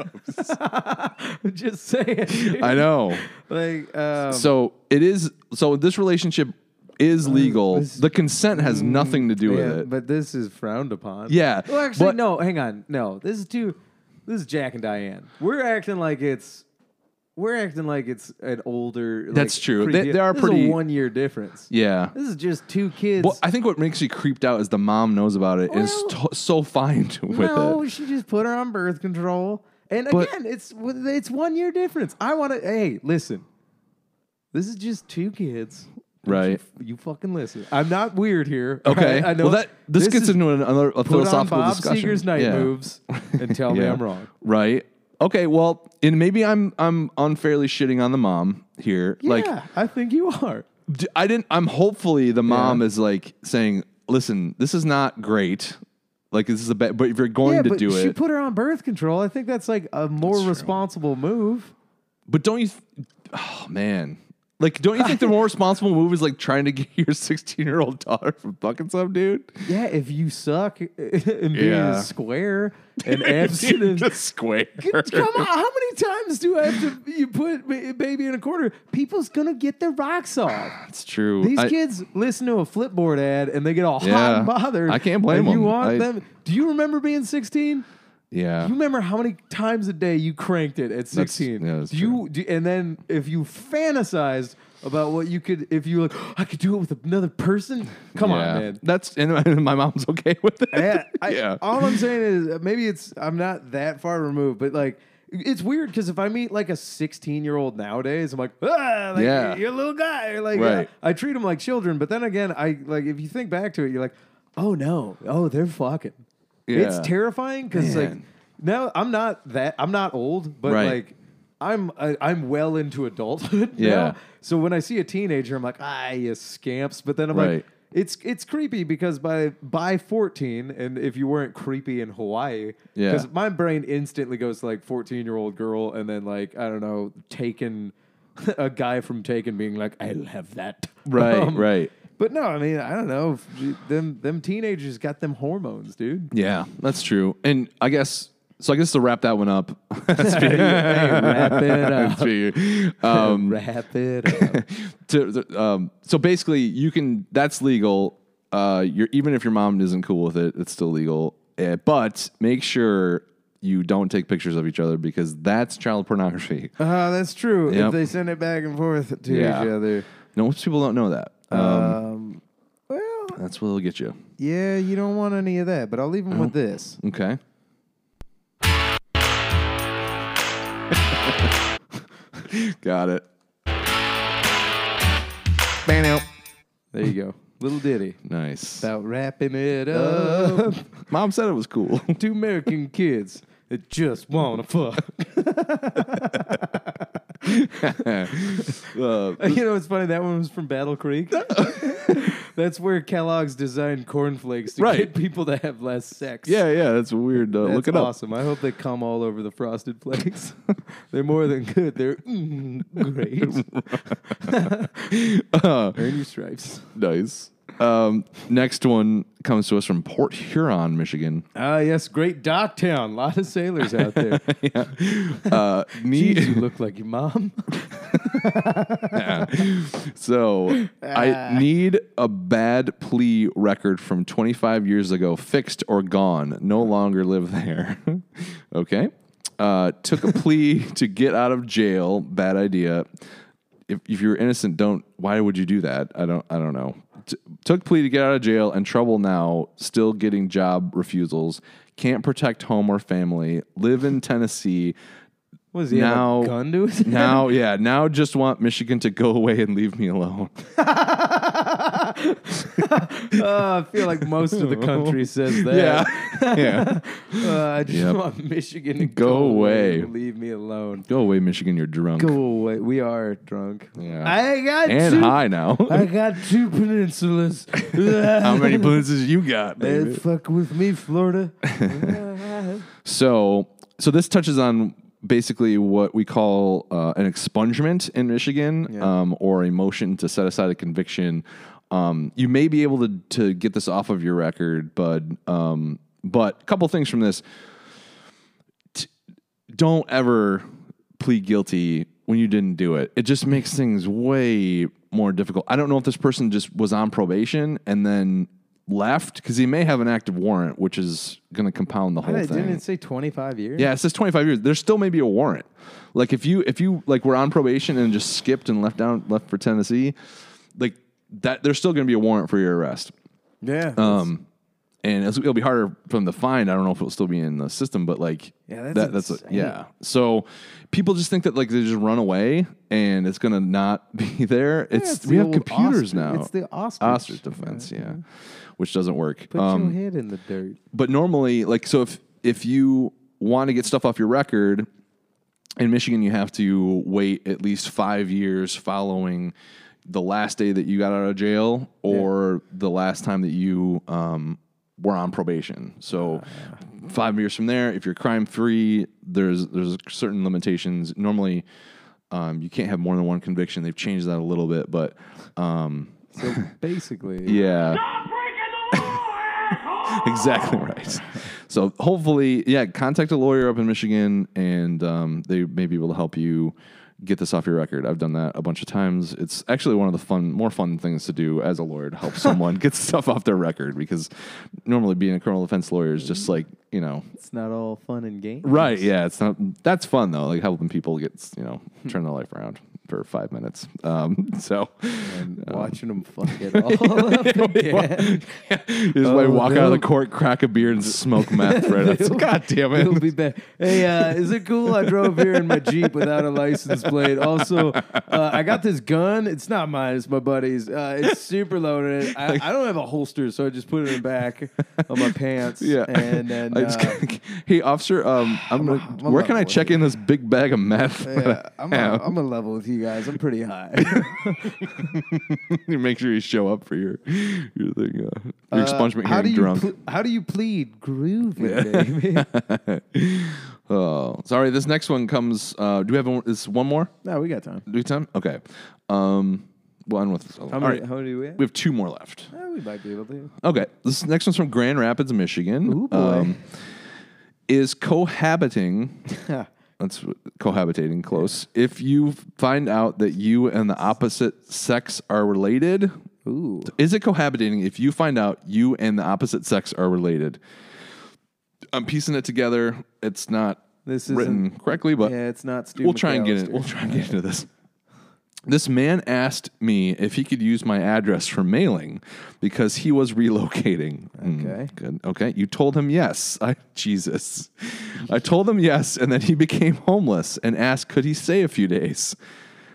[SPEAKER 2] I'm just saying. dude.
[SPEAKER 1] I know.
[SPEAKER 2] Like, um,
[SPEAKER 1] So it is. So this relationship is legal.
[SPEAKER 2] Uh, this- Mm,
[SPEAKER 1] The consent has nothing to do with
[SPEAKER 2] yeah,
[SPEAKER 1] it.
[SPEAKER 2] but this is frowned upon.
[SPEAKER 1] Yeah,
[SPEAKER 2] Well, actually,
[SPEAKER 1] but-
[SPEAKER 2] no. Hang on. No, this is too. This is Jack and Diane. We're acting like it's. We're acting like it's an older. like,
[SPEAKER 1] That's true. They-
[SPEAKER 2] pre-
[SPEAKER 1] they are
[SPEAKER 2] this is a
[SPEAKER 1] pretty-
[SPEAKER 2] one year difference.
[SPEAKER 1] yeah.
[SPEAKER 2] This is just two kids.
[SPEAKER 1] Well, I think what makes you creeped out is the mom knows about it and is
[SPEAKER 2] Well,
[SPEAKER 1] to- so fine (laughs) to- with
[SPEAKER 2] no,
[SPEAKER 1] it.
[SPEAKER 2] she just put her on birth control. And
[SPEAKER 1] But-
[SPEAKER 2] again, it's it's one year difference. I want to. Hey, listen. This is just two kids.
[SPEAKER 1] Right.
[SPEAKER 2] You, you fucking listen. I'm not weird here.
[SPEAKER 1] Okay.
[SPEAKER 2] I, I know
[SPEAKER 1] well, that this, gets
[SPEAKER 2] is
[SPEAKER 1] into another a
[SPEAKER 2] put on
[SPEAKER 1] philosophical
[SPEAKER 2] Bob
[SPEAKER 1] discussion.
[SPEAKER 2] Seger's night
[SPEAKER 1] Yeah.
[SPEAKER 2] moves (laughs) and tell me I'm wrong.
[SPEAKER 1] Right. Okay. Well, and maybe I'm I'm unfairly shitting on the mom here. Like
[SPEAKER 2] yeah, I think you are.
[SPEAKER 1] D- I didn't. I'm hopefully the mom is like saying, "Listen, this is not great. Like this is a bad, but if you're going
[SPEAKER 2] Yeah,
[SPEAKER 1] to
[SPEAKER 2] but
[SPEAKER 1] do
[SPEAKER 2] she
[SPEAKER 1] it,
[SPEAKER 2] put her on birth control. I think that's like a more responsible move.
[SPEAKER 1] but don't you? Th- oh man." Like, don't you think
[SPEAKER 2] (laughs)
[SPEAKER 1] the more responsible move is like trying to get your 16 year old daughter from fucking
[SPEAKER 2] (laughs)
[SPEAKER 1] some dude?
[SPEAKER 2] Yeah, if you suck (laughs) and be
[SPEAKER 1] Yeah. (laughs)
[SPEAKER 2] square and abstinent. (laughs)
[SPEAKER 1] Just square.
[SPEAKER 2] Come on, how many times do I have to you put ba- baby in a quarter? People's gonna get their rocks off.
[SPEAKER 1] That's true.
[SPEAKER 2] These
[SPEAKER 1] I-
[SPEAKER 2] kids listen to a Flipboard ad and they get all hot
[SPEAKER 1] Yeah.
[SPEAKER 2] and bothered.
[SPEAKER 1] I can't blame
[SPEAKER 2] and You
[SPEAKER 1] them.
[SPEAKER 2] want
[SPEAKER 1] I-
[SPEAKER 2] them? Do you remember being sixteen?
[SPEAKER 1] yeah.
[SPEAKER 2] You remember how many times a day you cranked it at 16?
[SPEAKER 1] yeah, that's
[SPEAKER 2] do you do, and then if you fantasized about what you could if you like "Oh, I could do it with another person? Come
[SPEAKER 1] Yeah.
[SPEAKER 2] on, man.
[SPEAKER 1] That's, and my- my mom's okay with it.
[SPEAKER 2] Yeah, I,
[SPEAKER 1] (laughs) yeah.
[SPEAKER 2] All I'm saying is uh, maybe it's I'm not that far removed, but like It's weird because if I meet like a 16 year old nowadays, I'm like, ah, like,
[SPEAKER 1] Yeah.
[SPEAKER 2] you're a little guy. Like,
[SPEAKER 1] Right.
[SPEAKER 2] I, I treat them like children. But then again, I like if you think back to it, you're like, oh no, oh they're fucking.
[SPEAKER 1] Yeah.
[SPEAKER 2] It's terrifying because like
[SPEAKER 1] Man.
[SPEAKER 2] now I'm not that I'm not old, but
[SPEAKER 1] Right.
[SPEAKER 2] like I'm I, I'm well into adulthood. (laughs)
[SPEAKER 1] Yeah.
[SPEAKER 2] now. So when I see a teenager, I'm like, ah, you scamps. But then I'm
[SPEAKER 1] Right.
[SPEAKER 2] like. It's it's creepy because by by 14, and if you weren't creepy in Hawaii,
[SPEAKER 1] Yeah.
[SPEAKER 2] because my brain instantly goes to like 14 year old girl, and then like I don't know, Taken, (laughs) a guy from Taken being like, I'll have that.
[SPEAKER 1] Right,
[SPEAKER 2] Um,
[SPEAKER 1] right.
[SPEAKER 2] But no, I mean I don't know. if- Them them teenagers got them hormones, dude.
[SPEAKER 1] (laughs) Yeah, that's true. And I guess so. I guess to wrap that one up. (laughs)
[SPEAKER 2] wrap it (laughs) up.
[SPEAKER 1] Speaking- um,
[SPEAKER 2] wrap it
[SPEAKER 1] (laughs)
[SPEAKER 2] up.
[SPEAKER 1] to, to, um, so basically, you can. That's legal. Uh, you're, even if your mom isn't cool with it, it's still legal. Uh, but make sure you don't take pictures of each other because that's child pornography. (laughs)
[SPEAKER 2] Ah, that's true.
[SPEAKER 1] Yep.
[SPEAKER 2] If they send it back and forth to
[SPEAKER 1] Yeah.
[SPEAKER 2] each other.
[SPEAKER 1] No, most people don't know that. Um,
[SPEAKER 2] Um, well,
[SPEAKER 1] that's what'll get you.
[SPEAKER 2] yeah, you don't want any of that, but I'll leave them with this.
[SPEAKER 1] Okay. (laughs) Got it.
[SPEAKER 2] Bang out. There you go. Little ditty
[SPEAKER 1] Nice.
[SPEAKER 2] about wrapping it up.
[SPEAKER 1] Mom said it was cool. (laughs)
[SPEAKER 2] Two American kids that just wanna fuck.
[SPEAKER 1] Uh,
[SPEAKER 2] (laughs) you know, it's funny. That one was from Battle (laughs) Creek. That's where Kellogg's designed cornflakes to
[SPEAKER 1] Right.
[SPEAKER 2] get people to have less sex.
[SPEAKER 1] yeah, yeah, that's weird. Uh,
[SPEAKER 2] That's
[SPEAKER 1] look it up.
[SPEAKER 2] awesome. I hope they come all over the frosted flakes. (laughs) They're more than good. They're mm, (laughs) great.
[SPEAKER 1] (laughs)
[SPEAKER 2] Earn your stripes.
[SPEAKER 1] Nice. Um, next one comes to us from Port Huron, Michigan.
[SPEAKER 2] Ah, yes, great dock town. A lot of sailors out (laughs) there.
[SPEAKER 1] Uh,
[SPEAKER 2] Jeez, you
[SPEAKER 1] need,
[SPEAKER 2] look like your mom. (laughs)
[SPEAKER 1] so I need a bad plea record from 25 years ago, fixed or gone. No longer live there. (laughs) okay. Uh, took a plea (laughs) to get out of jail. Bad idea. If, if you're innocent, don't. Why would you do that? I don't. I don't know. T- took plea to get out of jail and trouble now. Still getting job refusals. Can't protect home or family. Live in Tennessee.
[SPEAKER 2] Was he now,
[SPEAKER 1] Now-
[SPEAKER 2] a gun to his head?
[SPEAKER 1] Now, yeah, now just want Michigan to go away and leave me alone.
[SPEAKER 2] Uh, I feel like most of the (laughs) country says that.
[SPEAKER 1] (laughs) Yeah. yeah.
[SPEAKER 2] Uh, I just
[SPEAKER 1] Yep.
[SPEAKER 2] want Michigan to
[SPEAKER 1] Go
[SPEAKER 2] go,
[SPEAKER 1] away.
[SPEAKER 2] and Leave me alone.
[SPEAKER 1] Go away, Michigan, you're drunk.
[SPEAKER 2] Go away. We are drunk.
[SPEAKER 1] Yeah.
[SPEAKER 2] I got
[SPEAKER 1] and
[SPEAKER 2] two.
[SPEAKER 1] high now.
[SPEAKER 2] I got two (laughs) peninsulas.
[SPEAKER 1] (laughs) How (laughs) many blizzes you got,
[SPEAKER 2] Hey,
[SPEAKER 1] baby?
[SPEAKER 2] fuck with me, Florida.
[SPEAKER 1] So, so this touches on basically what we call uh, an expungement in Michigan, um, or a motion to set aside a conviction. Um, you may be able to to get this off of your record, but um, but a couple things from this. don't ever plead guilty when you didn't do it. It just makes things way more difficult. I don't know if this person just was on probation and then left because he may have an active warrant, which is going to compound the whole
[SPEAKER 2] Hey,
[SPEAKER 1] thing.
[SPEAKER 2] Didn't it say 25 years?
[SPEAKER 1] Yeah, it says 25 years. There still may be a warrant. Like if you if you like were on probation and just skipped and left down left for Tennessee, like that there's still going to be a warrant for your arrest.
[SPEAKER 2] Yeah.
[SPEAKER 1] Um and it's- it'll be harder from the fine. I don't know if it'll still be in the system, but like
[SPEAKER 2] Yeah, that's
[SPEAKER 1] a,
[SPEAKER 2] insane.
[SPEAKER 1] yeah. So people just think that like they just run away and it's gonna not (laughs) be there. It's,
[SPEAKER 2] it's
[SPEAKER 1] we
[SPEAKER 2] the
[SPEAKER 1] have
[SPEAKER 2] old ostrich-
[SPEAKER 1] computers now.
[SPEAKER 2] it's the ostrich.
[SPEAKER 1] ostrich defense, yeah, which doesn't work.
[SPEAKER 2] Put your head in the dirt.
[SPEAKER 1] but normally like so if if you want to get stuff off your record in Michigan you have to wait at least 5 years following the last day that you got out of jail or the last time that you um were on probation. So 5 years from there if you're crime free there's there's certain limitations normally um, you can't have more than one conviction. They've changed that a little bit, but um,
[SPEAKER 2] (laughs) So basically,
[SPEAKER 1] yeah.
[SPEAKER 3] Stop breaking the law,
[SPEAKER 1] (laughs)
[SPEAKER 3] asshole!
[SPEAKER 1] exactly right. So hopefully, yeah, contact a lawyer up in Michigan, and um, they may be able to help you get this off your record. I've done that a bunch of times. It's actually one of the fun, more fun things to do as a lawyer to help someone get stuff off their record because normally being a criminal defense lawyer is just like you know,
[SPEAKER 2] it's not all fun and games.
[SPEAKER 1] right? Yeah, it's not. That's fun though, like helping people get you know turn their life around. for five minutes. Um, (laughs) so
[SPEAKER 2] And watching them fuck (laughs) it all up again.
[SPEAKER 1] you just like
[SPEAKER 2] Oh,
[SPEAKER 1] walk out of the
[SPEAKER 2] no.
[SPEAKER 1] court, crack a beer, and smoke meth right after. God
[SPEAKER 2] (laughs)
[SPEAKER 1] damn (laughs) it!
[SPEAKER 2] It'll be bad. Hey, uh, is it cool? I drove here in my Jeep without a license plate. Also, uh, I got this gun. It's not mine. It's my buddy's. Uh, it's super loaded. I, I don't have a holster, so I just put it in the back of my pants.
[SPEAKER 1] Yeah.
[SPEAKER 2] and then
[SPEAKER 1] I just-
[SPEAKER 2] uh,
[SPEAKER 1] hey,
[SPEAKER 2] (sighs)
[SPEAKER 1] officer, um, I'm gonna,
[SPEAKER 2] I'm
[SPEAKER 1] where
[SPEAKER 2] not
[SPEAKER 1] can I check in this big bag of meth?
[SPEAKER 2] yeah, I'm
[SPEAKER 1] Yeah.
[SPEAKER 2] a, I'm a level with you guys. I'm pretty
[SPEAKER 1] (laughs)
[SPEAKER 2] high.
[SPEAKER 1] You Make sure you show up for your your thing. Uh,
[SPEAKER 2] Uh,
[SPEAKER 1] your expungement
[SPEAKER 2] how do
[SPEAKER 1] hearing
[SPEAKER 2] you
[SPEAKER 1] drunk.
[SPEAKER 2] ple- how do you plead groovy, baby?
[SPEAKER 1] (laughs) oh, sorry. This next one comes. Uh, do we have one, is one more?
[SPEAKER 2] no, we got time.
[SPEAKER 1] Do we have time? Okay. Um, well, I don't know if this.
[SPEAKER 2] How
[SPEAKER 1] all
[SPEAKER 2] many?
[SPEAKER 1] right.
[SPEAKER 2] How many do we have?
[SPEAKER 1] we have two more left.
[SPEAKER 2] Eh, we might be able to.
[SPEAKER 1] Okay. This next one's from Grand Rapids, Michigan. Um,
[SPEAKER 2] Ooh, boy. (laughs)
[SPEAKER 1] is cohabiting. That's what- cohabitating close. If you find out that you and the opposite sex are related,
[SPEAKER 2] Ooh.
[SPEAKER 1] is it cohabitating if you find out you and the opposite sex are related? I'm piecing it together. It's not
[SPEAKER 2] This isn't-
[SPEAKER 1] written correctly, but
[SPEAKER 2] Yeah, it's not Stu
[SPEAKER 1] we'll try and get it.
[SPEAKER 2] McAllister.
[SPEAKER 1] We'll try and get into this. This man asked me if he could use my address for mailing because he was relocating. Mm,
[SPEAKER 2] Okay.
[SPEAKER 1] good. Okay. You told him yes. I Jesus. I told him yes, and then he became homeless and asked, could he stay a few days?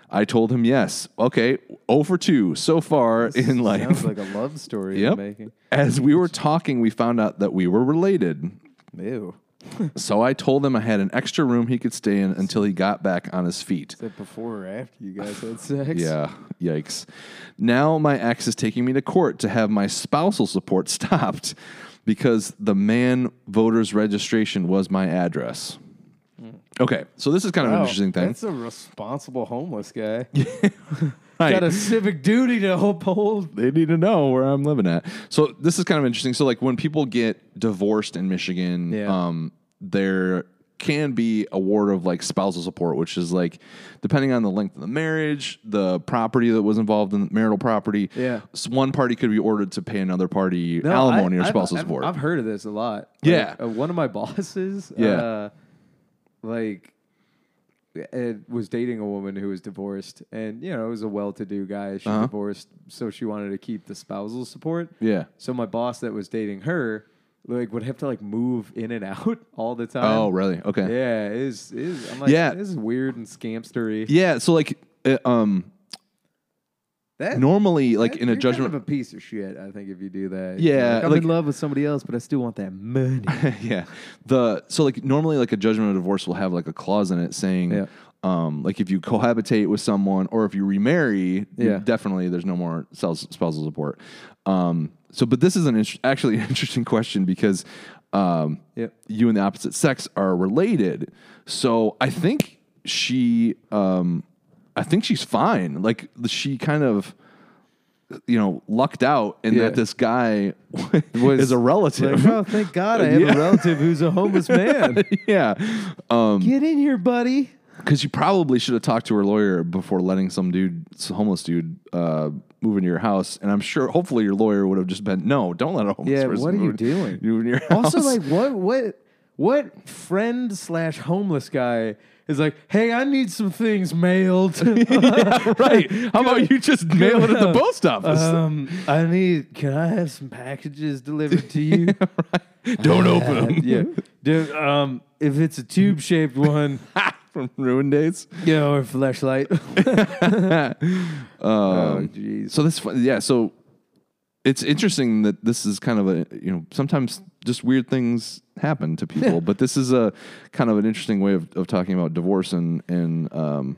[SPEAKER 1] I told him yes. Okay. 0 for 2 so far in life.
[SPEAKER 2] Sounds like a love story
[SPEAKER 1] (laughs) Yep.
[SPEAKER 2] you're making.
[SPEAKER 1] As we were talking, we found out that we were related.
[SPEAKER 2] Ew.
[SPEAKER 1] So I told him I had an extra room he could stay in until he got back on his feet.
[SPEAKER 2] Is that before or after you guys
[SPEAKER 1] (laughs)
[SPEAKER 2] had sex?
[SPEAKER 1] Yeah, yikes. Now my ex is taking me to court to have my spousal support (laughs) stopped because the man voter's registration was my address. Okay, so this is kind of an
[SPEAKER 2] Hmm. Wow,
[SPEAKER 1] interesting thing.
[SPEAKER 2] That's a responsible homeless
[SPEAKER 1] (laughs)
[SPEAKER 2] guy.
[SPEAKER 1] Right.
[SPEAKER 2] Got a civic duty to uphold.
[SPEAKER 1] they need to know where I'm living at. So this is kind of interesting. So like when people get divorced in Michigan,
[SPEAKER 2] Yeah.
[SPEAKER 1] um, there can be award of like spousal support, which is like depending on the length of the marriage, the property that was involved in marital property.
[SPEAKER 2] Yeah.
[SPEAKER 1] s- one party could be ordered to pay another party
[SPEAKER 2] No,
[SPEAKER 1] alimony
[SPEAKER 2] I-
[SPEAKER 1] or
[SPEAKER 2] I've-
[SPEAKER 1] spousal
[SPEAKER 2] I've,
[SPEAKER 1] support.
[SPEAKER 2] I've heard of this a lot. Like,
[SPEAKER 1] Yeah.
[SPEAKER 2] uh, one of my (laughs) bosses,
[SPEAKER 1] Yeah.
[SPEAKER 2] uh, like, Ed was dating a woman who was divorced, and you know it was a well-to-do guy. She
[SPEAKER 1] Uh-huh.
[SPEAKER 2] divorced, so she wanted to keep the spousal support.
[SPEAKER 1] Yeah.
[SPEAKER 2] So my boss that was dating her, like, would have to like move in and (laughs) out all the time.
[SPEAKER 1] oh, really? Okay.
[SPEAKER 2] Yeah, it is it is I'm like
[SPEAKER 1] Yeah.
[SPEAKER 2] this is weird and scamstery.
[SPEAKER 1] Yeah, So like, uh, um,
[SPEAKER 2] That,
[SPEAKER 1] normally like in a
[SPEAKER 2] you're
[SPEAKER 1] judgment.
[SPEAKER 2] kind of a piece of shit. I think if you do that,
[SPEAKER 1] Yeah,
[SPEAKER 2] Like, I'm
[SPEAKER 1] like-
[SPEAKER 2] in love with somebody else, but I still want that
[SPEAKER 1] (laughs)
[SPEAKER 2] money.
[SPEAKER 1] yeah. The so like normally like a judgment of divorce will have like a clause in it saying
[SPEAKER 2] Yeah.
[SPEAKER 1] um like if you cohabitate with someone or if you remarry,
[SPEAKER 2] Yeah.
[SPEAKER 1] definitely there's no more spousal spousal support. Um so but this is an inter- actually (laughs) an interesting question because um
[SPEAKER 2] Yep.
[SPEAKER 1] you and the opposite sex are related. So I think she um I think she's fine. Like she kind of you know, lucked out in
[SPEAKER 2] Yeah.
[SPEAKER 1] that this guy (laughs) is a relative. (laughs)
[SPEAKER 2] Like, oh, thank God I have
[SPEAKER 1] Yeah.
[SPEAKER 2] a relative who's a
[SPEAKER 1] (laughs)
[SPEAKER 2] homeless man. (laughs)
[SPEAKER 1] yeah. Um,
[SPEAKER 2] Get in here, buddy.
[SPEAKER 1] Because you probably should have talked to her lawyer before letting some dude, some homeless dude, uh, move into your house. And I'm sure, hopefully, your lawyer would have just been, no, don't let a homeless
[SPEAKER 2] Yeah,
[SPEAKER 1] person
[SPEAKER 2] what are you
[SPEAKER 1] move,
[SPEAKER 2] doing?
[SPEAKER 1] move into your house.
[SPEAKER 2] Also, like, what, what, what friend slash homeless guy is like? Hey, I need some things
[SPEAKER 1] (laughs)
[SPEAKER 2] mailed.
[SPEAKER 1] (laughs)
[SPEAKER 2] (laughs)
[SPEAKER 1] right. How about you just mail it at the post office?
[SPEAKER 2] um, I need. Can I have some packages delivered to (laughs) you?
[SPEAKER 1] don't open them.
[SPEAKER 2] yeah. Dude, um, if it's a tube shaped one, (laughs)
[SPEAKER 1] (laughs) From ruin dates.
[SPEAKER 2] you know, or flashlight. oh, jeez.
[SPEAKER 1] So this, yeah. So it's interesting that this is kind of a you know sometimes just weird things happen to people, but this is a kind of an interesting way of, of talking about divorce and and um,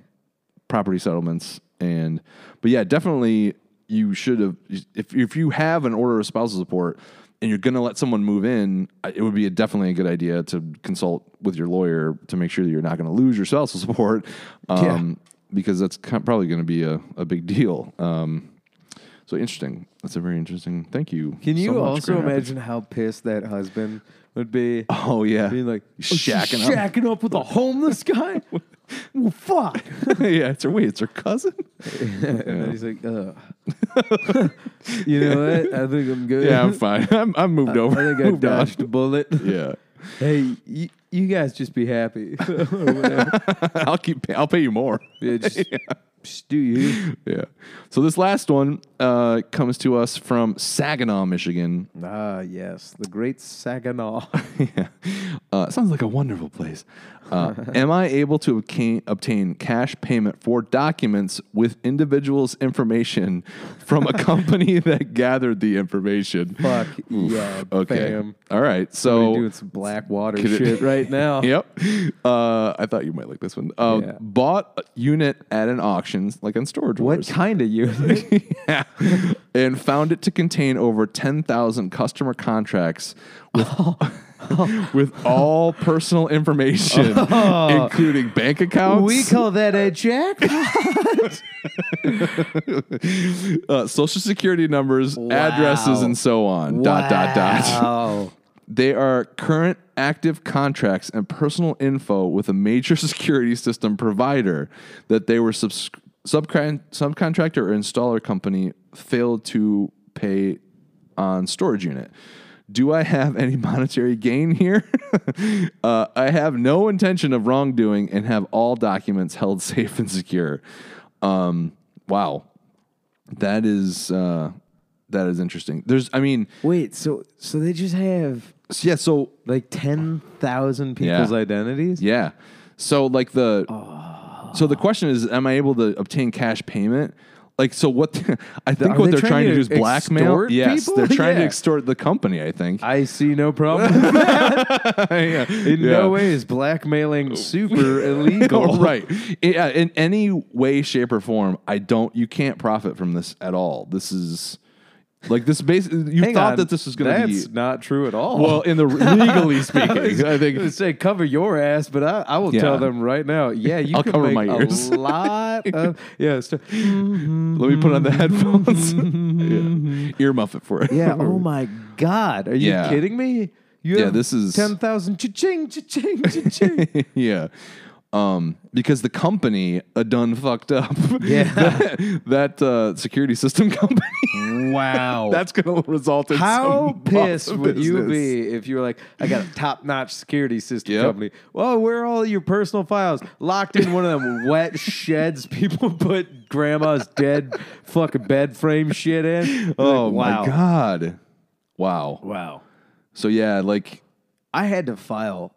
[SPEAKER 1] property settlements and but yeah, definitely you should have if if you have an order of spousal support and you're going to let someone move in, I- it would be a, definitely a good idea to consult with your lawyer to make sure that you're not going to lose your spousal (laughs) support. Um, Because that's ki- probably going to be a, a big deal. Um, so interesting. That's a very interesting. Thank you.
[SPEAKER 2] Can you
[SPEAKER 1] so much,
[SPEAKER 2] also
[SPEAKER 1] Grand Rapids.
[SPEAKER 2] imagine how pissed that husband would be?
[SPEAKER 1] Oh yeah,
[SPEAKER 2] Being like, oh, she's
[SPEAKER 1] shacking up.
[SPEAKER 2] shacking up with a homeless guy? well, fuck.
[SPEAKER 1] (laughs) yeah, it's her. Wait, it's
[SPEAKER 2] (laughs)
[SPEAKER 1] her cousin.
[SPEAKER 2] (laughs) And then he's like, (laughs) ugh. you know what? I think I'm good.
[SPEAKER 1] Yeah, I'm fine. (laughs) I'm, I'm moved over.
[SPEAKER 2] I think (laughs) I
[SPEAKER 1] moved on.
[SPEAKER 2] dodged a bullet.
[SPEAKER 1] (laughs) Yeah,
[SPEAKER 2] (laughs) Hey, y- you guys just be happy. (laughs)
[SPEAKER 1] I'll keep. Pay, I'll pay you more. (laughs)
[SPEAKER 2] Yeah, just Do you?
[SPEAKER 1] Yeah. So this last one uh, comes to us from Saginaw, Michigan.
[SPEAKER 2] ah, yes. The great Saginaw. (laughs)
[SPEAKER 1] yeah. (laughs) Uh, sounds like a wonderful place. Uh, (laughs) am I able to obtain, obtain cash payment for documents with individuals' information
[SPEAKER 2] (laughs)
[SPEAKER 1] from a company that gathered the information?
[SPEAKER 2] Fuck yeah.
[SPEAKER 1] Okay.
[SPEAKER 2] Bam.
[SPEAKER 1] All right.
[SPEAKER 2] We're
[SPEAKER 1] So.
[SPEAKER 2] doing some
[SPEAKER 1] (laughs)
[SPEAKER 2] black water
[SPEAKER 1] Could it-
[SPEAKER 2] shit right now.
[SPEAKER 1] (laughs) Yep. Uh, I thought you might like this one. Uh,
[SPEAKER 2] Yeah.
[SPEAKER 1] Bought a unit at an auction, like on storage
[SPEAKER 2] What
[SPEAKER 1] wars.
[SPEAKER 2] kind of unit?
[SPEAKER 1] (laughs)
[SPEAKER 2] (laughs)
[SPEAKER 1] yeah. and found it to contain over 10,000 customer contracts with, (laughs) with all
[SPEAKER 2] (laughs)
[SPEAKER 1] personal information, including bank accounts,
[SPEAKER 2] we call that a
[SPEAKER 1] (laughs)
[SPEAKER 2] jackpot.
[SPEAKER 1] uh, social security numbers, addresses,
[SPEAKER 2] Wow.
[SPEAKER 1] and so on. Dot, dot, dot.
[SPEAKER 2] Wow.
[SPEAKER 1] They are current active contracts and personal info with a major (laughs) security system provider that they were subs- subcon- subcontractor or installer company failed to pay on storage unit. Do I have any (laughs) monetary gain here? (laughs) uh, I have no intention of wrongdoing and have all documents held (laughs) safe and secure. Um, wow, that is uh, that is interesting. There's, I mean,
[SPEAKER 2] Wait, so so they just have
[SPEAKER 1] s- yeah. So
[SPEAKER 2] like 10,000 people's
[SPEAKER 1] Yeah.
[SPEAKER 2] identities?
[SPEAKER 1] Yeah. So like the so the question is, am I able to obtain cash payment? Like so, what (laughs) I think
[SPEAKER 2] Are
[SPEAKER 1] what
[SPEAKER 2] they
[SPEAKER 1] they're
[SPEAKER 2] trying
[SPEAKER 1] trying to
[SPEAKER 2] to
[SPEAKER 1] do is blackmail.
[SPEAKER 2] extort
[SPEAKER 1] Yes,
[SPEAKER 2] people?
[SPEAKER 1] they're trying to
[SPEAKER 2] Yeah.
[SPEAKER 1] extort the company. I think. (laughs)
[SPEAKER 2] I see no problem. with that. In
[SPEAKER 1] Yeah.
[SPEAKER 2] no way is blackmailing
[SPEAKER 1] (laughs)
[SPEAKER 2] super illegal.
[SPEAKER 1] Oh, right. Yeah, in any way, shape, or form, I don't. You can't profit from this at all. This is like this. Basically, you
[SPEAKER 2] Hang
[SPEAKER 1] thought
[SPEAKER 2] on,
[SPEAKER 1] that this was going to be
[SPEAKER 2] That's not true at all.
[SPEAKER 1] (laughs) well in
[SPEAKER 2] (laughs)
[SPEAKER 1] the legally speaking. I
[SPEAKER 2] I would
[SPEAKER 1] think.
[SPEAKER 2] say cover your ass, but I, I will
[SPEAKER 1] Yeah.
[SPEAKER 2] tell them right now. Yeah, you
[SPEAKER 1] I'll
[SPEAKER 2] can
[SPEAKER 1] cover
[SPEAKER 2] make
[SPEAKER 1] my ears. (laughs) Mm-hmm.
[SPEAKER 2] a lot of yeah. st-
[SPEAKER 1] Let me put on the
[SPEAKER 2] (laughs)
[SPEAKER 1] headphones. (laughs) yeah. Ear muff it for it.
[SPEAKER 2] yeah. Oh my god, are you
[SPEAKER 1] Yeah.
[SPEAKER 2] kidding me? You
[SPEAKER 1] Yeah,
[SPEAKER 2] have
[SPEAKER 1] this is-
[SPEAKER 2] ten thousand cha-ching,
[SPEAKER 1] (laughs)
[SPEAKER 2] cha-ching, cha-ching.
[SPEAKER 1] yeah. Um, because the company uh, done fucked up. (laughs)
[SPEAKER 2] Yeah.
[SPEAKER 1] that that, uh, security system (laughs) company.
[SPEAKER 2] wow.
[SPEAKER 1] that's gonna result in
[SPEAKER 2] How
[SPEAKER 1] some (laughs) loss
[SPEAKER 2] pissed
[SPEAKER 1] of
[SPEAKER 2] would you
[SPEAKER 1] business.
[SPEAKER 2] be if you were like, I got a top notch security system
[SPEAKER 1] Yep.
[SPEAKER 2] company? Well, where are all your personal files? Locked in one of
[SPEAKER 1] (laughs)
[SPEAKER 2] them wet sheds people (laughs) put grandma's dead fucking bed frame shit in.
[SPEAKER 1] Oh
[SPEAKER 2] Like,
[SPEAKER 1] my god! Wow.
[SPEAKER 2] Wow.
[SPEAKER 1] So yeah, like
[SPEAKER 2] I had to file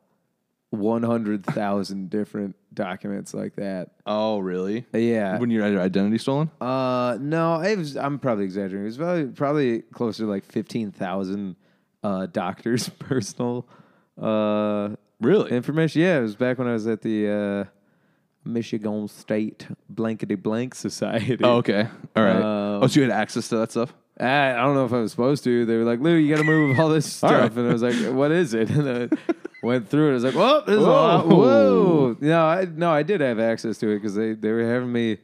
[SPEAKER 2] 100,000 different documents like that.
[SPEAKER 1] oh really?
[SPEAKER 2] Yeah.
[SPEAKER 1] When you had your identity stolen?
[SPEAKER 2] Uh, no, it was, I'm probably exaggerating. It was probably, probably closer to like 15,000 uh, doctors' (laughs) personal uh,
[SPEAKER 1] Really?
[SPEAKER 2] information. Yeah, it was back when I was at the uh, Michigan State Blankety Blank Society.
[SPEAKER 1] oh, okay. All right.
[SPEAKER 2] Um,
[SPEAKER 1] oh, so you had access to that stuff?
[SPEAKER 2] Eh, I, I don't know if I was supposed to. They were like, Lou, you got to move all this stuff.
[SPEAKER 1] All right.
[SPEAKER 2] And I was like, what is it? (laughs) And I went through it. I was like, whoa, this is a
[SPEAKER 1] Whoa.
[SPEAKER 2] lot. Whoa. No, I, no, I did have access to it because they, they were having me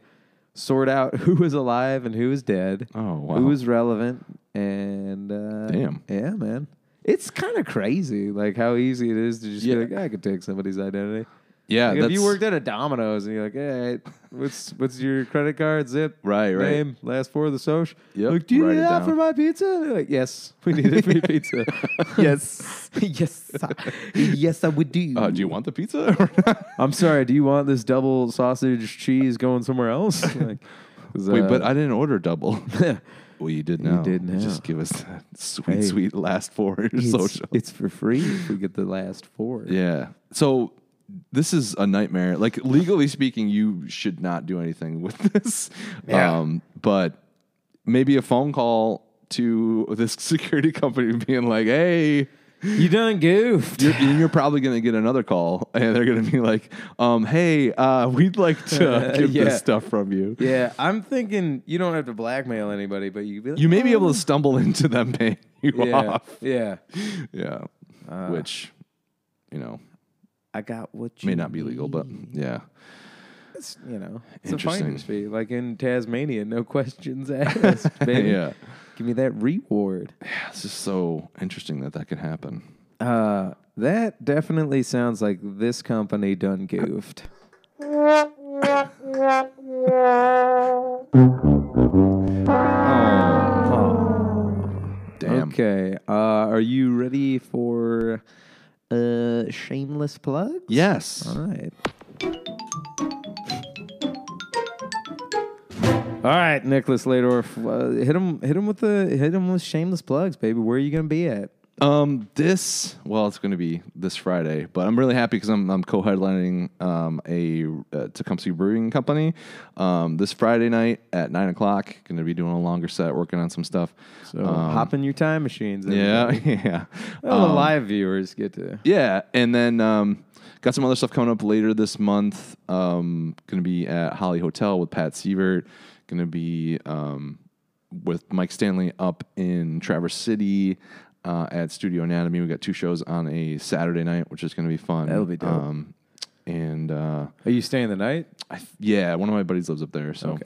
[SPEAKER 2] sort out (laughs) who was alive and who was dead.
[SPEAKER 1] Oh, wow.
[SPEAKER 2] Who was relevant. And uh,
[SPEAKER 1] Damn.
[SPEAKER 2] Yeah, man. It's kind of crazy, like how easy it is to just
[SPEAKER 1] Yeah.
[SPEAKER 2] be like, I could take somebody's identity.
[SPEAKER 1] Yeah.
[SPEAKER 2] Like, if
[SPEAKER 1] that's-
[SPEAKER 2] you worked at a Domino's and you're like, hey, what's what's your credit card zip?
[SPEAKER 1] Right, right.
[SPEAKER 2] Name, last four of the social.
[SPEAKER 1] Yep,
[SPEAKER 2] Like, do you
[SPEAKER 1] write
[SPEAKER 2] need
[SPEAKER 1] it
[SPEAKER 2] that
[SPEAKER 1] down.
[SPEAKER 2] for my pizza? And they're like, yes, (laughs) we need it for your pizza.
[SPEAKER 1] (laughs) yes.
[SPEAKER 2] (laughs) yes, yes, I would do.
[SPEAKER 1] Uh, do you want
[SPEAKER 2] (laughs)
[SPEAKER 1] the pizza? (laughs) Or not?
[SPEAKER 2] I'm sorry. Do you want this double sausage cheese going somewhere
[SPEAKER 1] (laughs)
[SPEAKER 2] else? Like, 'cause,
[SPEAKER 1] Wait,
[SPEAKER 2] uh,
[SPEAKER 1] but I didn't
[SPEAKER 2] (laughs)
[SPEAKER 1] order double. well, you did now.
[SPEAKER 2] did now.
[SPEAKER 1] Just give us that (laughs) sweet,
[SPEAKER 2] Hey.
[SPEAKER 1] sweet last four (laughs) of your
[SPEAKER 2] it's,
[SPEAKER 1] social.
[SPEAKER 2] it's for free if we get the last four.
[SPEAKER 1] yeah. So this is a nightmare. Like legally speaking, you should not do anything with (laughs) this.
[SPEAKER 2] Yeah.
[SPEAKER 1] Um, but maybe a phone call to this (laughs) security company being like, "Hey,
[SPEAKER 2] You done goofed.
[SPEAKER 1] you're, and you're probably going to get another call, (laughs) and they're going to be like, um, "Hey, uh, we'd like
[SPEAKER 2] (laughs)
[SPEAKER 1] to get
[SPEAKER 2] Yeah.
[SPEAKER 1] this stuff from you."
[SPEAKER 2] (laughs) yeah, I'm thinking you don't have to blackmail anybody, but you be like,
[SPEAKER 1] You may be able to stumble (laughs) into them paying you
[SPEAKER 2] Yeah,
[SPEAKER 1] (laughs) off.
[SPEAKER 2] yeah.
[SPEAKER 1] Yeah.
[SPEAKER 2] Uh,
[SPEAKER 1] Which, you know,
[SPEAKER 2] I got what you
[SPEAKER 1] may not be legal, but
[SPEAKER 2] (laughs)
[SPEAKER 1] yeah.
[SPEAKER 2] It's, you know, it's a
[SPEAKER 1] Interesting.
[SPEAKER 2] finder's fee. Like in Tasmania, no
[SPEAKER 1] (laughs)
[SPEAKER 2] questions asked. Baby.
[SPEAKER 1] Yeah.
[SPEAKER 2] Give me that reward.
[SPEAKER 1] It's just so interesting that that could happen.
[SPEAKER 2] Uh, that definitely sounds like this company done goofed.
[SPEAKER 1] (laughs) Damn.
[SPEAKER 2] Okay. Uh, are you ready for uh, shameless plugs?
[SPEAKER 1] Yes.
[SPEAKER 2] All right. All right, Nicholas Ladorf, uh, hit him, hit him with the, hit him with shameless plugs, baby. Where are you gonna be at?
[SPEAKER 1] Um, this well, it's going to be this Friday, but I'm really happy because I'm I'm co-headlining um, a uh, Tecumseh Brewing Company um, this Friday night at nine o'clock. Going to be doing a longer set, working on some stuff.
[SPEAKER 2] So
[SPEAKER 1] Um,
[SPEAKER 2] hop in Oh, your time machines.
[SPEAKER 1] yeah, (laughs)
[SPEAKER 2] everybody.
[SPEAKER 1] yeah,
[SPEAKER 2] Well, the
[SPEAKER 1] Um,
[SPEAKER 2] live viewers get to.
[SPEAKER 1] yeah. And then um, got some other stuff coming up later this month. Um, going to be at Holly Hotel with Pat Sievert. Going to be um, with Mike Stanley up in Traverse City uh, at Studio Anatomy. We got two shows on a Saturday night, which is going to be fun.
[SPEAKER 2] That'll be dope.
[SPEAKER 1] Um, and uh,
[SPEAKER 2] Are you staying the night?
[SPEAKER 1] I th- yeah, one of my buddies lives up there, so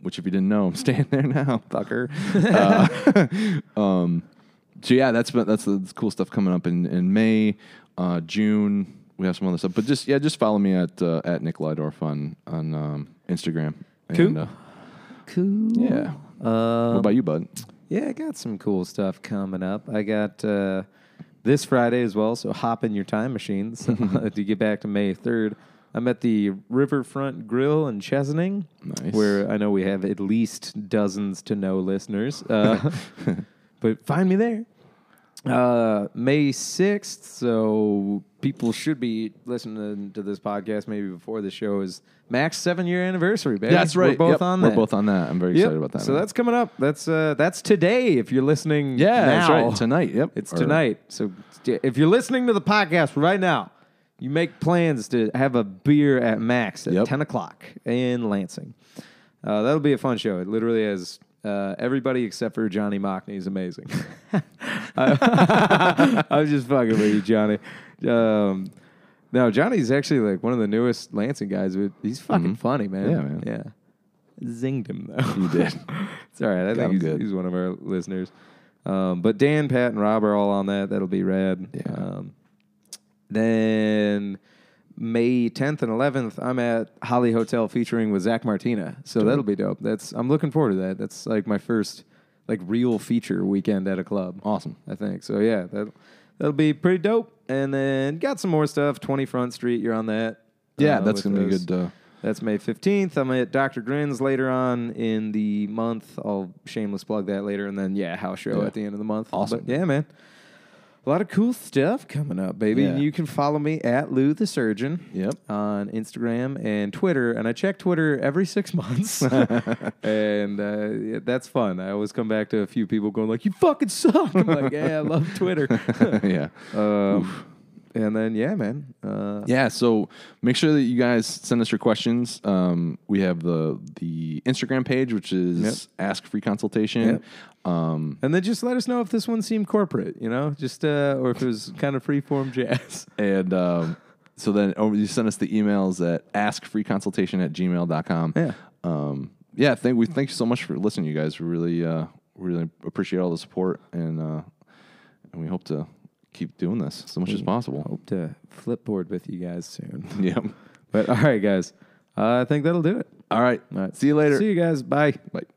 [SPEAKER 1] which if you didn't know, I'm (laughs) staying there now, (laughs) fucker. Uh, (laughs) um, so yeah, that's been- that's the cool stuff coming up in in May, uh, June. We have some other stuff, but just yeah, just follow me at uh, at Nick Lydorf on on um, Instagram.
[SPEAKER 2] Cool.
[SPEAKER 1] uh,
[SPEAKER 2] Cool. Uh,
[SPEAKER 1] yeah. what about you, bud?
[SPEAKER 2] Yeah, I got some cool stuff coming up. I got uh, this Friday as well, so hop in your time machines (laughs)
[SPEAKER 1] (laughs)
[SPEAKER 2] to get back to May 3rd. I'm at the Riverfront Grill in Chesaning,
[SPEAKER 1] Nice.
[SPEAKER 2] where I know we have at least dozens to no listeners.
[SPEAKER 1] (laughs)
[SPEAKER 2] Uh, but find me there. Uh, May 6th, so people should be listening to this podcast maybe before the show is Max seven year anniversary, baby.
[SPEAKER 1] That's right.
[SPEAKER 2] We're both
[SPEAKER 1] Yep,
[SPEAKER 2] on
[SPEAKER 1] We're
[SPEAKER 2] that.
[SPEAKER 1] both on that. I'm very
[SPEAKER 2] Yep.
[SPEAKER 1] excited about that.
[SPEAKER 2] So
[SPEAKER 1] man.
[SPEAKER 2] that's coming up. That's uh, that's today. If you're listening,
[SPEAKER 1] yeah, that's
[SPEAKER 2] now.
[SPEAKER 1] right. Tonight. Yep.
[SPEAKER 2] It's
[SPEAKER 1] Or-
[SPEAKER 2] tonight. So t- if you're listening to the podcast right now, you make plans to have a beer at Max at
[SPEAKER 1] Yep.
[SPEAKER 2] 10 o'clock in Lansing. Uh, that'll be a fun show. It literally has uh, everybody except for Johnny Mockney is amazing. (laughs) I, (laughs) I'm just fucking with you, Johnny. Um, no, Johnny's actually like one of the newest Lansing guys. but He's fucking funny, man.
[SPEAKER 1] Mm-hmm. Yeah, man.
[SPEAKER 2] Yeah. Zinged him though.
[SPEAKER 1] (laughs) You did.
[SPEAKER 2] It's all right. I
[SPEAKER 1] him
[SPEAKER 2] think he's,
[SPEAKER 1] good.
[SPEAKER 2] he's one of our listeners. Um, but Dan, Pat, and Rob are all on that. That'll be rad.
[SPEAKER 1] Yeah.
[SPEAKER 2] Um, then May 10th and 11th, I'm at Holly Hotel featuring with Zach Martina. So that'll be dope. That's I'm looking forward to that. That's like my first like real feature weekend at a club.
[SPEAKER 1] Awesome.
[SPEAKER 2] I think. So yeah, that that'll be pretty dope. And then got some more stuff. 20 Front Street, you're on that.
[SPEAKER 1] Yeah,
[SPEAKER 2] uh,
[SPEAKER 1] that's
[SPEAKER 2] with
[SPEAKER 1] gonna be
[SPEAKER 2] us.
[SPEAKER 1] good. Uh,
[SPEAKER 2] That's May 15th. I'm at Dr. Grin's later on in the month. I'll shameless plug that later. And then, yeah, house show
[SPEAKER 1] Yeah.
[SPEAKER 2] at the end of the month.
[SPEAKER 1] Awesome.
[SPEAKER 2] But yeah, man. A lot of cool stuff coming up, baby.
[SPEAKER 1] Yeah.
[SPEAKER 2] And you can follow me at Lou the Surgeon
[SPEAKER 1] Yep.
[SPEAKER 2] on Instagram and Twitter. And I check Twitter every six
[SPEAKER 1] (laughs)
[SPEAKER 2] months. and uh, yeah, that's fun. I always come back to a few people going like, you fucking suck. I'm like, yeah, I love
[SPEAKER 1] (laughs)
[SPEAKER 2] Twitter.
[SPEAKER 1] (laughs)
[SPEAKER 2] (laughs)
[SPEAKER 1] yeah.
[SPEAKER 2] um, and then, yeah, man. Uh,
[SPEAKER 1] yeah so make sure that you guys send us your questions um, we have the the instagram page which is ask free consultation um,
[SPEAKER 2] And then just let us know if this one seemed corporate, you know, just uh, or if it was kind of freeform (laughs) jazz.
[SPEAKER 1] and um, so then oh, you send us the emails at askfreeconsultation at gmail.com
[SPEAKER 2] Yeah.
[SPEAKER 1] um, yeah thank we thank you so much for listening you guys we really uh, really appreciate all the support and uh, and we hope to keep doing this as much as possible (laughs)
[SPEAKER 2] Hope to flipboard with you guys soon.
[SPEAKER 1] yep
[SPEAKER 2] But all right, guys, uh, I think that'll do it.
[SPEAKER 1] all right
[SPEAKER 2] All right,
[SPEAKER 1] see you later
[SPEAKER 2] See you guys. Bye.
[SPEAKER 1] bye